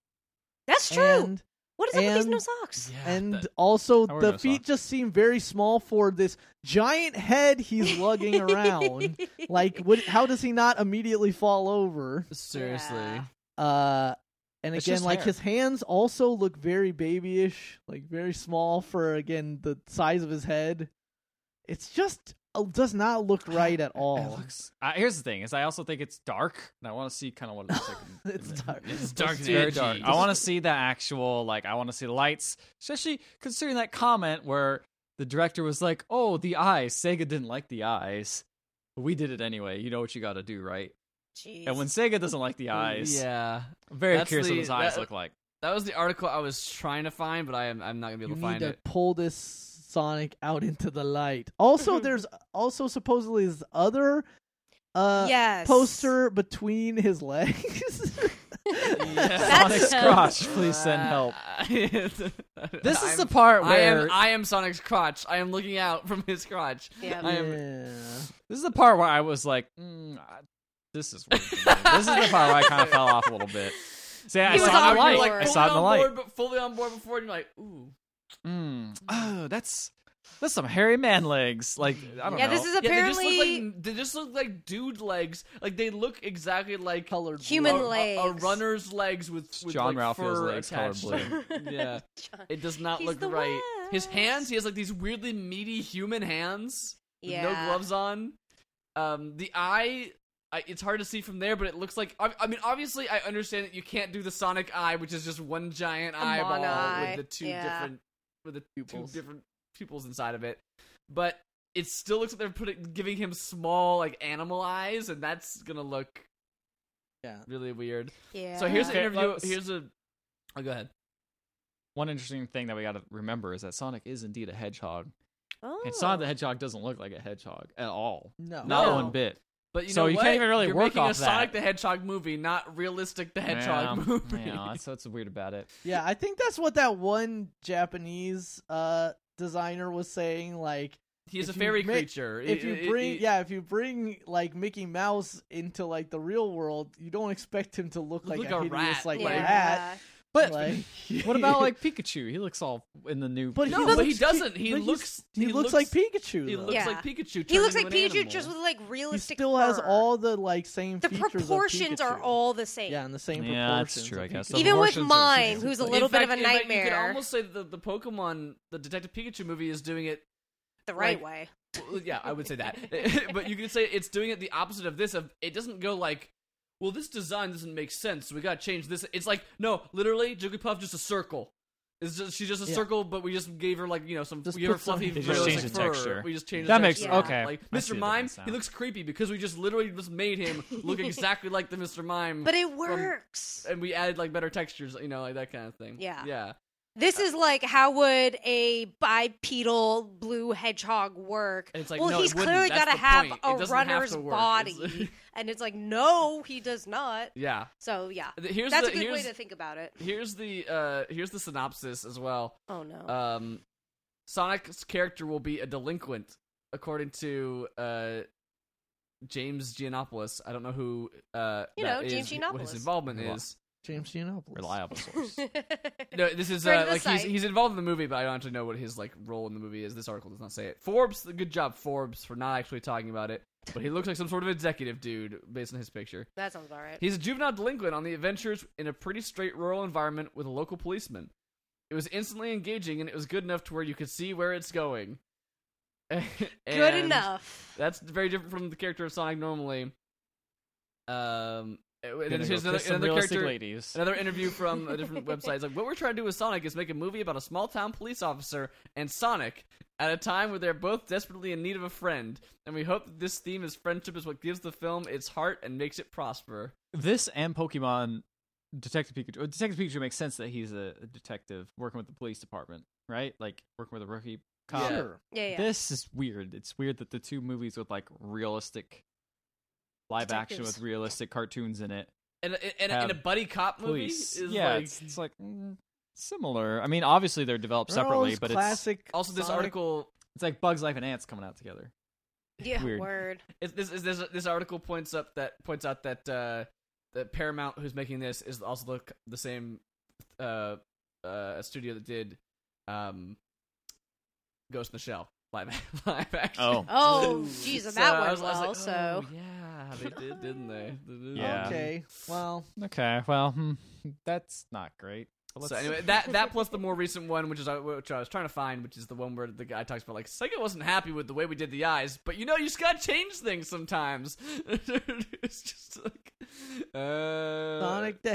S4: That's true.
S3: And
S4: what is up with these no
S3: and-
S4: socks?
S1: yeah.
S3: and
S1: that-
S3: also
S2: I wear
S3: the
S2: no
S3: feet
S2: socks.
S3: just seem very small for this giant head he's lugging around. Like, what, how does he not immediately fall over?
S1: seriously,
S4: Yeah.
S3: Uh, and
S2: It's
S3: again,
S2: just
S3: like
S2: hair.
S3: his hands also look very babyish, like very small for again the size of his head. It's just uh, does not look right at all.
S2: It looks, uh, here's the thing: is I also think it's dark, and I want to see kind of what it looks like. in-
S3: It's
S2: in the-
S3: dark.
S1: It's dark
S2: dark
S1: and
S2: it's very
S1: edgy.
S2: dark. I want to see the actual, like, I want to see the lights, especially considering that comment where the director was like, "Oh, the eyes. Sega didn't like the eyes, but we did it anyway. You know what you got to do, right?"
S4: Jeez.
S2: And when Sega doesn't like the eyes,
S1: Yeah,
S2: I'm very
S1: That's
S2: curious
S1: the-
S2: what his eyes
S1: that-
S2: look like.
S1: that was the article I was trying to find, but I am I'm not gonna be
S3: you
S1: able to
S3: need
S1: find
S3: to
S1: it.
S3: pull this Sonic out into the light. Also, there's also supposedly this other uh
S4: yes.
S3: poster between his legs.
S2: Sonic's
S4: tough.
S2: crotch, please send help. This is the part
S1: I
S2: where
S1: am I am Sonic's crotch. I am looking out from his crotch.
S4: Yep.
S1: I am-
S3: Yeah.
S2: this is the part where I was like, mm, I- "This is weird. to me. this is the part where I kind of fell off a little bit." See, I
S4: He
S2: saw
S4: was
S2: it
S4: on
S2: in the light.
S4: board.
S2: I
S1: fully
S2: saw it in the
S1: on
S2: light.
S1: board, but fully on board before, and you're like, ooh.
S2: Mm. Oh, that's that's some hairy man legs. Like I don't
S4: yeah,
S2: know.
S4: this is
S1: yeah, they just
S4: apparently
S1: look like they just look like dude legs. Like they look exactly like
S3: Colored
S4: Human
S1: a,
S3: blood.
S1: a- A,
S4: legs.
S1: runner's legs with,
S2: It's
S1: with
S2: John
S1: like,
S2: Ralphio's
S1: fur
S2: legs colored
S1: attached.
S2: blue.
S1: yeah,
S4: John-
S1: it does not
S4: He's
S1: look
S4: the
S1: right. His
S4: worst.
S1: hands, he has like these weirdly meaty human hands with
S4: yeah.
S1: no gloves on. Um, the eye, I, it's hard to see from there, but it looks like. I, I mean, obviously, I understand that you can't do the Sonic eye, which is just one giant
S4: A
S1: eyeball
S4: mono eye,
S1: with the two
S4: yeah.
S1: different with the
S3: Pupils.
S1: two different pupils inside of it. But it still looks like they're putting giving him small like animal eyes, and that's gonna look
S3: Yeah.
S1: really weird.
S4: Yeah.
S1: So here's an
S2: Okay,
S1: interview.
S2: let's-
S1: Here's a. Oh, go ahead.
S2: One interesting thing that we got to remember is that Sonic is indeed a hedgehog,
S4: oh.
S2: and Sonic the Hedgehog doesn't look like a hedgehog at all,
S3: No.
S2: not
S1: Oh. No.
S2: one bit.
S1: But you
S2: So
S1: know
S2: you
S1: what?
S2: can't even really
S1: You're
S2: work
S1: making a
S2: off that.
S1: Sonic the Hedgehog movie, not realistic the Hedgehog
S2: Yeah,
S1: movie.
S2: yeah, that's what's weird about it.
S3: Yeah, I think that's what that one Japanese uh designer was saying like
S1: He's a
S3: If you
S1: fairy
S3: ma-
S1: creature.
S3: if
S1: It-
S3: you
S1: it-
S3: bring
S1: it-
S3: yeah, if you bring like Mickey Mouse into like the real world, you don't expect him to look like
S1: Look
S3: a,
S1: a
S3: hideous
S1: rat,
S3: like
S4: yeah.
S1: like-
S3: rat.
S2: But
S3: Like-
S2: what about like Pikachu? He looks all in the new.
S3: But he
S1: No,
S3: looks,
S1: but he doesn't. He
S3: but he's-
S1: looks-
S3: He,
S1: he
S3: looks,
S1: looks-
S3: like Pikachu.
S1: He
S3: though.
S1: looks
S4: Yeah.
S1: like Pikachu.
S4: he looks
S1: turned
S4: like
S1: into an
S4: Pikachu
S1: animal.
S4: just with like
S3: he
S4: realistic.
S3: still has
S4: fur.
S3: all the like same
S4: the
S3: features of
S4: proportions are
S3: Pikachu.
S4: all the same.
S3: yeah, and the same
S2: Yeah, that's
S3: proportions.
S2: true,
S3: of
S2: I guess.
S3: Pikachu.
S2: The
S4: Even with
S2: proportions are the
S4: Mime,
S2: same.
S4: who's a
S1: In
S4: little bit of
S1: fact-
S4: a
S1: in fact, you could
S4: nightmare,
S1: almost say that the, the Pokemon, the Detective Pikachu movie, is doing it.
S4: the right
S1: like-
S4: way.
S1: well, yeah, I would say that. but you could say it's doing it the opposite of this. Of it doesn't go like, well, this design doesn't make sense. So we got to change this. It's like no, literally, Jigglypuff just a circle. It's just, she's just a
S3: Yeah.
S1: circle, but we just gave her like you know some
S3: Just
S1: we gave her
S3: put some-
S1: fluffy
S3: Just
S1: realistic
S2: change the
S1: fur.
S2: texture.
S1: We just changed
S2: That
S1: the
S2: makes-
S1: texture.
S4: okay.
S1: Like
S2: I see
S1: Mr.
S2: the
S1: Mime,
S2: difference
S1: he
S2: now.
S1: looks creepy because we just literally just made him look exactly like the Mr. Mime.
S4: But it works.
S1: and we added like better textures, you know, like that kind of thing.
S4: Yeah.
S1: yeah.
S4: This is like how would a bipedal blue hedgehog work?
S1: And it's like,
S4: well,
S1: no,
S4: he's
S1: it wouldn't.
S4: clearly
S1: That's
S4: gotta
S1: the
S4: have
S1: point. It
S4: a
S1: doesn't have to
S4: runner's
S1: work.
S4: body,
S1: It's-
S4: and it's like, no, he does not.
S1: yeah.
S4: So yeah,
S1: Th- Here's
S4: that's
S1: the
S4: a good way
S1: here's,
S4: to think about it.
S1: here's the uh here's the synopsis as well.
S4: Oh no,
S1: Um, Sonic's character will be a delinquent, according to uh James Giannopoulos. I don't know who uh
S4: You
S1: that
S4: know,
S1: is,
S4: James
S1: what his
S4: Giannopoulos.
S1: involvement
S2: Reli-
S1: is.
S3: James Giannopoulos.
S2: Reliable source.
S1: No, this is
S4: Friend
S1: uh,
S4: of the
S1: like he's
S4: site.
S1: he's involved in the movie, but I don't actually know what his like role in the movie is. This article does not say it. Forbes, good job Forbes for not actually talking about it. But he looks like some sort of executive dude based on his picture.
S4: that sounds all right.
S1: He's a juvenile delinquent on the adventures in a pretty straight rural environment with a local policeman. It was instantly engaging and it was good enough to where you could see where it's going.
S4: Good
S1: And
S4: enough.
S1: That's very different from the character of Sonic normally. Um, and then
S2: Gonna go
S1: here's another,
S2: kiss some
S1: another
S2: realistic
S1: character.
S2: ladies.
S1: Another interview from a different website is like, what we're trying to do with Sonic is make a movie about a small town police officer and Sonic at a time where they're both desperately in need of a friend. And we hope that this theme is friendship is what gives the film its heart and makes it prosper.
S2: this and Pokemon Detective Pikachu. uh, Detective Pikachu makes sense that he's a, a detective working with the police department, right? Like working with a rookie cop.
S1: Yeah.
S3: Sure.
S4: Yeah, yeah.
S2: This is weird. It's weird that the two movies with like realistic live action
S4: Detectives.
S2: with realistic cartoons in it.
S1: And, and, and
S2: Have
S1: a buddy cop movie
S2: Police.
S1: is
S2: yeah,
S1: like.
S2: it's, it's like mm, similar. I mean, obviously they're developed separately,
S3: Those
S2: but it's
S3: classic
S1: Also, this
S3: Sonic-
S1: article
S2: it's like Bugs Life and Ants coming out together.
S4: yeah,
S2: weird.
S4: word.
S1: It's, this, is- this this article points up that points out that uh, that Paramount, who's making this, is also the, the same uh, uh, studio that did um, Ghost in the Shell live live action.
S2: Oh.
S4: Oh, jeez, and
S1: So
S4: that
S1: I
S4: went
S1: was- I was
S4: well.
S1: like,
S4: so
S1: oh, yeah, they did, didn't they? They did.
S2: Yeah.
S3: Okay. Well,
S2: Okay, well, hmm, that's not great. But
S1: so
S2: let's-
S1: anyway, that that plus the more recent one, which is uh, which I was trying to find, which is the one where the guy talks about like Sega wasn't happy with the way we did the eyes, but you know you just gotta change things sometimes. it's just like uh,
S3: Sonic the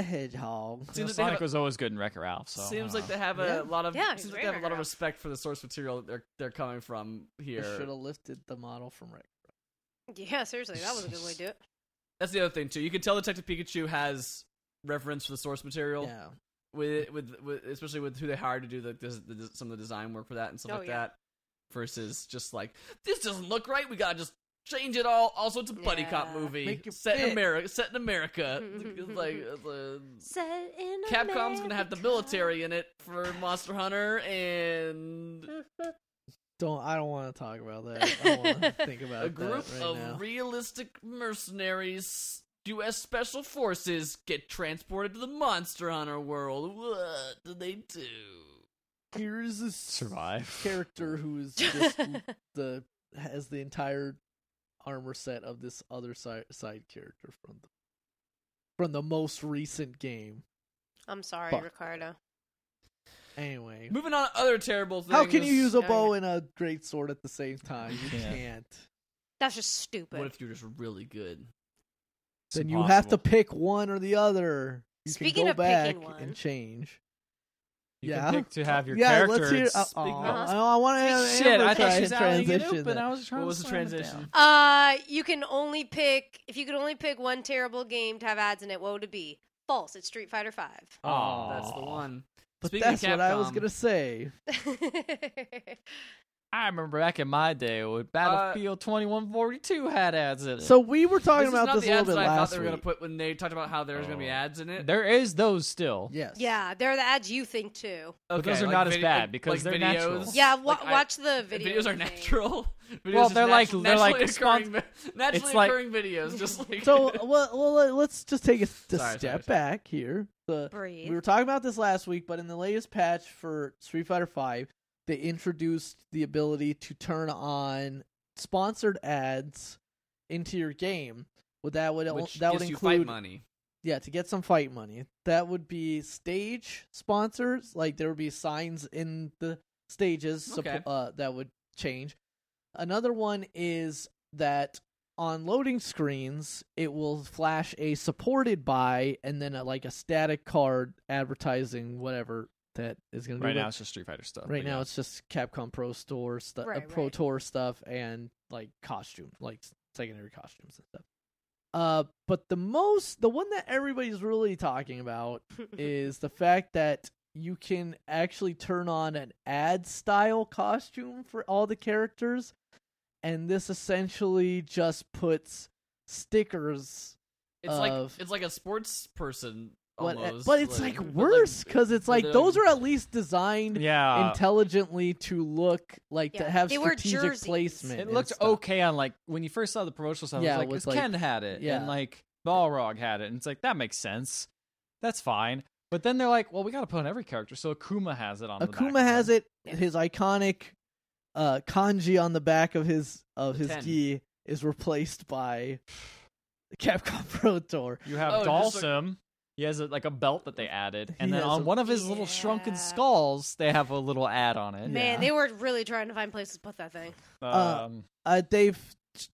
S2: You
S3: Hedgehog.
S2: know,
S1: Seems like they
S2: Sonic
S1: have a-
S2: was always good in Wreck It Ralph. So I
S1: seems
S2: don't
S1: like
S2: know.
S1: they have a
S3: Yeah.
S1: lot of
S4: Yeah,
S1: seems
S4: he's
S1: like they have a
S4: very
S1: lot of
S4: rough.
S1: respect for the source material that they're they're coming from
S3: Should
S1: here.
S3: have lifted the model from Rick.
S1: oh.
S4: Yeah, seriously, that was a good way to do it.
S1: That's the other thing too. You can tell Detective Pikachu has reference for the source material
S3: Yeah.
S1: with, with with especially with who they hired to do the, this, the some of the design work for that and stuff
S4: Oh,
S1: like
S4: yeah.
S1: that. Versus just like this doesn't look right. We gotta just change it all. Also, it's a buddy cop
S4: Yeah.
S1: movie
S3: Make it
S1: set in
S3: fit.
S1: America. Set in America. It's like it's a-
S4: Set in
S1: Capcom's gonna have the military in it for Monster Hunter, and
S3: Don't I don't want to talk about that. I don't want to think about
S1: a group
S3: that right
S1: of
S3: now.
S1: realistic mercenaries U.S. Special Forces get transported to the Monster Hunter world. What do they do?
S3: Here's this
S2: survive.
S3: character who is just the has the entire armor set of this other side side character from the from the most recent game.
S4: I'm sorry,
S3: Fuck.
S4: Ricardo.
S3: Anyway,
S1: Moving on, to other terrible things.
S3: how can you use a
S4: Oh, yeah.
S3: bow and a great sword at the same time?
S2: You
S3: You
S2: can't.
S3: can't.
S4: That's just stupid.
S1: What if you're just really good?
S2: It's
S3: Then you have to
S2: impossible.
S3: pick one or the other. You
S4: Speaking
S3: can
S4: of
S3: go back
S4: picking one.
S3: and change.
S2: You
S3: yeah.
S2: can pick to have your
S3: yeah, let's
S2: character.
S3: hear. Uh,
S2: it's-
S1: Speaking
S3: aw,
S4: of-
S3: I want to have
S2: Shit,
S3: Amber
S2: I
S3: try
S2: thought she was
S3: and
S2: allowing it
S3: transition
S2: open.
S3: that.
S2: I was trying
S1: What
S2: to
S1: was the
S2: slam it
S1: transition?
S2: down.
S4: Uh, you can only pick if you could only pick one terrible game to have ads in it. What would it be? False. It's Street Fighter Five.
S2: Aw.
S1: That's the one.
S3: But
S1: Speaking
S3: that's
S1: of Capcom,
S3: what I was gonna say.
S2: I remember back in my day when Battlefield 2142 had ads in it.
S3: So we were
S1: This
S3: talking
S1: is
S3: about
S1: not
S3: this a
S1: the
S3: little
S1: ads
S3: bit
S1: that I thought
S3: last
S1: they were
S3: week.
S1: gonna put when they talked about how there's gonna be
S2: Oh.
S1: ads in it.
S2: there is those still.
S3: Yes.
S4: yeah, they're the ads you think too.
S1: Okay,
S2: But those are
S1: like
S2: not as
S1: vid-
S2: bad
S1: like-
S2: because
S1: like
S2: they're
S1: videos.
S2: natural.
S4: Yeah, wa-
S1: Like, I-
S4: watch the video.
S1: videos are
S4: thing.
S1: natural. Videos
S2: Well,
S1: is
S2: they're like-
S1: natu-
S2: they're like
S1: naturally
S2: spon-
S1: occurring, vi- naturally
S2: like-
S1: occurring videos, just like
S3: So well, well, let- let's just take a s- a
S1: Sorry, sorry,
S3: step
S1: sorry.
S3: back here. The
S4: Breathe.
S3: we were talking about this last week, but in the latest patch for Street Fighter Five, they introduced the ability to turn on sponsored ads into your game. Would that would
S1: which
S3: that would
S1: gives you
S3: include
S1: fight money.
S3: yeah to get some fight money. That would be stage sponsors. Like there would be signs in the stages suppo-
S1: Okay.
S3: uh, that would change. Another one is that on loading screens, it will flash a supported by and then a, like a static card advertising whatever that is going to
S2: Right
S3: do.
S2: now
S3: But
S2: it's just Street Fighter stuff.
S3: right
S2: but
S3: now,
S2: yeah.
S3: it's just Capcom Pro Store stuff,
S4: Right,
S3: uh, Pro
S4: right.
S3: Tour stuff, and like costume, like s- secondary costumes and stuff. Uh, but the most, the one that everybody's really talking about is the fact that you can actually turn on an ad style costume for all the characters and this essentially just puts stickers
S1: It's like
S3: of-
S1: it's like a sports person
S3: what- eh,
S1: almost,
S3: but it's like,
S1: but,
S3: worse cuz it's
S1: but
S3: like
S1: they're,
S3: those are at least designed
S2: yeah.
S3: intelligently to look like to
S4: Yeah,
S3: have
S4: they wear
S3: strategic
S4: jerseys.
S3: placement
S2: It
S3: and
S2: looked
S3: stuff.
S2: okay on like when you first saw the promotional stuff.
S3: Yeah,
S2: Yeah,
S3: it
S2: it
S3: was
S2: was like,
S3: like-
S2: Ken had it,
S3: yeah.
S2: and like Balrog had it, and it's like that makes sense. That's fine. But then they're like, well, we got to put on every character, so Akuma has it on.
S3: Akuma has it his iconic uh kanji on the back of his of
S1: The
S3: his
S1: ten.
S3: gi is replaced by Capcom Pro Tour
S2: You have
S1: Oh, just like-
S2: Dalsum. He has a, like a belt that they added, and
S3: He
S2: then
S3: has
S2: on
S3: a-
S2: one of his little shrunken
S4: Yeah.
S2: skulls, they have a little ad on it.
S4: Man,
S3: Yeah.
S4: they were really trying to find places to put that thing.
S3: Uh,
S2: Um,
S3: uh, they've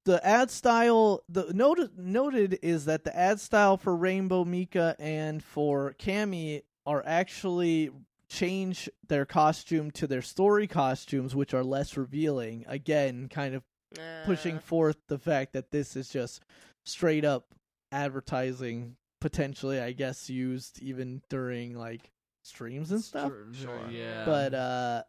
S3: the ad style the noted noted is that the ad style for Rainbow Mika and for Cammy are actually change their costume to their story costumes which are less revealing again kind of
S4: Uh,
S3: pushing forth the fact that this is just straight up advertising potentially i guess used even during like streams and stuff
S1: Sure, sure, yeah.
S3: but uh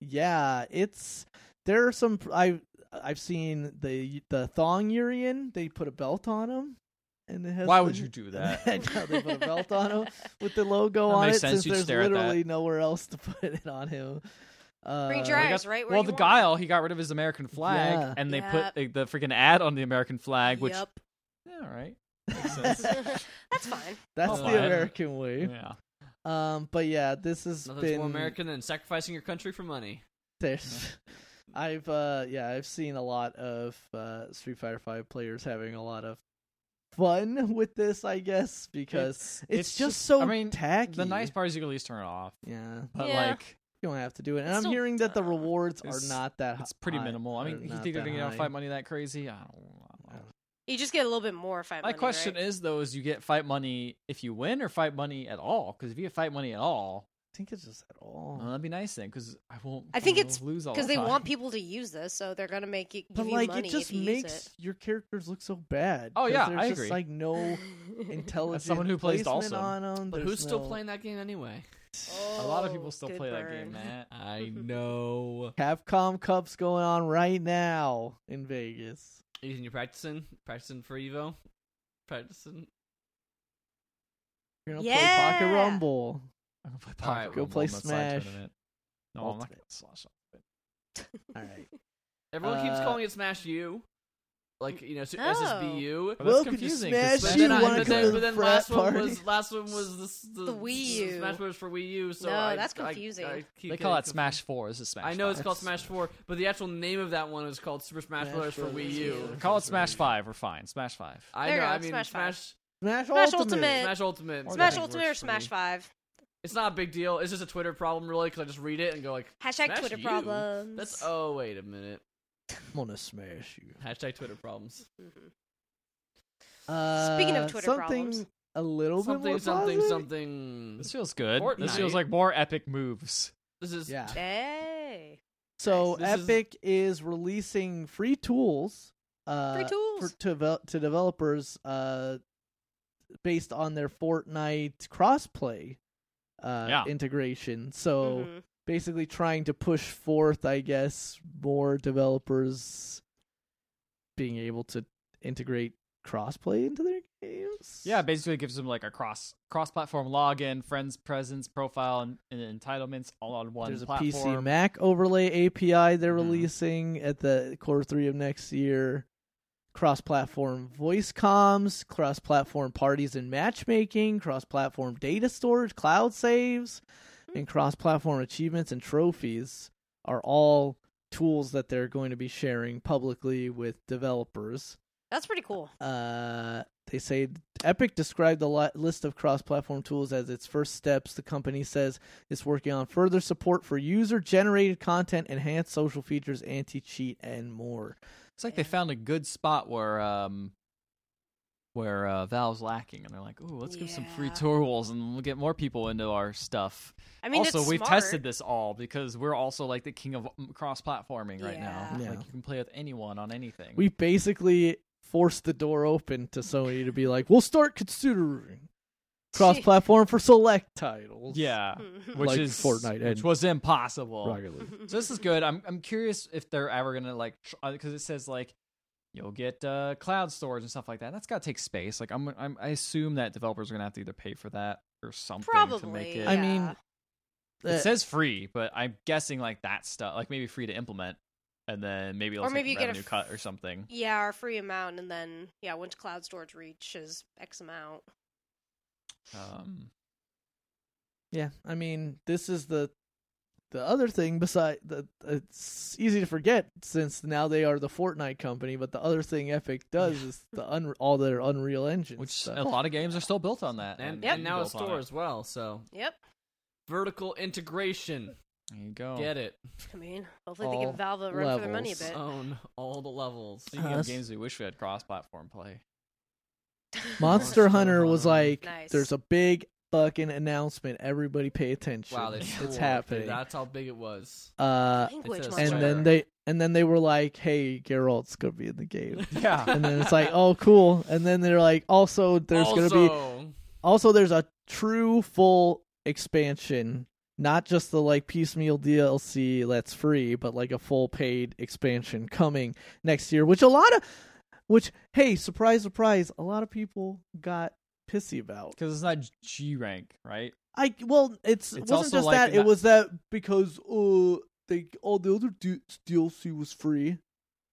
S3: yeah it's there are some i i've seen the the thong urian they put a belt on him and it has
S2: why
S3: the-
S2: would you do that?
S3: Yeah, they put a belt on him with the logo
S2: That
S3: on
S2: makes
S3: it
S2: sense,
S3: since
S2: you'd
S3: there's
S2: stare at that.
S3: literally nowhere else to put it on him uh
S4: Bring your
S2: They
S4: eyes
S2: got-
S4: right where
S2: well,
S4: you
S2: the
S4: want.
S2: Guile, he got rid of his American flag,
S3: Yeah.
S2: and they
S4: Yep.
S2: put the, the freaking ad on the American flag, which
S4: Yep.
S2: yeah, all right,
S3: that's
S4: That's fine.
S2: Oh,
S3: the
S2: fine.
S3: american way
S2: yeah.
S3: um but yeah this has
S1: Nothing's
S3: been
S1: more American than sacrificing your country for money.
S3: There's, I've uh yeah, I've seen a lot of uh Street Fighter Five players having a lot of fun with this, I guess, because it's, just, so
S2: I mean,
S3: tacky.
S2: the nice part is you can at least turn it off,
S3: yeah,
S2: but
S4: Yeah.
S2: like
S3: you don't have to do it. And
S4: It's
S3: I'm
S4: still
S3: hearing that the
S4: dumb.
S3: rewards
S2: It's-
S3: are not that.
S2: it's pretty
S3: high-
S2: minimal. I
S3: are
S2: mean, you
S3: not
S2: think they're
S3: that
S2: gonna get out
S3: high.
S2: fight money that crazy? I don't. I don't know.
S4: You just get a little bit more fight
S2: My
S4: money,
S2: question
S4: right?
S2: is though: is you get fight money if you win, or fight money at all? Because if you get fight money at all,
S3: I think it's just at all.
S2: well, that'd be nice then. Because I won't.
S4: I think
S2: won't
S4: it's
S2: lose all
S4: because
S2: the
S4: they want
S2: time.
S4: people to use this, so they're gonna make you give
S3: but
S4: you
S3: like,
S4: money
S3: it just
S4: if you
S3: makes
S4: use
S3: your characters look so bad.
S2: Oh,
S3: 'cause
S2: yeah,
S3: there's
S2: I
S3: just
S2: agree.
S3: like no
S4: it.
S3: intelligent
S2: someone who plays
S3: placement
S2: Dhalsim.
S3: on 'em,
S1: But
S3: there's
S1: who's still
S3: no-
S1: playing that game anyway?
S2: A lot of people
S4: Oh,
S2: still
S4: good
S2: play that
S4: burn.
S2: game, Matt.
S1: I know.
S3: Capcom Cup's going on right now in Vegas.
S1: Ethan, you practicing? Practicing for Evo? Practicing?
S3: You're gonna play Pocket
S4: Yeah!
S3: Rumble.
S2: I'm gonna play
S1: All right,
S2: Pocket
S1: go
S2: Rumble
S3: play
S2: on the side
S3: Smash
S2: tournament. No, I'm not
S3: Ultimate.
S2: gonna slash up.
S3: All right.
S1: Everyone keeps
S3: Uh,
S1: calling it Smash U. Like, you know, so SSBU.
S2: But that's
S3: Welcome to
S2: confusing.
S1: But
S2: 'cause
S3: Smash
S2: Smash
S3: You,
S1: then, I-
S3: wanna
S1: but
S3: come
S1: then-
S3: to
S1: but
S3: the
S1: then
S3: frat
S1: last one
S3: party?
S1: was last one was this the,
S4: The Wii
S1: s-
S4: U.
S1: Smash Bros for Wii U. So
S4: No,
S1: I-
S4: that's
S1: I-
S4: confusing.
S1: I keep
S2: They call
S1: getting
S2: that Smash Four. This is Smash.
S1: I know it's
S2: five.
S1: called Smash Four, but the actual name of that one is called Super Smash
S3: Smash
S1: Bros. for
S3: Bros.
S1: Wii
S3: Yeah.
S1: U.
S2: Call it Smash Five. We're fine. Smash Five.
S1: I
S4: There
S1: know.
S4: you go,
S1: I mean, Smash
S4: Smash five.
S1: Smash,
S3: Smash,
S4: Smash
S3: Ultimate.
S4: Ultimate.
S1: Smash Ultimate.
S2: Or
S4: Smash
S2: that
S4: Ultimate or
S2: works for
S4: Smash
S2: me.
S4: Five.
S1: It's not a big deal. It's just a Twitter problem, really, because I just read it and go like,
S4: Hashtag
S1: Smash
S4: Twitter
S1: you?
S4: problems.
S1: "That's oh, wait a minute."
S3: I'm gonna smash you.
S1: Hashtag Twitter problems.
S4: Mhm.
S3: Uh,
S4: Speaking of Twitter
S3: something
S4: problems.
S3: a little bit
S1: Something,
S3: more
S1: something,
S3: positive?
S1: something.
S2: This feels good. This
S1: Fortnite.
S2: feels like more epic moves.
S1: This is
S3: Yeah.
S4: Hey,
S3: So
S1: Nice. This is-
S3: Epic is, releasing free tools, uh,
S4: free
S3: for,
S4: tools.
S3: to devel- to developers, uh, based on their Fortnite crossplay, uh,
S2: Yeah.
S3: integration.
S2: oh.
S3: So
S4: Mhm.
S3: basically trying to push forth, I guess, more developers being able to integrate crossplay into their games.
S2: Yeah, basically it gives them like a cross cross platform login, friends, presence, profile, and, and entitlements all on one
S3: There's a PC
S2: platform.
S3: Mac overlay API they're
S2: Mhm.
S3: releasing at the quarter three of next year. Cross platform voice comms, cross platform parties and matchmaking, cross platform data storage, cloud saves,
S2: Mm-hmm.
S3: and cross platform achievements and trophies are all tools that they're going to be sharing publicly with developers.
S4: That's pretty cool.
S3: Uh, they say Epic described the li- list of cross-platform tools as its first steps. The company says it's working on further support for user-generated content, enhanced social features, anti-cheat, and more.
S2: It's like they found a good spot where um where uh, Valve's lacking, and they're like, "Ooh, let's give some free
S4: Yeah.
S2: tools, and we'll get more people into our stuff."
S4: I mean,
S2: also,
S4: it's
S2: we've
S4: smart.
S2: tested this all because we're also like the king of mm, cross-platforming right now.
S4: Yeah.
S3: Yeah.
S2: Like you can play with anyone on anything.
S3: We basically forced the door open to Sony to be like, "We'll start considering cross-platform for select titles."
S2: yeah,
S4: Mhm.
S2: which
S3: Like
S2: is
S3: Fortnite
S2: which
S3: and-
S2: was impossible.
S3: Rocket League.
S2: So this is good. I'm I'm curious if they're ever gonna like because it says like you'll get uh, cloud storage and stuff like that. That's gotta take space. Like I'm, I'm I assume that developers are gonna have to either pay for that or something to make
S4: Probably.
S2: it.
S3: I mean,
S4: Yeah.
S3: Uh,
S2: It says free, but I'm guessing like that stuff like maybe free to implement, and then maybe it'll
S4: Or
S2: take
S4: maybe you get a
S2: revenue
S4: f-
S2: cut or something.
S4: yeah, our free amount, and then yeah, once cloud storage reaches X amount.
S2: Um,
S3: Yeah, I mean, this is the the other thing beside the it's easy to forget since now they are the Fortnite company, but the other thing Epic does is the un- all their Unreal Engine
S2: which
S3: stuff.
S2: a lot of games are still built on that,
S1: And,
S4: Yep.
S1: and now a
S2: built on
S1: store
S2: it.
S1: as well. So
S4: Yep.
S1: vertical integration.
S2: There you
S3: Oh.
S2: go.
S1: Get it.
S4: I mean, hopefully they
S2: All
S4: give Valve a run for their money a
S3: levels.
S4: bit.
S1: Own all the levels.
S2: Speaking
S3: Uh,
S2: of games, we wish we had cross-platform play.
S3: Uh, Monster
S1: Monster
S3: Hunter was
S1: Hunter.
S3: like,
S4: Nice.
S3: "There's a big fucking announcement. Everybody, pay attention.
S1: Wow, they swore,
S3: it's
S1: dude.
S3: happening."
S1: That's how big it was.
S3: Uh,
S4: Language
S1: says
S4: monster.
S3: and then they and then they were like, "Hey, Geralt's gonna be in the game."
S2: Yeah.
S3: And then it's like, "Oh, cool." And then they're like, "Also, there's gonna be
S1: Also,
S3: Also, there's a true full expansion, not just the like piecemeal DLC that's free, but like a full paid expansion coming next year, which a lot of which hey, surprise surprise, a lot of people got pissy about.
S2: Because it's not G rank, right?
S3: I well, it's, it
S2: It's
S3: wasn't
S2: also
S3: just
S2: like
S3: that, it
S2: not-
S3: was that because uh they all the other D- DLC was free.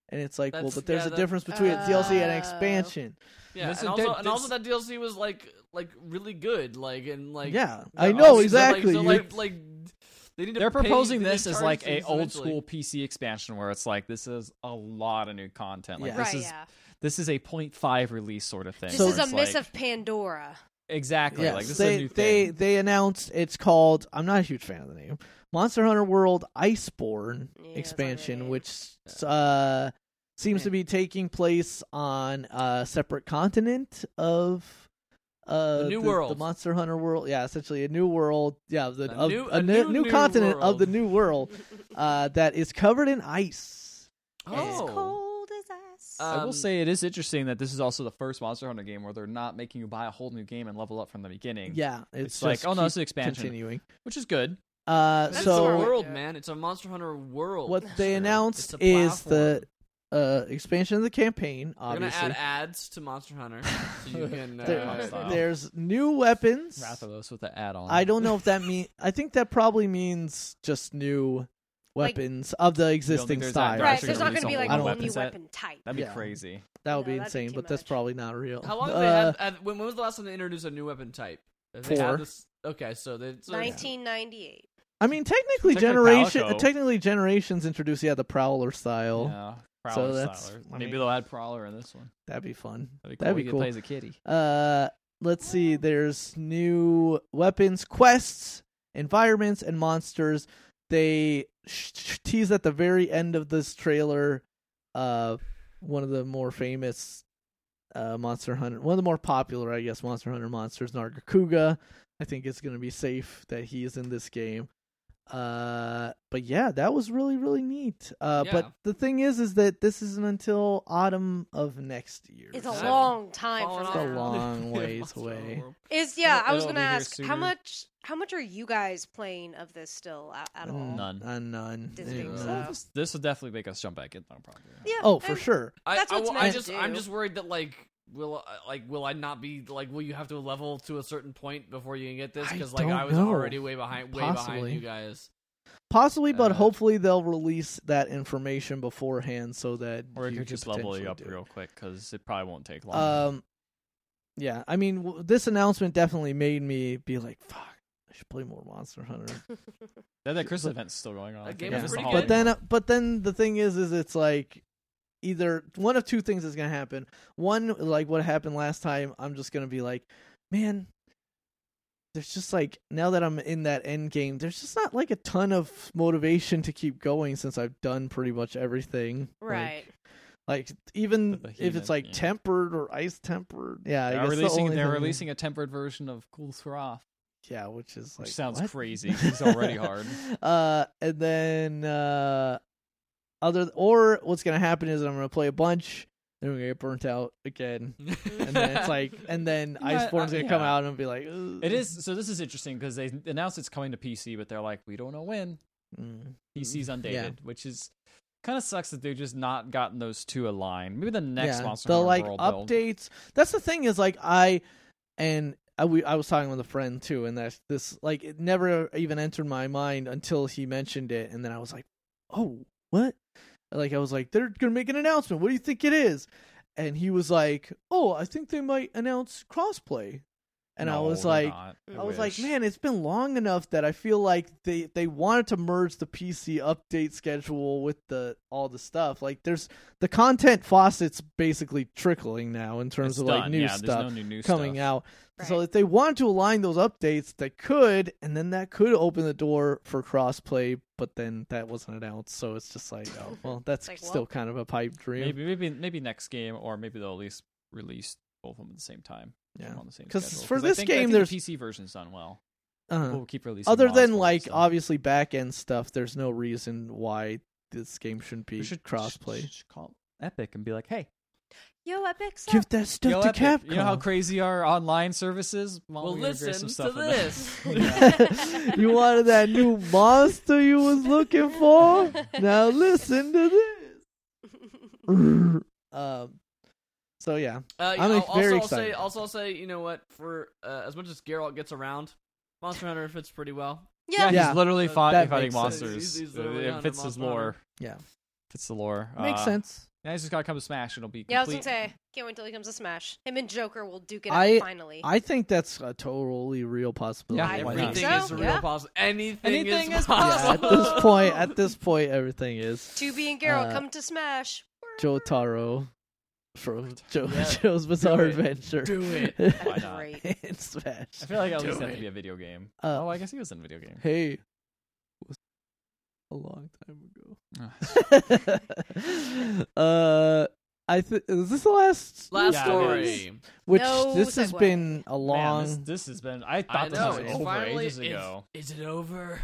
S3: And it's like, well,
S1: That's-
S3: but there's
S1: yeah,
S3: a
S1: that- uh,
S3: difference between a DLC and an
S4: Oh.
S3: expansion.
S1: yeah,
S2: This
S1: and
S2: is-
S1: also,
S2: that-
S1: and also that DLC was like like really good, like and like
S3: yeah,
S1: they're
S3: I
S1: obviously-
S3: know
S1: they're, Like,
S3: exactly. You're-
S1: they're, like, like they need to
S2: they're
S1: pay-
S2: proposing
S1: they need
S2: this
S1: to
S2: as
S1: charge
S2: like a
S1: these
S2: old
S1: eventually.
S2: school PC expansion where it's like this is a lot of new content. Like
S3: Yeah.
S2: this
S4: right,
S2: is
S4: yeah.
S2: this is a 0.5 release sort of thing.
S4: This
S3: So
S4: is
S2: where
S4: a
S2: it's
S4: miss
S2: like-
S4: of Pandora.
S2: exactly.
S3: Yes,
S2: like this
S3: they
S2: is a new
S3: they
S2: thing.
S3: they announced it's called. I'm not a huge fan of the name. Monster Hunter World Iceborne
S4: Yeah, it's not
S3: expansion,
S4: really-
S3: which uh, seems
S2: Yeah.
S3: to be taking place on a separate continent of uh,
S1: The new
S3: the, the
S1: world.
S3: Monster Hunter World. Yeah, essentially a new world. Yeah, the,
S1: A
S3: of,
S1: new-
S3: a,
S1: a
S3: new,
S1: new- new
S3: continent of
S1: world.
S3: the new world uh, that is covered in ice.
S4: As
S1: Oh.
S4: cold as ice.
S1: Uh,
S2: I will
S1: Um,
S2: say it is interesting that this is also the first Monster Hunter game where they're not making you buy a whole new game and level up from the beginning.
S3: Yeah, it's,
S2: It's, like,
S3: just
S2: oh no, it's an
S3: keep
S2: expansion,
S3: continuing.
S2: which is good.
S3: Uh,
S1: That's
S3: so
S1: a world,
S4: Yeah.
S1: man. It's a Monster Hunter world.
S3: what
S1: They're
S3: they
S2: Sure.
S3: announced
S1: It's a
S3: is the uh, expansion of the campaign.
S1: gonna
S3: Obviously,
S1: add ads to Monster Hunter, so you can.
S3: There-
S1: Uh,
S2: Style.
S3: there's new weapons.
S2: Wrath of those with the add-on.
S3: I don't know if that means. I think that probably means just new
S4: Like-
S3: weapons of the existing
S2: there's
S3: style.
S2: that
S4: right,
S2: actually
S4: there's not
S2: release
S4: going to be
S2: a
S4: like
S3: whole
S4: a
S3: new
S4: whole
S2: weapon
S4: new
S2: set.
S4: weapd type.
S2: That'd be
S3: Yeah.
S2: crazy.
S3: That would
S4: No,
S3: be
S4: that'd be
S3: insane,
S4: too
S3: but that's
S4: much.
S3: probably not real.
S1: how long have they
S3: Uh,
S1: had? Uh, when, when was the last time they introduced a new weapon type? Have They
S3: Four.
S1: had this, okay, so they. So
S4: 1998.
S3: I mean,
S2: Technically
S3: technically, generation.
S2: Palico.
S3: Technically, generations introduce yeah the Prowler style.
S2: Yeah, Prowler
S3: that's-
S2: Styler.
S3: I
S2: Maybe
S3: mean-
S2: they'll add Prowler in this one.
S3: That'd be fun.
S2: That'd be cool.
S3: That'd
S2: We
S3: be
S2: could
S3: cool.
S2: Play as a kitty.
S3: Uh, let's see. There's new weapons, quests, environments, and monsters. They sh- sh- tease at the very end of this trailer, uh, one of the more famous uh, Monster Hunter, one of the more popular, I guess, Monster Hunter monsters, Nargacuga. I think it's going to be safe that he is in this game. Uh, but yeah, that was really really neat. Uh,
S1: Yeah.
S3: but the thing is, is that this isn't until autumn of next year.
S4: It's a
S1: Seven.
S4: long time from
S1: Fallen
S3: It's a
S4: now.
S3: long-
S1: Yeah,
S3: ways
S1: Monster
S3: away.
S1: Hunter World.
S4: Is yeah,
S2: It'll-
S4: I was
S2: it'll
S4: gonna
S2: be here
S4: ask how
S2: sooner.
S4: much how much are you guys playing of this still at, at all?
S2: Mm, None.
S3: Uh, none.
S4: Disney
S3: Uh,
S4: so.
S2: So this, this will definitely make us jump back in. though, Probably.
S4: Yeah.
S3: Oh, for
S4: and-
S3: sure.
S1: I,
S4: That's
S1: I-
S4: what's
S1: I,
S4: meant
S1: just
S4: to
S1: I'm
S4: do.
S1: just worried that like will I- like will I not be like will you have to level to a certain point before you can get this
S3: I
S1: because like
S3: don't
S1: I was
S3: know.
S1: already way behind way
S3: Possibly.
S1: behind you guys.
S3: Possibly, but
S1: Uh,
S3: hopefully they'll release that information beforehand so that
S2: Or it
S3: you
S2: could just level you
S3: potentially
S2: up
S3: do it.
S2: real quick because it probably won't take long.
S3: Um, yeah. I mean, w- this announcement definitely made me be like, "Fuck, I should play more Monster Hunter."
S2: that, that Christmas
S3: but-
S2: event's still going on. I
S1: That
S2: think.
S1: game
S3: was
S2: It's the
S1: pretty
S2: holiday
S3: but then,
S2: one.
S3: uh, but then the thing is, is it's like either one of two things is gonna happen. One, like what happened last time, I'm just gonna be like, man, there's just like now that I'm in that end game, there's just not like a ton of motivation to keep going since I've done pretty much everything. Like-
S4: Right.
S3: Like, even
S2: The
S3: if it's
S2: behemoth,
S3: like
S2: yeah.
S3: tempered or ice tempered, yeah, I
S2: they're
S3: guess the
S2: releasing
S3: only
S2: they're
S3: thing-
S2: releasing a tempered version of Cool Throth.
S3: yeah, which is like
S2: Which sounds
S3: what?
S2: crazy. It's already hard.
S3: Uh, and then uh, other or what's gonna happen is I'm gonna play a bunch, then we're gonna get burnt out again, and then it's like, and then
S2: You know,
S3: Iceborne's
S2: I-
S3: gonna come
S2: yeah.
S3: out and be like, "Ugh."
S2: It is so. This is interesting because they announced it's coming to PC, but they're like, we don't know when.
S3: Mm.
S2: PC's
S3: Yeah.
S2: undated, which is kind of sucks that they've just not gotten those two aligned. Maybe the next
S3: yeah,
S2: Monster
S3: the
S2: Hunter
S3: like
S2: World they'll-
S3: updates. That's the thing is like I and. I, we, I was talking with a friend too, and that's this like it never even entered my mind until he mentioned it, and then I was like, "Oh, what?" Like I was like, "They're gonna make an announcement. What do you think it is?" And he was like, "Oh, I think they might announce crossplay," and I
S2: No,
S3: was
S2: they're
S3: like,
S2: not.
S4: I
S3: I was like,
S2: wish.
S3: man, it's been long enough that I feel like they they wanted to merge the PC update schedule with the all the stuff. Like, there's the content faucet's basically trickling now in terms
S2: It's
S3: of like
S2: done.
S3: new
S2: yeah, there's
S3: stuff
S2: no new, new
S3: coming
S2: stuff.
S3: out. So
S4: Right.
S3: if they wanted to align those updates, they could, and then that could open the door for crossplay. But then that wasn't announced, so it's just like, oh well, that's
S4: Like,
S3: still
S4: well.
S3: kind of a pipe dream.
S2: Maybe, maybe, maybe next game, or maybe they'll at least release both of them at the same time. put
S3: Yeah.
S2: them on the same
S3: 'Cause
S2: schedule.
S3: for
S2: 'Cause I
S3: this
S2: think- I
S3: game,
S2: think
S3: there's-
S2: the PC version's done well.
S3: Uh-huh.
S2: We'll keep releasing.
S3: Other
S2: mods
S3: than
S2: for it,
S3: like
S2: so.
S3: obviously back end stuff, there's no reason why this game shouldn't be
S2: we should
S3: cross
S2: sh-
S3: play.
S2: sh- call Epic and be like, hey,
S4: Yo, Epic
S3: Give that stuff
S2: yo,
S3: to
S2: Epic,
S3: Capcom.
S2: you know how crazy our online services? Well,
S1: well,
S2: we're gonna
S1: listen
S2: grab some
S1: to
S2: stuff in there.
S1: this.
S3: you wanted that new monster you was looking for? Now listen to this. um, so yeah,
S1: Uh,
S3: I'm
S1: I'll-
S3: ex- very
S1: also, I'll say,
S3: excited.
S1: also, I'll say, you know what? For uh, as much as Geralt gets around, Monster Hunter fits pretty well.
S4: yeah.
S3: Yeah.
S2: he's literally
S1: Uh,
S2: fought,
S3: that
S2: fighting
S3: makes sense.
S2: monsters. Uh,
S1: He's- he's literally on
S2: it
S1: a
S2: fits his
S1: Monster Hunter.
S2: lore.
S3: Yeah.
S2: fits the lore.
S3: makes
S2: Uh,
S3: sense.
S2: Now he's just gotta come to Smash. It'll be
S4: Yeah, I was
S2: complete.
S4: gonna say, can't wait till he comes to Smash. Him and Joker will duke it out
S3: I-
S4: finally.
S3: I think that's a totally real possibility.
S2: Yeah, why not?
S1: Everything
S4: So,
S1: is real
S4: yeah.
S1: possible. Anything,
S2: Anything
S1: is,
S2: is
S3: Yeah, at
S1: possible.
S3: this point, at this point, everything is
S4: Tubi and Geralt
S3: Uh,
S4: come to Smash.
S3: Jotaro. from Joe,
S2: Yeah.
S3: Joe's Bizarre
S2: it.
S3: Adventure.
S2: Do it. Why
S4: That's
S2: not?
S4: great.
S3: and Smash.
S2: I feel like at
S3: Do
S2: least that
S3: it.
S2: to be a video game.
S3: Uh,
S2: oh, I guess he was in a video game.
S3: Hey, was a long time
S2: Oh.
S3: ago. uh, I th- is this the last
S1: Last
S2: Yeah, it
S1: story.
S2: is.
S3: Which
S4: No
S3: this has
S4: segue.
S3: been a
S2: Man,
S3: long.
S2: this, this has been. I thought
S1: I
S2: this
S1: know.
S2: was
S1: it's
S2: over
S1: finally,
S2: ages ago.
S1: Is, is it over?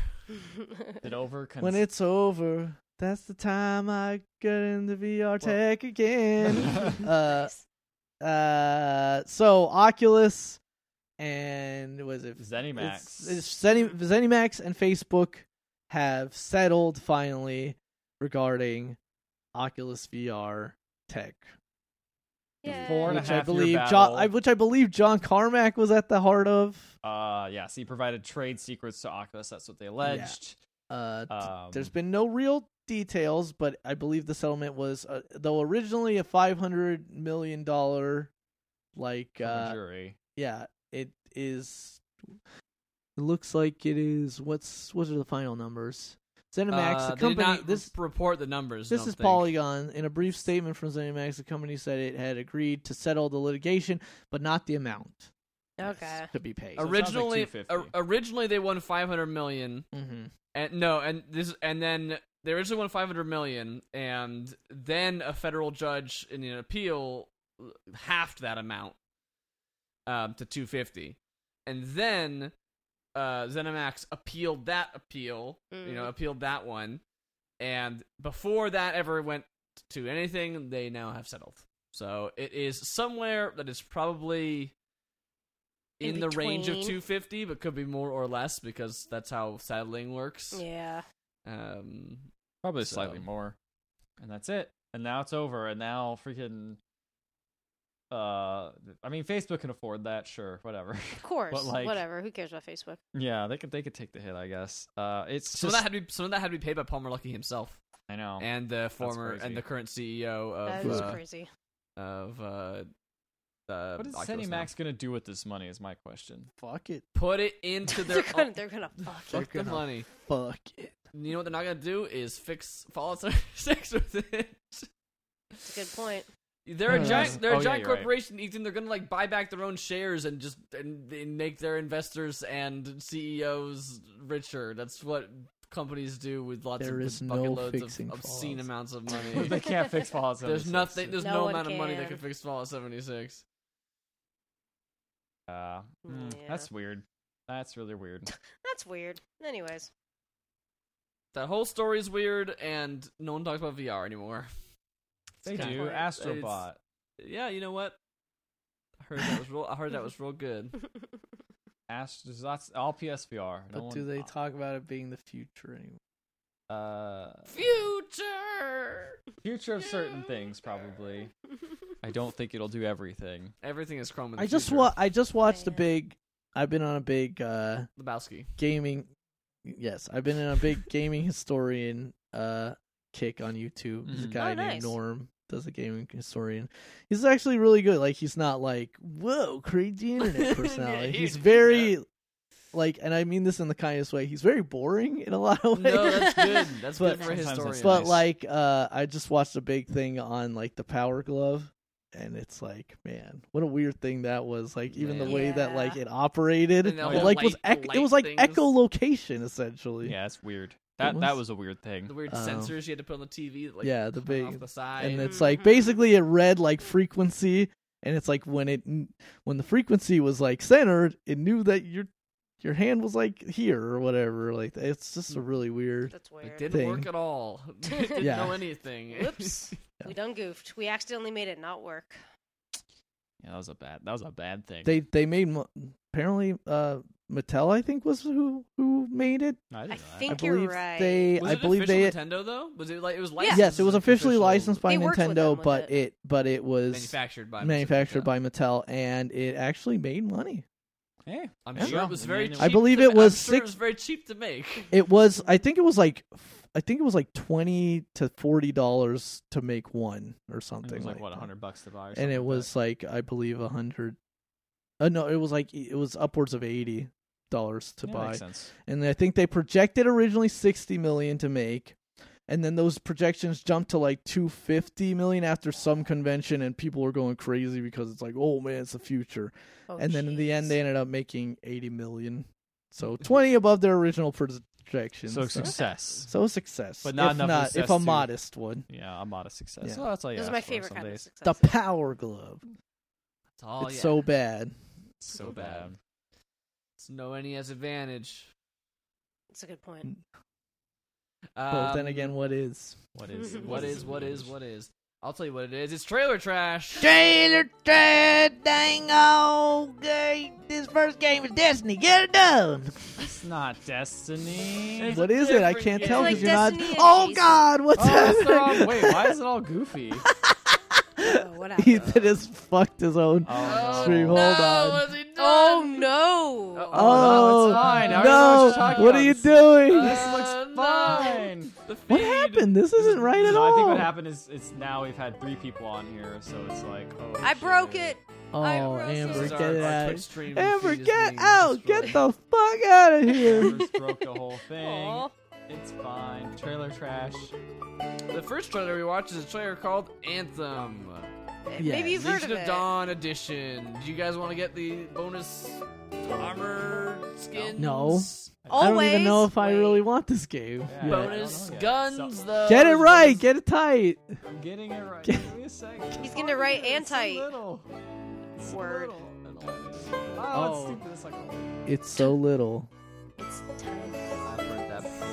S2: It over. Cons-
S3: when it's over, that's the time I get into VR tech again. uh,
S4: Nice.
S3: uh, so Oculus and was it
S2: ZeniMax.
S3: It's, it's Zeni, ZeniMax and Facebook have settled finally regarding Oculus VR tech.
S4: Yay.
S2: Four and a
S3: which I
S2: half year
S3: believe John,
S2: battle.
S3: I, which I believe John Carmack was at the heart of.
S2: uh, yes, he provided trade secrets to Oculus. That's what they alleged.
S3: Uh, t-
S2: Um,
S3: there's been no real details, but I believe the settlement was, uh, though originally a five hundred million dollar, like
S2: from the
S3: uh,
S2: jury.
S3: yeah, it is. It looks like it is. What's what are the final numbers?
S1: Uh,
S3: ZeniMax, the
S1: they did
S3: company.
S1: not
S3: this
S1: r- report the numbers.
S3: This
S1: don't
S3: is
S1: think.
S3: Polygon. In a brief statement from ZeniMax, the company said it had agreed to settle the litigation, but not the amount
S4: Okay.
S3: to be paid.
S2: sounds like
S1: Originally,
S2: 250.
S1: or- originally they won 500 million.
S3: hmm
S1: And no, and this and then they originally won 500 million, and then a federal judge in an appeal halved that amount um, to 250, and then uh, ZeniMax appealed that appeal, you know,
S4: Mm.
S1: appealed that one, and before that ever went to anything, they now have settled. So it is somewhere that is probably in,
S4: In
S1: the range of
S4: between.
S1: 250, but could be more or less because that's how saddling works.
S4: Yeah.
S1: Um,
S2: Probably
S1: So-
S2: slightly more. And that's it. And now it's over. And now freaking. Uh, I mean, Facebook can afford that, sure, whatever.
S4: Of course.
S2: But, like-
S4: Whatever. Who cares about Facebook?
S2: yeah, they could they could take the hit, I guess. Uh, it's
S1: some of
S2: just
S1: that had to be some of that had to be paid by Palmer Lucky himself
S2: I know.
S1: and the former
S2: crazy.
S1: and the current CEO
S4: That
S1: of
S4: is
S1: uh,
S4: crazy.
S1: of uh, uh,
S2: what is
S1: Oculus now.
S2: ZeniMax gonna do with this money? Is my question.
S3: Fuck it.
S1: Put it into
S4: They're
S1: their
S4: gonna,
S1: own,
S4: they're gonna fuck it.
S1: fuck the
S3: gonna-
S1: money.
S3: Fuck it.
S1: You know what they're not gonna do is fix Fallout 76 with it.
S4: That's a good point.
S1: They're a
S3: Uh,
S1: giant. They're
S2: oh,
S1: a
S2: yeah,
S1: giant
S2: you're right.
S1: corporation, Ethan. They're gonna like buy back their own shares and just and, and make their investors and CEOs richer. That's what companies do with lots
S3: There
S1: of
S3: is
S1: bucket
S3: no
S1: loads
S3: fixing
S1: of obscene
S3: Fallout.
S1: amounts of
S2: they
S1: money.
S2: can't fix Fallout.
S1: there's
S2: 76.
S1: nothing. There's
S4: No
S1: no,
S4: one
S1: amount of money that can
S4: can.
S1: fix Fallout 76.
S2: Uh, mm,
S4: Yeah.
S2: That's weird. That's really weird.
S4: That's weird. Anyways.
S1: That whole story is weird, and no one talks about VR anymore.
S2: They
S1: kinda
S2: do
S1: weird.
S2: Astrobot.
S1: Yeah, you know what? I heard that was real. I heard that was real good.
S2: Ast- that's all PSVR. No
S3: But do
S2: one-
S3: they talk about it being the future anymore?
S2: Uh,
S1: Future.
S2: future of certain things, probably. I don't think it'll do everything.
S1: Everything is Chrome. In the
S3: I just
S1: future.
S3: wa- I just watched a
S4: Man.
S3: big. I've been on a big uh
S1: Lebowski.
S3: gaming. Yes, I've been in a big gaming historian uh kick on YouTube. There's a
S1: Mm-hmm.
S2: Mhm.
S3: guy
S4: Oh,
S3: named
S4: nice.
S3: Norm does a gaming historian. He's actually really good. Like he's not like whoa crazy
S1: Yeah,
S3: internet personality.
S1: he-
S3: he's very like, and I mean this in the kindest way. He's very boring in a lot of ways.
S1: No, that's good. That's
S3: But-
S1: good for a
S2: Sometimes that's
S1: historian.
S3: But
S2: nice.
S3: like, uh, I just watched a big thing on like the Power Glove, and it's like, man, what a weird thing that was. Like, even
S1: Man.
S3: the way that like
S4: Yeah.
S3: it operated,
S1: And
S3: it,
S1: the
S2: whole
S3: like was
S1: light-
S3: ec-
S1: light
S3: it was like
S1: things.
S3: echolocation essentially.
S2: Yeah, it's weird. That
S3: was-
S2: that was a weird
S1: the
S2: thing.
S1: weird
S3: Um,
S1: sensors you had to put on the TV, that, like
S3: yeah, the
S1: come
S3: big-
S1: off the side,
S3: and
S4: it-
S3: it's like
S4: Mhm.
S3: basically it read like frequency, and it's like when it when the frequency was like centered, it knew that your your hand was like here or whatever. Like it's just a really weird.
S4: That's
S1: it
S4: weird.
S1: didn't
S3: thing.
S1: work at all. It didn't
S3: Yeah.
S1: know anything.
S4: Whoops. We done goofed. We accidentally made it not work.
S2: Yeah, that was a bad. That was a bad thing.
S3: They they made mo- apparently uh Mattel I think was who who made it.
S2: I, didn't
S4: I
S2: know that.
S4: think
S3: I
S4: you're
S3: believe
S4: right.
S3: they.
S1: Was
S3: I
S1: it
S3: believe
S1: official
S3: they.
S1: Nintendo though? Was it like it was
S4: Yeah.
S1: licensed?
S3: Yes, it was
S1: as
S3: officially
S1: official-
S3: licensed by
S4: They worked with them
S3: Nintendo,
S4: with
S3: but
S4: it.
S3: it. but it was
S1: manufactured by
S3: manufactured
S1: Nintendo.
S3: by Mattel, and it actually made money.
S2: Hey,
S1: I'm
S2: Yeah.
S1: sure it was
S2: Yeah.
S1: very.
S2: I
S1: Cheap
S3: believe
S1: to-
S3: it was
S1: I'm sure it
S3: six-
S1: was very cheap to make.
S3: It was. I think it was like. I think it was like twenty to forty dollars to make one or
S2: it
S3: something
S2: was like,
S3: like
S2: what
S3: that.
S2: hundred bucks to buy, or
S3: and
S2: something
S3: it
S2: like
S3: was like I believe a hundred. Uh, no, it was like it was upwards of eighty dollars to
S2: that. Yeah,
S3: buy,
S2: Makes sense.
S3: and I think they projected originally sixty million to make, and then those projections jumped to like 250 million after some convention and people were going crazy because it's like oh man it's the future
S4: Oh,
S3: and then in the end they
S4: jeez.
S3: ended up making 80 million so 20 above their original projections
S2: Mm-hmm. So success.
S3: so a success
S2: But not
S3: if
S2: enough
S3: not
S2: success
S3: if a
S2: to-
S3: modest one
S2: Yeah, a modest success.
S3: Yeah.
S2: Well, that's all you
S4: Those are
S2: ask
S4: my
S2: for
S4: favorite
S2: some
S4: kind of
S2: days.
S4: success.
S3: the power glove
S1: It's all
S3: it's
S1: Oh, yeah.
S3: so bad
S2: So bad.
S1: It's no NES advantage.
S4: That's a good point.
S1: Um,
S3: but then again what is
S2: What is?
S1: what is what is what is? I'll tell you what it is. It's trailer trash.
S5: Trailer trash, dang all game. This first game is Destiny. Get it done.
S2: It's not destiny.
S1: It's
S3: what
S1: a
S3: is it i
S1: different
S3: can't
S1: game.
S3: tell
S4: It's
S3: because you're not
S4: like Destiny and
S3: oh
S4: Jason.
S3: god what's
S2: Oh, it's the wrong-
S3: happening
S2: wait, why is it all goofy?
S4: Oh, what
S3: ethan
S4: happened?
S3: has fucked his own
S2: Oh,
S3: stream
S2: no.
S3: hold on
S1: he done?
S4: Oh no!
S2: Oh,
S3: Oh,
S2: it's fine. I already know what you're
S3: no!
S2: talking
S3: What
S2: about.
S3: are you doing?
S2: This
S1: Uh,
S2: looks
S1: no.
S2: fine.
S1: The
S3: what
S1: feed.
S3: happened? This isn't right at
S2: No,
S3: all.
S2: I think what happened is it's now we've had three people on here, so it's like oh,
S4: I
S2: shit.
S4: broke it.
S3: Oh,
S4: I was
S3: Amber,
S1: This
S4: so
S1: is
S3: get
S1: our-
S3: it
S1: our
S3: out!
S1: Twitch stream
S3: Amber,
S1: feed is
S3: get
S1: being
S3: out!
S1: destroyed.
S3: Get the fuck out of here!
S2: Bruce broke the whole thing.
S4: Aw.
S2: It's fine. Trailer trash.
S1: The first trailer we watched is a trailer called Anthem.
S3: Yes.
S4: Maybe you've heard
S1: Legion
S4: of
S1: of,
S4: it.
S1: Dawn edition. Do you guys want to get the bonus armor skins?
S3: No. I
S4: Always.
S3: don't even know if I
S4: wait.
S3: really want this game.
S2: Yeah,
S3: yet.
S2: I don't know
S1: Bonus
S2: yet.
S1: guns
S2: So-
S1: though.
S3: Get it
S1: Bonus-
S3: right! Get it tight!
S2: I'm getting it right. Give me a second.
S4: He's gonna write
S2: It's so
S4: anti.
S2: little. It's so
S4: Word.
S2: little. And all it is. Oh,
S3: Oh.
S2: it's stupid. It's like
S3: It's so little.
S4: It's time.
S1: I've heard that before.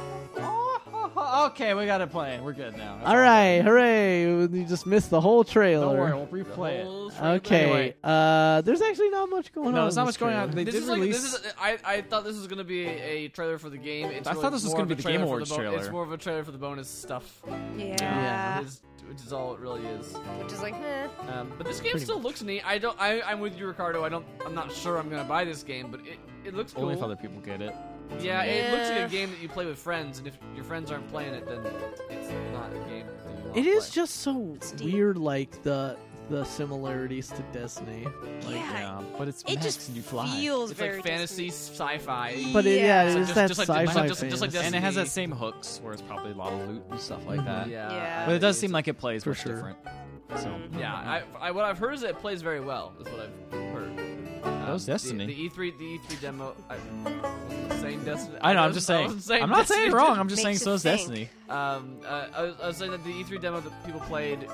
S2: oh, okay, we got it playing. We're good now. That's
S3: All right, hooray! You just missed the whole trailer.
S2: Don't worry, we'll
S1: The
S2: replay it.
S1: whole trailer.
S3: Okay.
S2: Anyway.
S3: Uh, there's actually not much going on.
S2: No, there's
S3: in
S2: not
S3: this
S2: much going on.
S3: trailer.
S2: They
S1: This
S2: did
S1: is like,
S2: release.
S1: this is I, I thought this was gonna be a trailer for the game. It's
S2: I
S1: really
S2: thought this was
S1: more
S2: gonna
S1: of
S2: be
S1: a
S2: the Game
S1: trailer for
S2: Awards
S1: bo-
S2: trailer.
S1: It's more of a trailer for the bonus stuff,
S4: Yeah.
S3: Yeah.
S1: which, is, which is all it really is.
S4: Which is like, eh.
S1: Um, but this game
S3: Pretty
S1: still looks neat. I don't. I, I'm with you, Ricardo. I don't. I'm not sure I'm gonna buy this game, but it, it looks cool.
S2: Only if other people get it.
S1: yeah, it looks like
S4: Yeah.
S1: a game that you play with friends, and if your friends aren't playing it, then it's not a game. That you wanna
S3: It is
S1: play.
S3: just so
S4: deep.
S3: weird, like the the similarities to Destiny. Like,
S4: yeah.
S2: Yeah, but it's
S4: It
S2: Max
S4: just
S2: and you fly.
S4: feels
S1: It's
S4: very
S1: like fantasy
S4: Disney.
S1: sci-fi.
S3: But it, yeah,
S4: Yeah.
S3: it
S4: So
S3: is
S1: just-
S3: that
S1: just like-
S3: sci-fi
S1: just- just- just like
S3: fantasy.
S2: and it has
S1: Destiny. Mm-hmm.
S2: that same hooks where it's probably a lot of loot and stuff like that.
S1: Yeah,
S4: Yeah.
S2: But it does seem like it plays
S3: For
S2: much
S3: sure.
S2: different. So
S1: Yeah, I, I, what I've heard is that it plays very well. Is what I've heard. Um,
S2: was Destiny.
S1: The, the E3, the E3 demo. I wasn't saying Destiny.
S2: I know.
S1: I
S2: I'm
S1: was-
S2: just
S1: I
S2: saying.
S1: wasn't saying
S2: I'm not saying it
S1: Destiny.
S2: wrong. I'm just
S4: Makes
S2: saying
S4: you
S2: so is
S4: think.
S2: Destiny.
S1: Um, uh, I, was, I was saying that the E3 demo that people played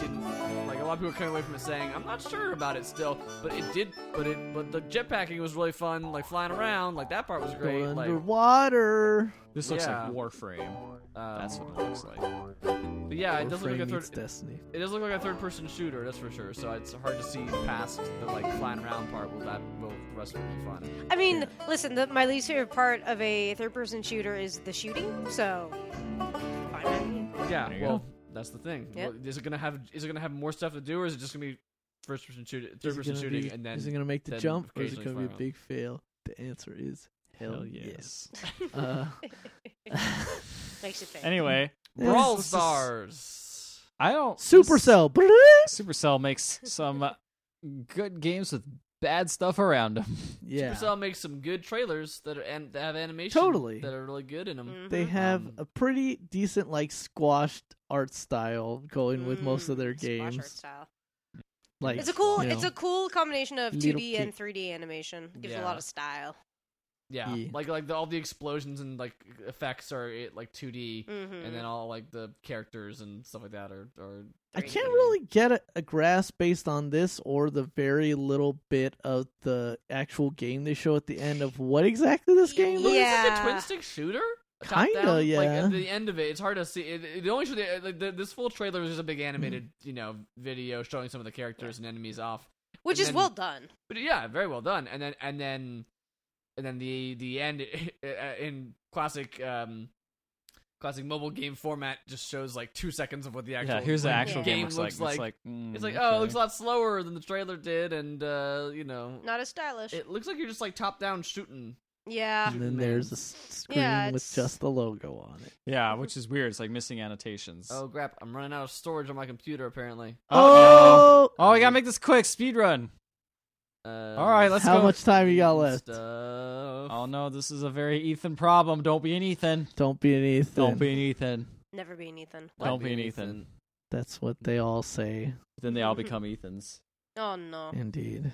S1: didn't like a lot of people came away from it saying I'm not sure about it still, but it did. But it but the jetpacking was really fun, like flying around, like that part was great.
S3: Go
S1: Like
S3: underwater.
S2: This looks
S1: Yeah.
S2: like Warframe.
S1: um,
S2: That's what it looks like.
S1: But yeah, it does look
S3: Warframe
S1: like a
S3: meets
S1: third.
S3: Destiny.
S1: It does look like a third-person shooter, that's for sure. So it's hard to see past the like flying around part. Will that will the rest will be fun?
S4: I mean, listen, the, my least favorite part of a third person shooter is the shooting, so. Fine by me.
S1: Yeah,
S2: There you
S1: well, that's the thing.
S4: Yeah.
S1: Well, is it gonna have is it gonna have more stuff to do, or is it just gonna be first person shooting,
S3: Is
S1: third
S3: it
S1: person
S3: gonna
S1: shooting,
S3: be-
S1: and then
S3: is it gonna make the
S1: then
S3: jump or is it
S1: occasionally
S3: gonna be a
S1: fly around?
S3: big fail? The answer is hell, yes. Uh,
S4: Makes you think.
S2: Anyway,
S1: Brawl
S2: This is-
S1: Stars?
S2: I don't.
S3: Supercell. Blah!
S2: Supercell makes some good games with bad stuff around them.
S3: Yeah,
S1: Supercell makes some good trailers that are and that have animation
S3: Totally.
S1: that are really good in them.
S3: they
S4: Mhm.
S3: have
S1: Um,
S3: a pretty decent like squashed art style going with most of
S4: Mm,
S3: their
S4: squash art
S3: games.
S4: style.
S3: Like
S4: It's a cool.
S3: you
S4: It's
S3: know.
S4: a cool combination of
S3: Little
S4: 2D
S3: ki-
S4: and 3D animation. Gives you a
S1: Yeah.
S4: lot of style.
S1: Yeah,
S3: Yeah.
S1: like like the, all the explosions and like effects are eh, like 2D,
S4: Mm-hmm.
S1: and then all like the characters and stuff like that are are.
S3: I
S1: great.
S3: can't really get a, a grasp based on this or the very little bit of the actual game they show at the end of what exactly this
S4: Y-
S3: game
S1: Look,
S3: is.
S1: it's like a
S4: Yeah.
S1: twin stick shooter. Top
S3: Kinda,
S1: down. Like
S3: yeah.
S1: at the end of it, it's hard to see. It, it- the only show they, like, the, this full trailer is just a
S3: Mm-hmm.
S1: big animated, you know, video showing some of the characters and enemies off.
S4: Which
S1: and
S4: is
S1: then-
S4: well done.
S1: But yeah, very well done. And then and then and then the the end uh, in classic um classic mobile game format just shows like two seconds of what the actual
S2: yeah, here's the
S1: like,
S2: actual
S4: Yeah.
S2: game,
S1: game
S2: looks,
S1: looks
S2: like.
S1: like.
S2: It's like, mm,
S1: It's like
S2: okay.
S1: oh, it looks a lot slower than the trailer did, and uh, you know,
S4: Not as stylish.
S1: it looks like you're just like top down shooting.
S4: yeah.
S3: And
S1: Man.
S3: then there's a s- screen
S4: Yeah,
S3: with
S4: it's-
S3: just the logo on it.
S2: Yeah, which is weird. It's like missing annotations.
S1: Oh crap! I'm running out of storage on my computer apparently.
S2: Uh-oh.
S3: Oh!
S2: Oh, we gotta make this quick. Speed run.
S1: Uh,
S2: All right, let's
S3: How
S2: go.
S3: much time you got left?
S1: Stuff.
S2: Oh no, this is a very Ethan problem. Don't be an Ethan.
S3: Don't be an Ethan.
S2: Don't be an Ethan.
S4: Never be an Ethan.
S1: Might
S2: don't
S1: be
S2: be an
S1: Ethan.
S3: That's what they all say.
S2: Then they all become Ethans.
S4: Oh no.
S3: Indeed.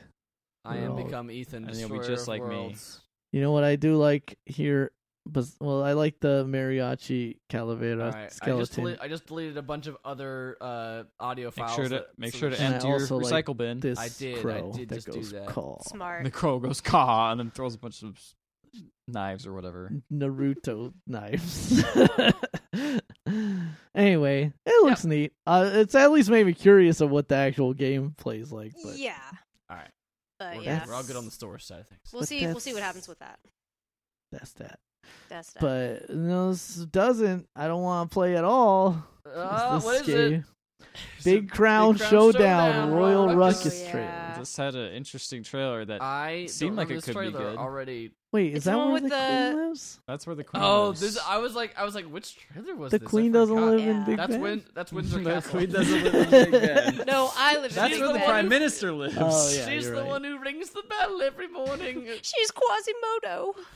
S1: I am
S3: No.
S1: become Ethan.
S2: And you'll be
S1: destroyer
S2: just
S1: of
S2: like me.
S1: worlds.
S3: You know what I do like here? But well, I like the mariachi calavera
S1: All right, I just,
S3: skeleton.
S1: dele- I just deleted a bunch of other uh, audio
S2: Make
S1: files.
S2: sure to
S1: that-
S2: make
S1: so
S2: sure
S1: that-
S2: to
S3: And I
S2: empty your
S3: also like
S2: recycle bin.
S3: this
S1: I did- I
S3: crow
S1: did
S3: that
S1: just do
S3: goes
S1: that.
S2: And
S3: caw.
S2: the
S4: Smart.
S2: crow goes caw and then throws a bunch of s- knives or
S1: Uh,
S2: whatever.
S3: Naruto knives. anyway, it looks neat. Uh, it's at least made me curious of what the actual game plays like. But
S4: Yeah.
S1: All right,
S4: But
S1: we're,
S4: yeah.
S1: we're all good on the store side of things.
S4: We'll
S3: But
S4: see. We'll see what
S3: that's-
S4: happens with that.
S3: that's that.
S4: That's that.
S3: But no, this doesn't. I don't want to play at all.
S1: Uh,
S3: This
S1: what is
S3: game.
S1: it?
S3: Big Crown,
S1: Crown
S3: Showdown,
S1: Showdown,
S3: Royal
S1: Royal
S3: Ruckus,
S1: Ruckus.
S4: Oh, yeah.
S3: trailer.
S2: This had an interesting trailer that
S1: I
S2: Seemed
S1: don't
S2: like it
S1: remember this
S2: could be
S1: trailer
S2: good.
S1: already.
S3: Wait, is
S4: It's the
S3: that
S4: one
S3: where the,
S4: with
S3: queen
S4: the-
S3: lives?
S2: that's where the queen.
S1: Oh,
S2: lives.
S1: this I was like, I was like, which trailer was
S3: The
S1: this? I
S3: queen doesn't
S1: forgot.
S3: live in
S4: Yeah.
S3: Big
S1: That's
S3: Ben?
S1: when. That's Windsor
S2: The
S1: Castle.
S2: queen doesn't live in Big Ben.
S4: no, I live in
S2: That's
S4: Big
S2: where the
S4: Ben.
S2: prime minister lives.
S3: Oh, yeah.
S1: She's
S3: you're
S1: the
S3: right.
S1: one who rings the bell every morning.
S4: She's Quasimodo.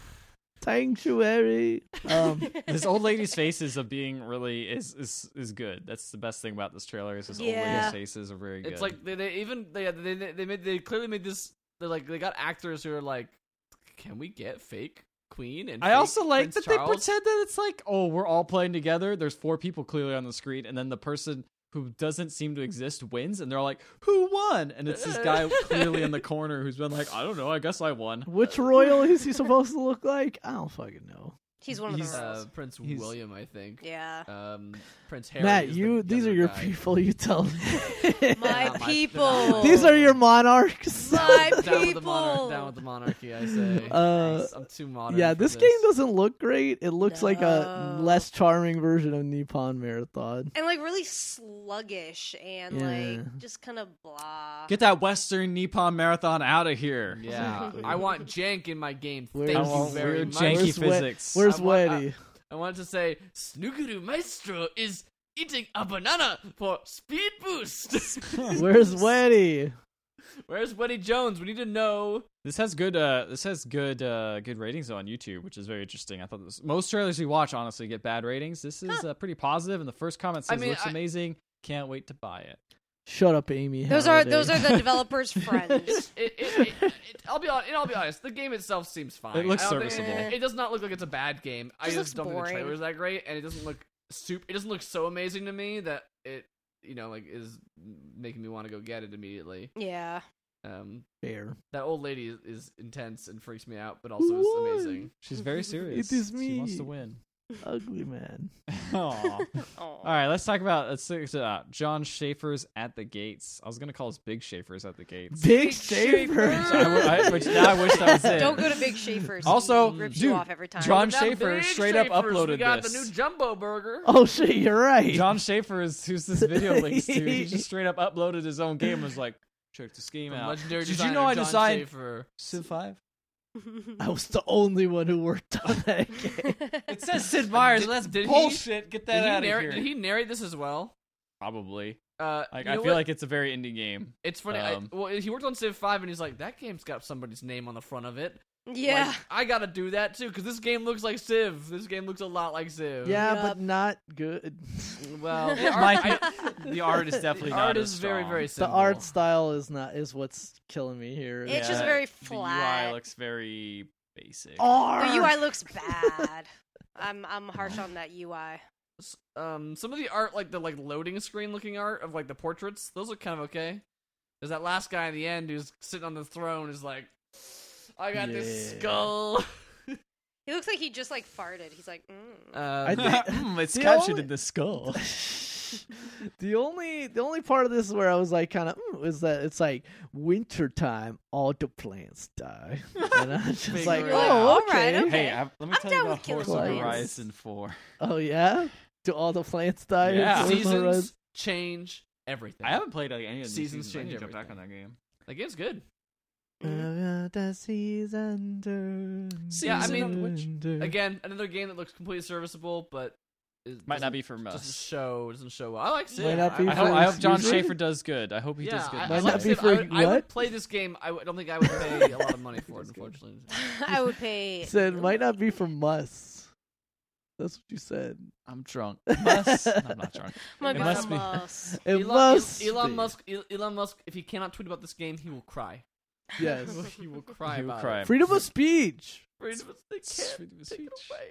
S3: Sanctuary. Um,
S2: This old lady's faces of being really is is is good. That's the best thing about this trailer is this old
S4: Yeah.
S2: lady's faces are very good.
S1: it's like they, they even they, they they made they clearly made this. They're like they got actors who are like, can we get fake queen and
S2: I
S1: fake
S2: also like
S1: Prince
S2: that they
S1: Charles?"
S2: pretend that it's like, oh, we're all playing together. There's four people clearly on the screen, and then the person who doesn't seem to exist wins, and they're like, who won? And it's this guy clearly in the corner who's been like, I don't know, I guess I won.
S3: which royal is he supposed to look like? I don't fucking know.
S4: He's one of
S2: He's,
S4: the royals.
S1: Uh, Prince
S2: He's-
S1: William, I think.
S4: yeah.
S1: Um, Prince Harry.
S3: Matt,
S1: is the
S3: you these
S1: younger
S3: are your
S1: guy.
S3: people. You tell me.
S1: They're
S4: My
S1: not my- they're
S4: people.
S1: not-
S3: these are your monarchs.
S4: my
S1: Down with the monarch. Down with
S4: people.
S1: the monarchy. I say.
S3: Uh,
S1: Nice. I'm too modern. for
S3: yeah, this game doesn't look great. It looks like a
S4: No.
S3: less charming version of Nippon Marathon.
S4: And like really sluggish and
S3: Yeah.
S4: like just kind of blah.
S2: Get that Western Nippon Marathon out of here.
S1: Yeah,
S3: Exactly.
S1: I want jank in my game.
S3: Where's-
S1: Thank
S2: I
S1: you
S2: want
S1: very
S2: weird
S1: much.
S2: janky
S3: Where's Wed-
S2: physics.
S3: Where's
S1: I want-
S3: Weddy?
S1: I wanted to say, Snooguru Maestro is eating a banana for speed boost.
S3: Where's Weddy?
S1: Where's Weddy Jones? We need to know.
S2: This has good uh this has good uh good ratings on YouTube, which is very interesting. I thought this, most trailers we watch honestly get bad ratings. This is uh, pretty positive and the first comment
S1: I
S2: says
S1: mean,
S2: looks
S1: I-
S2: amazing. Can't wait to buy it.
S3: Shut up, Amy.
S4: those are
S3: Halliday.
S4: those are the developers' friends.
S1: It, it, it, it, I'll be honest. I'll be honest. The game itself seems fine.
S2: It looks
S1: I don't think-
S2: serviceable.
S1: it does not look like it's a bad game. I just
S4: Just looks
S1: don't think the
S4: boring.
S1: trailer is that great, and it doesn't look super. It doesn't look so amazing to me that it, you know, like is making me want to go get it immediately.
S4: Yeah.
S1: Um,
S3: fair.
S1: that old lady is, is intense and freaks me out, but also is
S3: What?
S1: amazing.
S2: She's very serious.
S3: is
S2: She wants
S3: me.
S2: to win.
S3: Ugly man.
S2: Aw. All
S4: Oh.
S2: right, let's talk about let's talk about John Schaefer's at the gates. I was gonna call us Big Schaefer's at the gates.
S3: Big
S4: Big
S3: Shaver.
S4: Shaver.
S2: So I w- I- which now I wish that was it.
S4: Don't go to Big Schaefer's.
S2: Also,
S4: he rips
S2: dude,
S4: you off every time.
S2: John
S1: Now,
S2: Schaefer
S1: Big
S2: straight up
S1: Schaefer's,
S2: uploaded
S1: We got
S2: this.
S1: the new jumbo burger.
S3: Oh shit, you're right.
S2: John Schaefer is who's this video links to. He just straight up uploaded his own game. and Was like, check the scheme
S1: From
S2: out.
S1: legendary
S2: Did you
S1: designer
S2: know I
S1: John
S2: designed
S1: Schaefer.
S2: Civ Five?
S3: I was the only one who worked on that game.
S2: It says Sid Meier's.
S1: Did-
S2: That's
S1: did he-
S2: bullshit.
S1: Did
S2: Get that
S1: he,
S2: out of
S1: narr-
S2: here.
S1: did he narrate this as well?
S2: Probably.
S1: Uh,
S2: Like,
S1: you
S2: I
S1: know
S2: feel
S1: what?
S2: like it's a very indie game.
S1: it's funny.
S2: um,
S1: I, well, he worked on Civ Five, and he's like, that game's got somebody's name on the front of it.
S4: yeah.
S1: Like, I gotta do that too because this game looks like Civ. This game looks a lot like Civ.
S3: Yeah,
S4: Yup.
S3: but not good.
S1: Well, the
S4: It
S1: art,
S2: Mike,
S1: I-
S2: the art is definitely
S1: the
S2: not
S1: art
S2: as
S1: is very,
S2: strong.
S1: very
S3: the
S1: simple.
S3: art style is not is what's killing me here.
S4: It's just
S2: Yeah,
S4: very
S2: The
S4: flat.
S2: UI looks very basic.
S3: R.
S4: The UI looks bad. I'm I'm harsh on that UI.
S1: S- Um, some of the art, like the like loading screen looking art of like the portraits, those look kind of okay. There's that last guy in the end who's sitting on the throne is like, I got this
S3: Yeah.
S1: skull.
S4: He looks like he just like farted. He's like, mm.
S1: Um,
S3: think-
S2: Mm, it's
S3: the
S2: captured
S3: only-
S2: in the skull.
S3: the only the only part of this where I was like kind of mm, is that it's like wintertime, all the plants die, and I'm just
S1: Big
S3: like,
S1: red.
S3: oh
S4: All
S3: okay,
S4: right, okay.
S2: Hey, I, let me
S4: I'm
S2: tell
S4: down
S2: you about
S4: with killing
S2: Forza
S3: plants.
S2: Horizon 4.
S3: oh yeah, do all the plants die? in
S2: Yeah.
S3: Forza Horizon?
S1: Seasons change everything.
S2: I haven't played like, any of these
S1: Seasons
S2: seasons. I need
S1: change
S2: to get back on that
S1: everything.
S2: game.
S1: That game's good.
S3: Uh, the season turns
S1: Yeah, I mean,
S3: under.
S1: Again, another game that looks completely serviceable, but it
S2: Might not
S1: doesn't-
S2: be for
S1: Doesn't
S2: us.
S1: show doesn't show well. I like Sid.
S3: not be
S1: I,
S2: I
S1: I
S2: hope,
S1: like-
S2: I hope John
S3: Usually-
S2: Schaefer does good. I hope he does
S1: yeah,
S2: good.
S1: I,
S2: in
S1: I
S3: Might
S2: this
S1: like
S3: not
S2: game.
S3: be
S1: Sid. I would, I would
S3: what?
S1: play this game. I would- I don't think I would pay a lot of money for it, unfortunately.
S4: I would pay.
S3: Said might not be from us. That's what you said.
S2: I'm drunk. Must- no, I'm not drunk.
S4: My
S2: It
S4: God,
S2: must be-
S4: Musk.
S3: It
S1: Elon,
S3: must
S1: Elon
S3: be.
S1: Musk. El- Elon Musk. If he cannot tweet about this game, he will cry.
S3: Yes.
S1: he will cry.
S2: He will
S1: about
S2: cry.
S1: It.
S3: Freedom of speech.
S1: Freedom of- they can't
S2: Freedom of
S1: take it
S2: speech.
S1: away.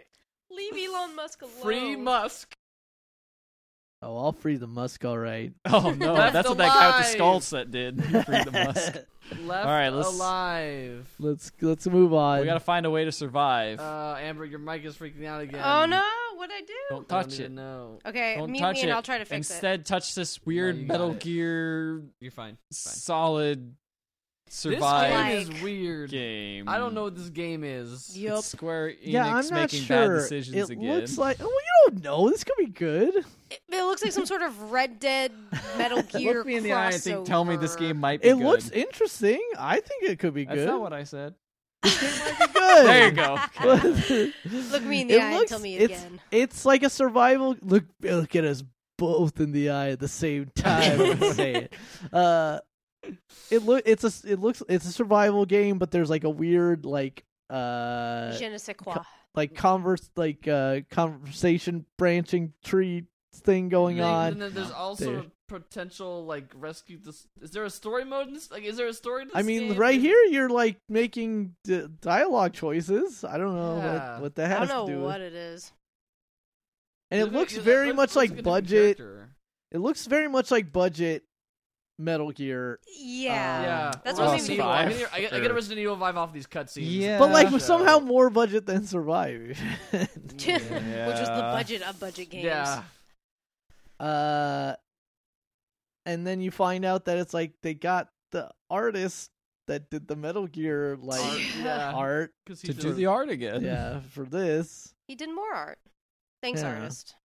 S4: Leave Elon Musk alone.
S1: Free Musk.
S3: Oh, I'll free the Musk, all right.
S2: Oh no,
S1: Left
S2: that's, what that guy with
S1: alive.
S2: the skull set did. He freed the Musk.
S1: Left
S2: All right, let's-
S1: alive.
S3: Let's let's move on.
S2: We gotta find a way to survive.
S1: Uh, Amber, your mic is freaking out again.
S4: Oh no! What'd I do?
S1: I
S2: Don't
S1: don't
S2: touch it.
S1: even know.
S4: okay,
S2: Don't
S4: meet
S2: touch
S4: me and
S2: it.
S4: I'll try to fix it.
S2: Instead, touch this
S1: No,
S2: weird
S1: you got
S2: Metal
S1: it.
S2: Gear
S1: You're fine. Fine.
S2: solid
S1: This
S2: survive
S4: Like-
S1: game is weird.
S2: game.
S1: I don't know what this game is.
S4: Yup.
S2: It's Square Enix
S3: yeah, I'm not
S2: making
S3: sure.
S2: bad decisions
S3: it
S2: again.
S3: looks like. Oh, you don't know. This could be good.
S4: It, it looks like some sort of Red Dead Metal Gear
S2: Look me in the eye and think, tell me this
S4: crossover.
S2: game might be
S3: It
S2: good.
S3: looks interesting. I think it could be
S2: That's
S3: good.
S2: not what I said.
S3: good.
S2: There you go.
S4: Look me in the
S3: It
S4: eye
S3: looks-
S4: and tell me
S3: it's-
S4: again.
S3: It's like a survival. Look, look at us both in the eye at the same time. and say it. Uh, it look. It's a. It looks. It's a survival game, but there's like a weird like uh
S4: Je ne sais quoi.
S3: like converse like uh conversation branching tree thing going
S1: Thing-
S3: on.
S1: And then there's also
S3: There.
S1: a potential like rescue. This is there a story mode? In this? Like, is there a story? To this
S3: I mean,
S1: game?
S3: right here you're like making d- dialogue choices. I don't know
S1: Yeah.
S3: what, what that
S4: I
S3: has
S4: don't know
S3: to do. with-
S4: what it is.
S2: Uh,
S3: And it
S1: Look at-
S3: looks
S1: look-
S3: very
S1: look- looks
S3: much like
S1: a different
S3: budget.
S1: character.
S3: It looks very much like budget Metal Gear
S4: Yeah.
S3: Um,
S1: yeah,
S4: That's
S1: or
S2: what I
S1: Resident
S2: mean.
S1: Evil. I, mean,
S2: Survive.
S1: I, get, I get a Resident Evil vibe off these cutscenes.
S2: Yeah.
S3: But like
S2: Uh,
S1: So-
S3: somehow more budget than Survive.
S4: Which was the
S2: Yeah.
S4: budget of budget games.
S1: Yeah,
S3: uh, and then you find out that it's like they got the artist that did the Metal Gear like
S4: Yeah.
S3: art,
S1: Because
S2: to do the art again.
S3: yeah, for this.
S4: He did more art. Thanks,
S3: Yeah.
S4: artist.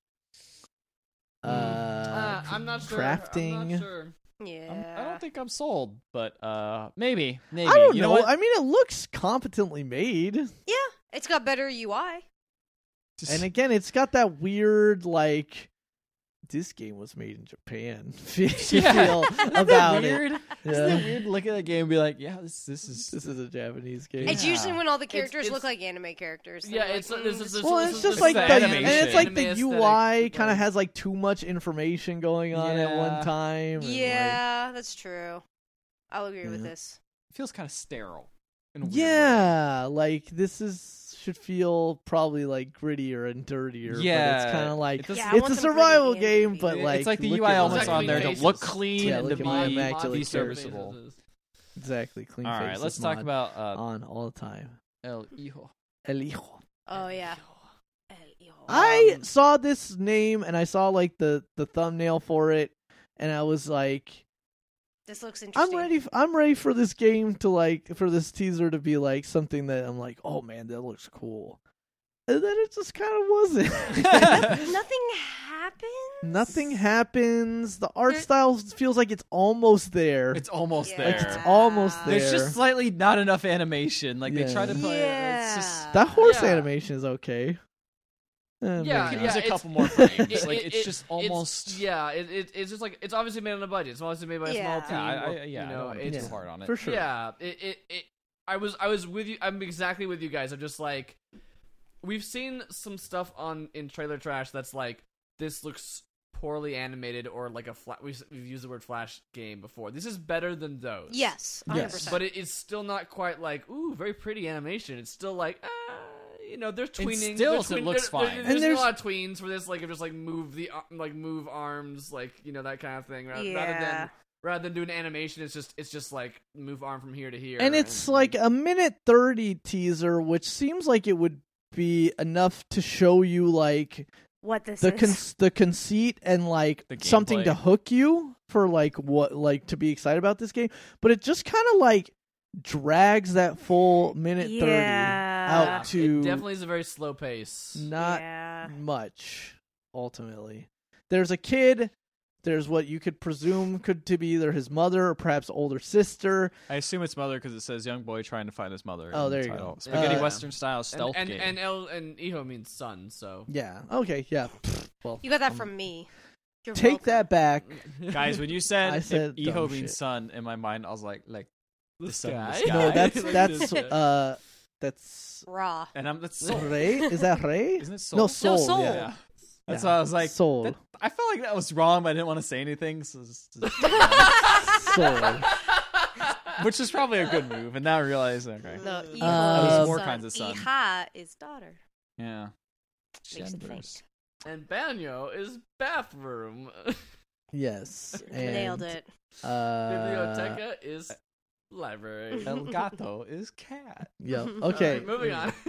S3: Uh,
S1: Uh, I'm not sure.
S3: crafting.
S1: I'm not sure.
S4: Yeah.
S2: I'm, I don't think I'm sold, but uh, maybe, maybe.
S3: I don't
S2: you
S3: know.
S2: What?
S3: I mean, it looks competently made, and
S4: yeah. It's got better UI.
S3: again, it's got that weird like this game was made in Japan feel about it.
S2: weird? Isn't
S3: Yeah.
S2: it weird? to Look at that game and be like, yeah, this this is
S3: This is a Japanese game.
S4: It's usually when all the characters
S1: it's-
S4: look like anime characters.
S1: Yeah,
S4: They're like,
S1: it's
S4: mm,
S1: this is
S4: this-
S1: this-
S3: Well,
S1: this
S3: it's
S1: is-
S3: just
S1: this
S3: like
S1: is
S3: the,
S2: animation.
S3: and it's like the
S1: anime
S3: UI
S1: aesthetic,
S3: kind of
S1: like-
S3: has like too much information going on at
S2: Yeah.
S3: one time. and, like-
S4: Yeah, that's true. I'll agree with
S3: Yeah.
S4: this.
S2: feels kind of sterile. in a weird way.
S3: yeah, like this is should feel probably like grittier and dirtier. but
S2: Yeah.
S3: it's kind of like
S2: It does-
S4: Yeah, I
S3: it's
S4: want
S3: a
S4: some
S3: survival
S4: gritty in
S3: game,
S4: the
S3: but
S2: It-
S3: like
S2: it's like the
S3: look
S2: UI
S3: at
S2: elements
S3: my-
S2: on there to
S1: faces.
S2: look clean
S3: Yeah,
S2: and to
S3: look
S2: be,
S3: at my
S2: be
S3: immaculate
S2: serviceable.
S1: All
S3: exactly clean.
S2: All right,
S3: faces
S2: let's talk
S3: mod
S2: about Um, uh,
S3: on all the time.
S2: El Hijo.
S3: El Hijo.
S4: Oh yeah. Eh,
S3: I
S1: Um,
S3: saw this name and I saw like the the thumbnail for it, and I was like.
S4: This looks interesting.
S3: I'm ready. f- I'm ready for this game to like for this teaser to be like something that I'm like, oh man, that looks cool, and then it just kind of wasn't.
S4: Nothing happens.
S3: Nothing happens. The art
S4: There-
S3: style feels like it's almost there.
S2: It's almost
S4: Yeah.
S2: there.
S3: like it's almost there.
S2: There's just slightly not enough animation. Like they try to play.
S4: Yeah.
S2: It's just
S3: that horse
S1: Yeah.
S3: animation is okay. Eh,
S1: Yeah,
S3: maybe
S2: could
S3: not.
S2: use a
S1: it's-
S2: couple more frames. like it's just almost.
S1: yeah, it, it, it's just like it's obviously made on a budget. It's obviously made by a small
S4: Yeah.
S1: team.
S2: Yeah, I, I,
S1: or,
S2: yeah. I
S1: you
S2: don't
S1: know,
S2: wanna be
S1: it's
S2: too hard on it.
S3: for sure.
S1: Yeah, it, it, it I was I was with you. I'm exactly with you guys. I'm just like, we've seen some stuff on in trailer trash that's like this looks poorly animated or like a flat. We've, we've used the word flash game before. This is better than those.
S4: Yes, 100%.
S3: Yes.
S1: but it is still not quite like ooh, very pretty animation. It's still like. ah, you know they're tweening.
S2: still,
S1: they're
S2: it
S1: tween-
S2: looks
S1: they're- they're-
S2: fine.
S1: There's,
S2: And
S3: there's-
S1: a lot of tweens where this like just like move the ar- like move arms like you know that kind of thing rather, rather
S4: Yeah.
S1: than rather than doing animation. It's just it's just like move arm from here to here.
S3: and it's like a minute 30 teaser which seems like it would be enough to show you like
S4: what this
S3: the
S4: is.
S3: con- the conceit and like
S2: The
S3: something to
S2: gameplay.
S3: hook you for like what like to be excited about this game, but it just kind of like drags that full minute thirty
S4: yeah.
S3: out to
S1: it definitely is a very slow pace.
S3: not
S4: Yeah.
S3: much ultimately. There's a kid. There's what you could presume could to be either his mother or perhaps older sister.
S2: I assume it's mother because it says young boy trying to find his mother.
S3: Oh,
S2: in the
S3: there you go.
S2: title. Spaghetti
S3: Uh,
S2: Western style
S1: and
S2: stealth
S1: and,
S2: game.
S1: and El and Iho means son, so
S3: Yeah. Okay. Yeah. Pfft. Well,
S4: You got that
S3: um,
S4: from me. You're
S3: Take that back.
S2: Guys, when you said,
S3: I
S2: I
S3: said dumb
S2: Iho being
S3: shit.
S2: son, in my mind, I was like, like,
S1: This
S2: The sun
S1: guy.
S2: in the
S3: No,
S2: sky.
S3: that's
S1: Like
S3: that's
S1: this guy.
S3: uh that's
S4: raw.
S2: and I'm that's soul.
S3: Ray. Is that Ray?
S2: Isn't it soul?
S3: No, Soul.
S4: Soul.
S3: Yeah.
S2: Yeah. That's
S3: Yeah.
S2: why I was like,
S3: Soul.
S2: that- I felt like that was wrong, but I didn't want to say anything, so it's just-
S3: Soul.
S2: which is probably a good move. And now I realize, okay,
S4: No, Iho
S3: Uh,
S4: is
S3: There's
S2: more
S4: son.
S2: kinds of son.
S4: Iha is daughter.
S2: yeah,
S4: Makes you think.
S2: Genders.
S1: and banyo is bathroom.
S3: Yes. And,
S4: Nailed it.
S3: Uh,
S1: Biblioteca is library.
S2: El gato is cat.
S3: yep.
S4: All
S1: All
S3: Okay.
S1: right, moving on.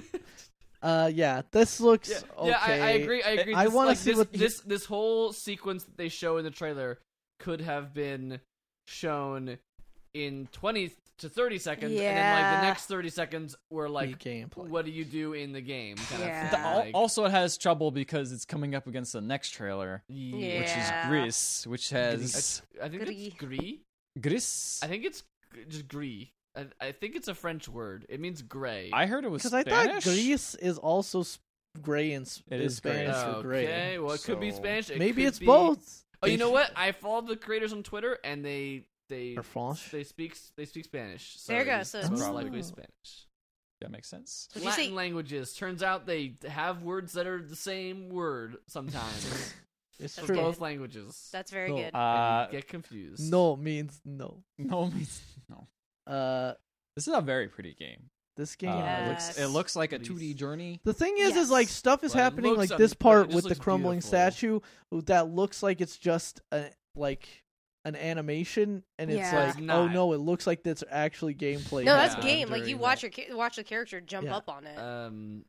S3: Uh, yeah. This looks
S1: yeah,
S3: okay.
S1: yeah, I, I agree. I agree.
S3: I
S1: This-
S3: wanna
S1: like,
S3: see
S1: this,
S3: what he-
S1: this this whole sequence that they show in the trailer could have been shown in twenty to thirty seconds, and then like
S4: Yeah.
S1: the next thirty seconds were
S3: Like
S1: like,
S3: gameplay.
S1: "What do you do in the game?" Kind
S4: Yeah.
S1: of
S2: The-
S1: thing.
S2: al-
S1: Like,
S2: also, it has trouble because it's coming up against the next trailer,
S1: yeah.
S2: which is
S4: Yeah.
S2: Gris, which has
S1: I, I think it's gris.
S2: Gris.
S1: I think it's g- just gris. I, I think it's a French word. It means gray.
S2: I heard it was
S3: Because I
S2: Spanish.
S3: thought Greece is is also gray and
S2: It
S3: is
S2: is gray.
S3: Spanish for gray.
S1: Okay, well, it could be
S2: Oh, So-
S1: Spanish. it
S3: Maybe
S1: could
S3: it's
S1: be-
S3: both.
S1: Oh, you know what? I follow the creators on Twitter, and they they
S3: Or French.
S1: they speak they speak Spanish. So
S4: There you
S1: it
S4: go,
S1: is
S4: so
S1: most
S3: it's-
S1: likely
S3: Oh.
S1: Spanish.
S2: that makes sense.
S4: Would you
S1: Latin
S4: say-
S1: languages. Turns out they have words that are the same word sometimes
S3: It's
S1: for
S4: That's
S3: true.
S1: both languages.
S4: That's very
S3: No.
S4: good.
S1: And
S2: Uh,
S1: you get confused.
S3: No means no.
S2: no, means- no.
S3: Uh,
S2: This is a very pretty game.
S3: this
S2: Uh,
S3: game.
S2: it
S4: Yeah.
S3: looks-
S2: looks, it
S4: Yes.
S2: looks like a
S1: Please.
S2: 2D journey.
S3: The thing is, is like
S4: Yes.
S3: stuff is
S1: Well, it
S3: happening.
S1: looks
S3: Like
S1: un-
S3: this part
S1: it just
S3: with the
S1: looks
S3: crumbling
S1: beautiful.
S3: statue that looks like it's just a, like an animation, and it's
S4: Yeah.
S1: It's
S3: like, oh
S1: not.
S3: no, it looks like that's actually gameplay.
S4: no, that's
S1: Yeah.
S4: game. Like you
S3: during
S4: watch
S3: that.
S4: your ki- watch the character jump
S3: Yeah.
S4: up on it.
S1: Um.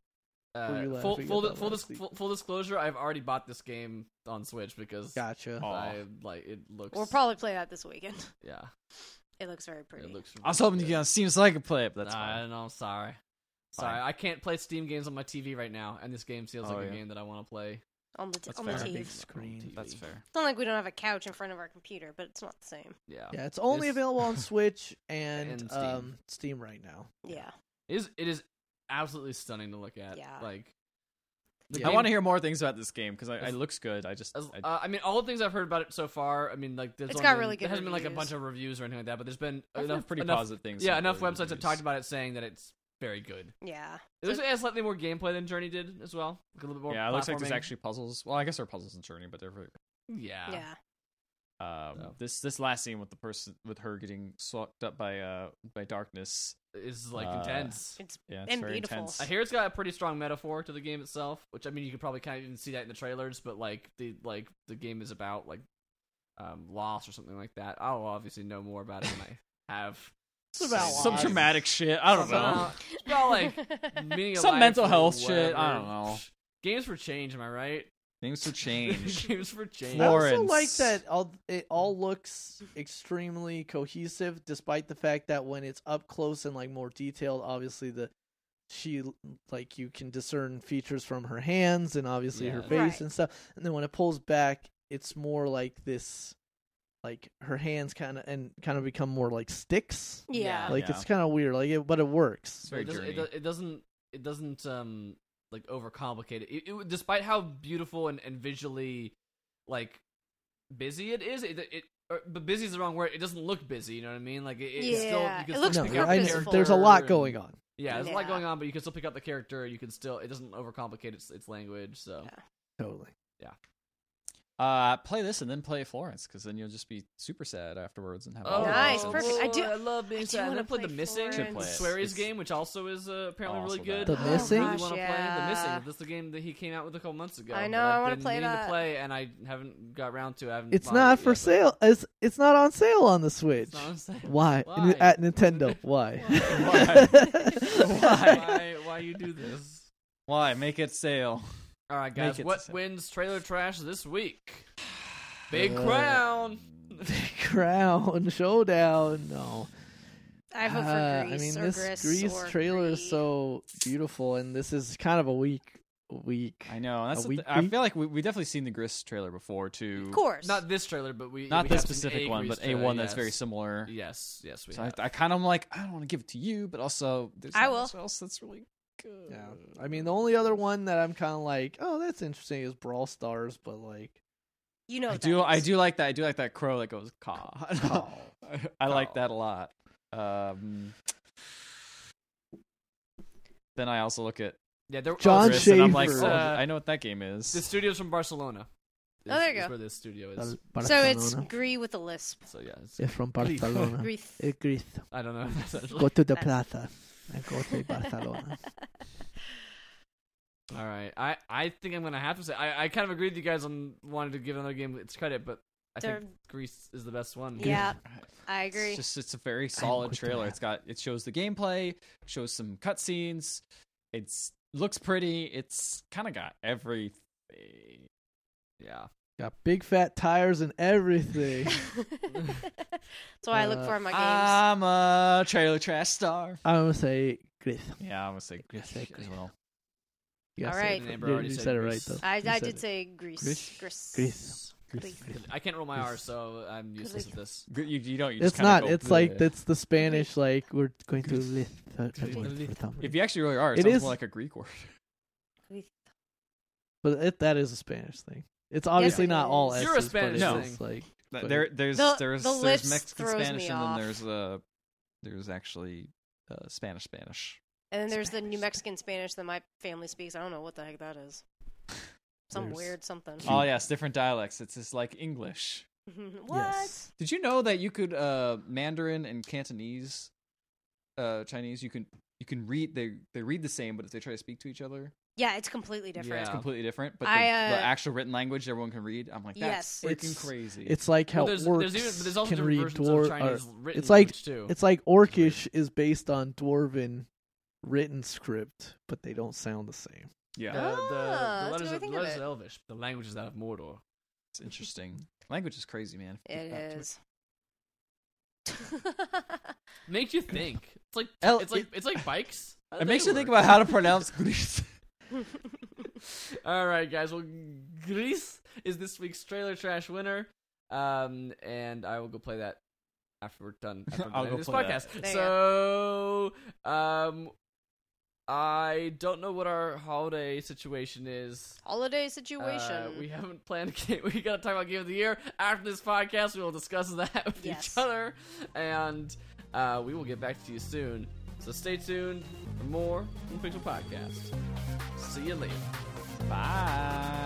S3: Were
S1: Uh,
S3: you
S1: full
S3: laughing
S1: full,
S3: at that
S1: full,
S3: last
S1: dis-
S3: week?
S1: full full disclosure. I've already bought this game on Switch because
S3: Gotcha.
S2: Aw.
S1: I like it looks.
S4: We'll probably play that this weekend.
S1: yeah.
S4: It looks very pretty.
S1: It looks.
S2: I was hoping to
S1: really
S2: get on Steam so I could play it, but that's
S1: Nah, I
S2: fine.
S1: don't know. I'm sorry.
S2: Fine.
S1: Sorry, I can't play Steam games on my TV right now, and this game feels
S2: Oh,
S1: like
S2: yeah.
S1: a game that I want to play.
S4: on the t-
S2: That's
S4: on the
S2: fair.
S4: TV.
S3: Big
S4: It's
S3: screen.
S1: TV.
S2: That's fair.
S4: not like we don't have a couch in front of our computer, but it's not the same.
S1: Yeah.
S3: Yeah, it's only
S1: This-
S3: available on Switch and,
S1: And Steam.
S3: um Steam right now.
S4: Yeah.
S1: It is it is absolutely stunning to look at.
S4: Yeah.
S1: Like the
S3: Yeah.
S2: I
S1: game-
S2: want to hear more things about this game because
S1: As-
S2: it looks good. I just
S1: as-
S2: I-
S1: uh, I mean, all the things I've heard about it so far. I mean, like there's
S4: It's
S1: only
S4: got
S1: been-
S4: really good
S1: There hasn't been like a
S4: reviews.
S1: bunch of reviews or anything like that, but there's been
S2: I've heard
S1: enough
S2: pretty
S1: enough,
S2: positive things.
S1: Yeah,
S2: about
S1: enough
S2: the
S1: websites have
S2: reviews.
S1: talked about it, saying that it's very good.
S4: Yeah.
S1: It looks like it has slightly more gameplay than Journey did as well. Like a little bit more.
S2: Yeah, it looks like there's
S1: platforming.
S2: actually puzzles. Well, I guess there are puzzles in Journey, but they're very
S1: Yeah.
S4: yeah.
S2: um,
S1: So.
S2: this this last scene with the person with her getting sucked up by uh by darkness.
S1: It's like
S2: Uh,
S1: intense.
S4: It's
S2: Yeah, it's
S4: And
S2: very
S4: beautiful.
S2: intense.
S1: I hear it's got a pretty strong metaphor to the game itself, which I mean you could probably kind of even see that in the trailers, but like the like the game is about like um loss or something like that. I'll obviously know more about it when I have
S3: It's about
S1: Some
S2: Some
S3: lies.
S2: traumatic shit. I don't
S1: Some-
S2: know.
S1: uh, well, like, meaning of
S2: Some
S1: life
S2: mental
S1: or
S2: health shit, I
S1: whatever.
S2: don't know.
S1: Games for change, am I right?
S2: Things will change.
S1: games for change.
S3: I
S2: Flora-
S3: also like
S2: Florence.
S3: that all, it all looks extremely cohesive, despite the fact that when it's up close and like more detailed, obviously the she like you can discern features from her hands and obviously her
S1: Yeah.
S3: face
S4: Right.
S3: and stuff. And then when it pulls back, it's more like this, like her hands kind of and kind of become more like sticks.
S1: Yeah.
S4: yeah.
S3: Like
S2: Yeah.
S3: it's kind of weird, like it, but it works.
S2: It's very
S1: it, doesn't, it,
S2: journey.
S1: do- it doesn't. It doesn't. Um, like overcomplicate it. It, it- Despite how beautiful and, and visually, like, busy it is. It. it or, but busy is the wrong word. It doesn't look busy. You know what I mean? Like it, it still.
S4: Yeah,
S1: You can
S4: it
S1: still
S4: looks
S3: no,
S1: pick
S4: more
S1: out
S3: I,
S1: the
S3: know.
S4: purposeful.
S3: there's a lot
S1: character
S3: going
S1: and-
S3: on.
S1: Yeah, there's a lot
S4: Yeah.
S1: going on, but you can still pick out the character. You can still. It doesn't overcomplicate its its language. So
S4: Yeah.
S3: Totally.
S2: Uh, play this and then play Florence, because then you'll just be super sad afterwards and have. all the
S4: Oh, Nice,
S2: emotions.
S4: perfect. I do-
S1: I love being
S4: I do
S1: sad. And I
S4: wanna
S1: played the
S4: play
S1: missing,
S4: Should
S1: the
S4: play
S2: it.
S1: Sweries
S2: It's-
S1: game, which also is uh, apparently really
S2: Also
S1: good.
S2: that.
S3: The Missing?
S1: I really want to
S4: Gosh,
S1: play the
S4: yeah.
S1: missing. This is the game that he came out with a couple months ago.
S4: I
S1: but
S4: know, I
S1: I've
S4: wanna
S1: been
S4: play
S1: needing
S4: that.
S1: To play, and I haven't got around to. it. I haven't.
S3: It's
S1: bought it
S3: not
S1: yet,
S3: for
S1: but
S3: sale. It's it's not on sale on the Switch.
S1: It's not on sale.
S3: Why?
S1: Why?
S3: At Nintendo. Why?
S2: Why?
S1: Why? Why you do this?
S2: Why make it sale?
S1: All right, guys.
S2: Make it
S1: What
S2: sale.
S1: wins trailer trash this week? Big
S3: Uh,
S1: Crown.
S3: Crown Showdown. No.
S4: I vote
S3: Uh,
S4: for
S3: I mean,
S4: Greece or
S3: this
S4: Gris
S3: Grease
S4: or
S3: trailer is
S4: Greece.
S3: so beautiful, and this is kind of a weak week.
S2: I know. That's
S3: A
S2: the
S3: weak
S2: thi- I
S3: week?
S2: feel like we we definitely seen the Gris trailer before too.
S4: Of course.
S1: Not this trailer, but we
S2: Not
S1: we
S2: the
S1: have seen
S2: specific
S1: a
S2: one,
S1: Grease
S2: but a
S1: trailer,
S2: one that's very
S1: yes.
S2: similar.
S1: Yes, yes, we
S2: So I,
S1: have.
S2: I kind of am like, I don't want to give it to you, but also there's
S4: I
S2: not
S4: will.
S2: much else that's really
S3: Yeah. I mean, the only other one that I'm kind of like, oh, that's interesting is Brawl Stars, but like,
S4: You know,
S2: I
S4: what
S2: do.
S4: that
S2: I
S4: is.
S2: do like that. I do like that crow that goes Oh, caw.
S3: Caw.
S2: I like
S1: Caw.
S2: that a lot. Um, then I also look at
S1: Yeah, there,
S3: John
S1: oh,
S2: Chris
S1: this-
S2: and I'm like,
S3: Schaefer.
S2: oh,
S1: Uh,
S2: I know what that game is.
S1: The studio's from Barcelona.
S4: Oh, there you
S1: is
S4: go.
S1: Where this studio is.
S4: So it's Gree with a lisp.
S1: So yeah, it's,
S3: it's from Barcelona.
S4: Greece.
S3: Eh, Greece.
S1: I don't know. That's actually-
S3: Go to the plaza and go to Barcelona.
S1: All right, I I think I'm gonna have to say I, I kind of agreed with you guys on wanting to give another game its credit, but I think
S4: They're-
S1: Greece is the best one.
S4: Yeah,
S2: Right.
S4: I agree.
S2: It's just it's a very solid
S3: with
S2: trailer.
S3: that.
S2: It's got it shows the gameplay, shows some cutscenes. It's looks pretty. It's kind of got everything.
S1: yeah.
S3: Got big fat tires and everything.
S4: That's why I look
S3: Uh,
S4: for in my games.
S2: I'm a trailer trash star.
S3: I'm gonna say Greece.
S2: Yeah, I'm gonna say
S3: Yeah,
S2: Greece
S3: say
S2: as well.
S3: You gotta
S4: All
S3: say
S4: right.
S3: it.
S1: Amber
S3: You-
S1: already
S3: you
S1: said
S3: said, it right
S1: Greece.
S3: though.
S4: I,
S3: You
S4: I
S3: said
S4: did
S3: it.
S4: say Greece.
S3: Greece.
S4: Greece.
S3: Greece.
S4: Greece.
S1: I can't roll my
S3: Greece.
S1: R, so I'm useless at this.
S2: You, you don't. You just
S3: It's
S2: kinda
S3: not.
S2: go,
S3: It's like
S2: "Bleh."
S3: that's the Spanish. Like we're going to lift.
S2: If you actually really are, it,
S3: It
S2: sounds
S3: is-
S2: more like a Greek word.
S3: But it, that is a Spanish thing. It's obviously
S4: it
S3: not all
S4: is.
S3: S's.
S1: You're a Spanish
S3: but
S2: thing.
S3: it's just, like But-
S2: There, there's,
S4: The-
S2: there's,
S4: the
S2: there's
S4: lisp
S2: Mexican
S4: throws
S2: Spanish,
S4: me
S2: and then
S4: off.
S2: there's uh, there's actually uh, Spanish, Spanish.
S4: And then there's the
S3: Spanish.
S4: New Mexican Spanish that my family speaks. I don't know what the heck that is. Some
S3: There's-
S4: weird something.
S2: Oh yes, different dialects. It's just like English.
S4: what?
S3: Yes.
S2: Did you know that you could uh Mandarin and Cantonese uh Chinese you can you can read they they read the same but if they try to speak to each other
S4: Yeah, it's completely different.
S2: it's
S1: Yeah.
S2: completely different but the,
S4: I, uh,
S2: the actual written language everyone can read I'm like that's
S4: Yes.
S2: freaking
S3: It's-
S2: crazy.
S3: it's like how
S1: Well, there's,
S3: orcs
S1: there's even but there's also
S3: can
S1: different
S3: read
S1: versions
S3: dwarf.
S1: of
S2: uh,
S1: Chinese written
S3: it's like-
S1: language, too.
S3: it's like Orcish is based on dwarven written script, but they don't sound the same.
S1: the,
S2: yeah.
S1: the,
S4: Ah,
S1: the
S4: that's
S1: letters,
S4: what I
S1: of, the
S4: think of
S1: letters
S4: it.
S1: of Elvish. The language is out of Mordor.
S2: It's interesting. Language is crazy, man. If you
S4: It
S2: get back to
S4: is.
S1: Makes you think. It's like
S2: El-
S1: it's like it's like bikes. How does
S2: It,
S1: that
S2: makes you think
S1: work?
S2: about how to pronounce Greece.
S1: All right, guys. Well, Grease is this week's trailer trash winner, um, and I will go play that after we're done. After we're
S2: I'll
S1: done
S2: go
S1: this
S2: play
S1: podcast.
S4: There you
S1: So, um, I don't know what our holiday situation is.
S4: Holiday
S1: Uh,
S4: situation.
S1: we haven't planned. Game. We got to talk about game of the year after this podcast. We will discuss that with
S4: Yes.
S1: each other, and uh, we will get back to you soon. So stay tuned for more from Pixel Podcast. See you later.
S2: Bye.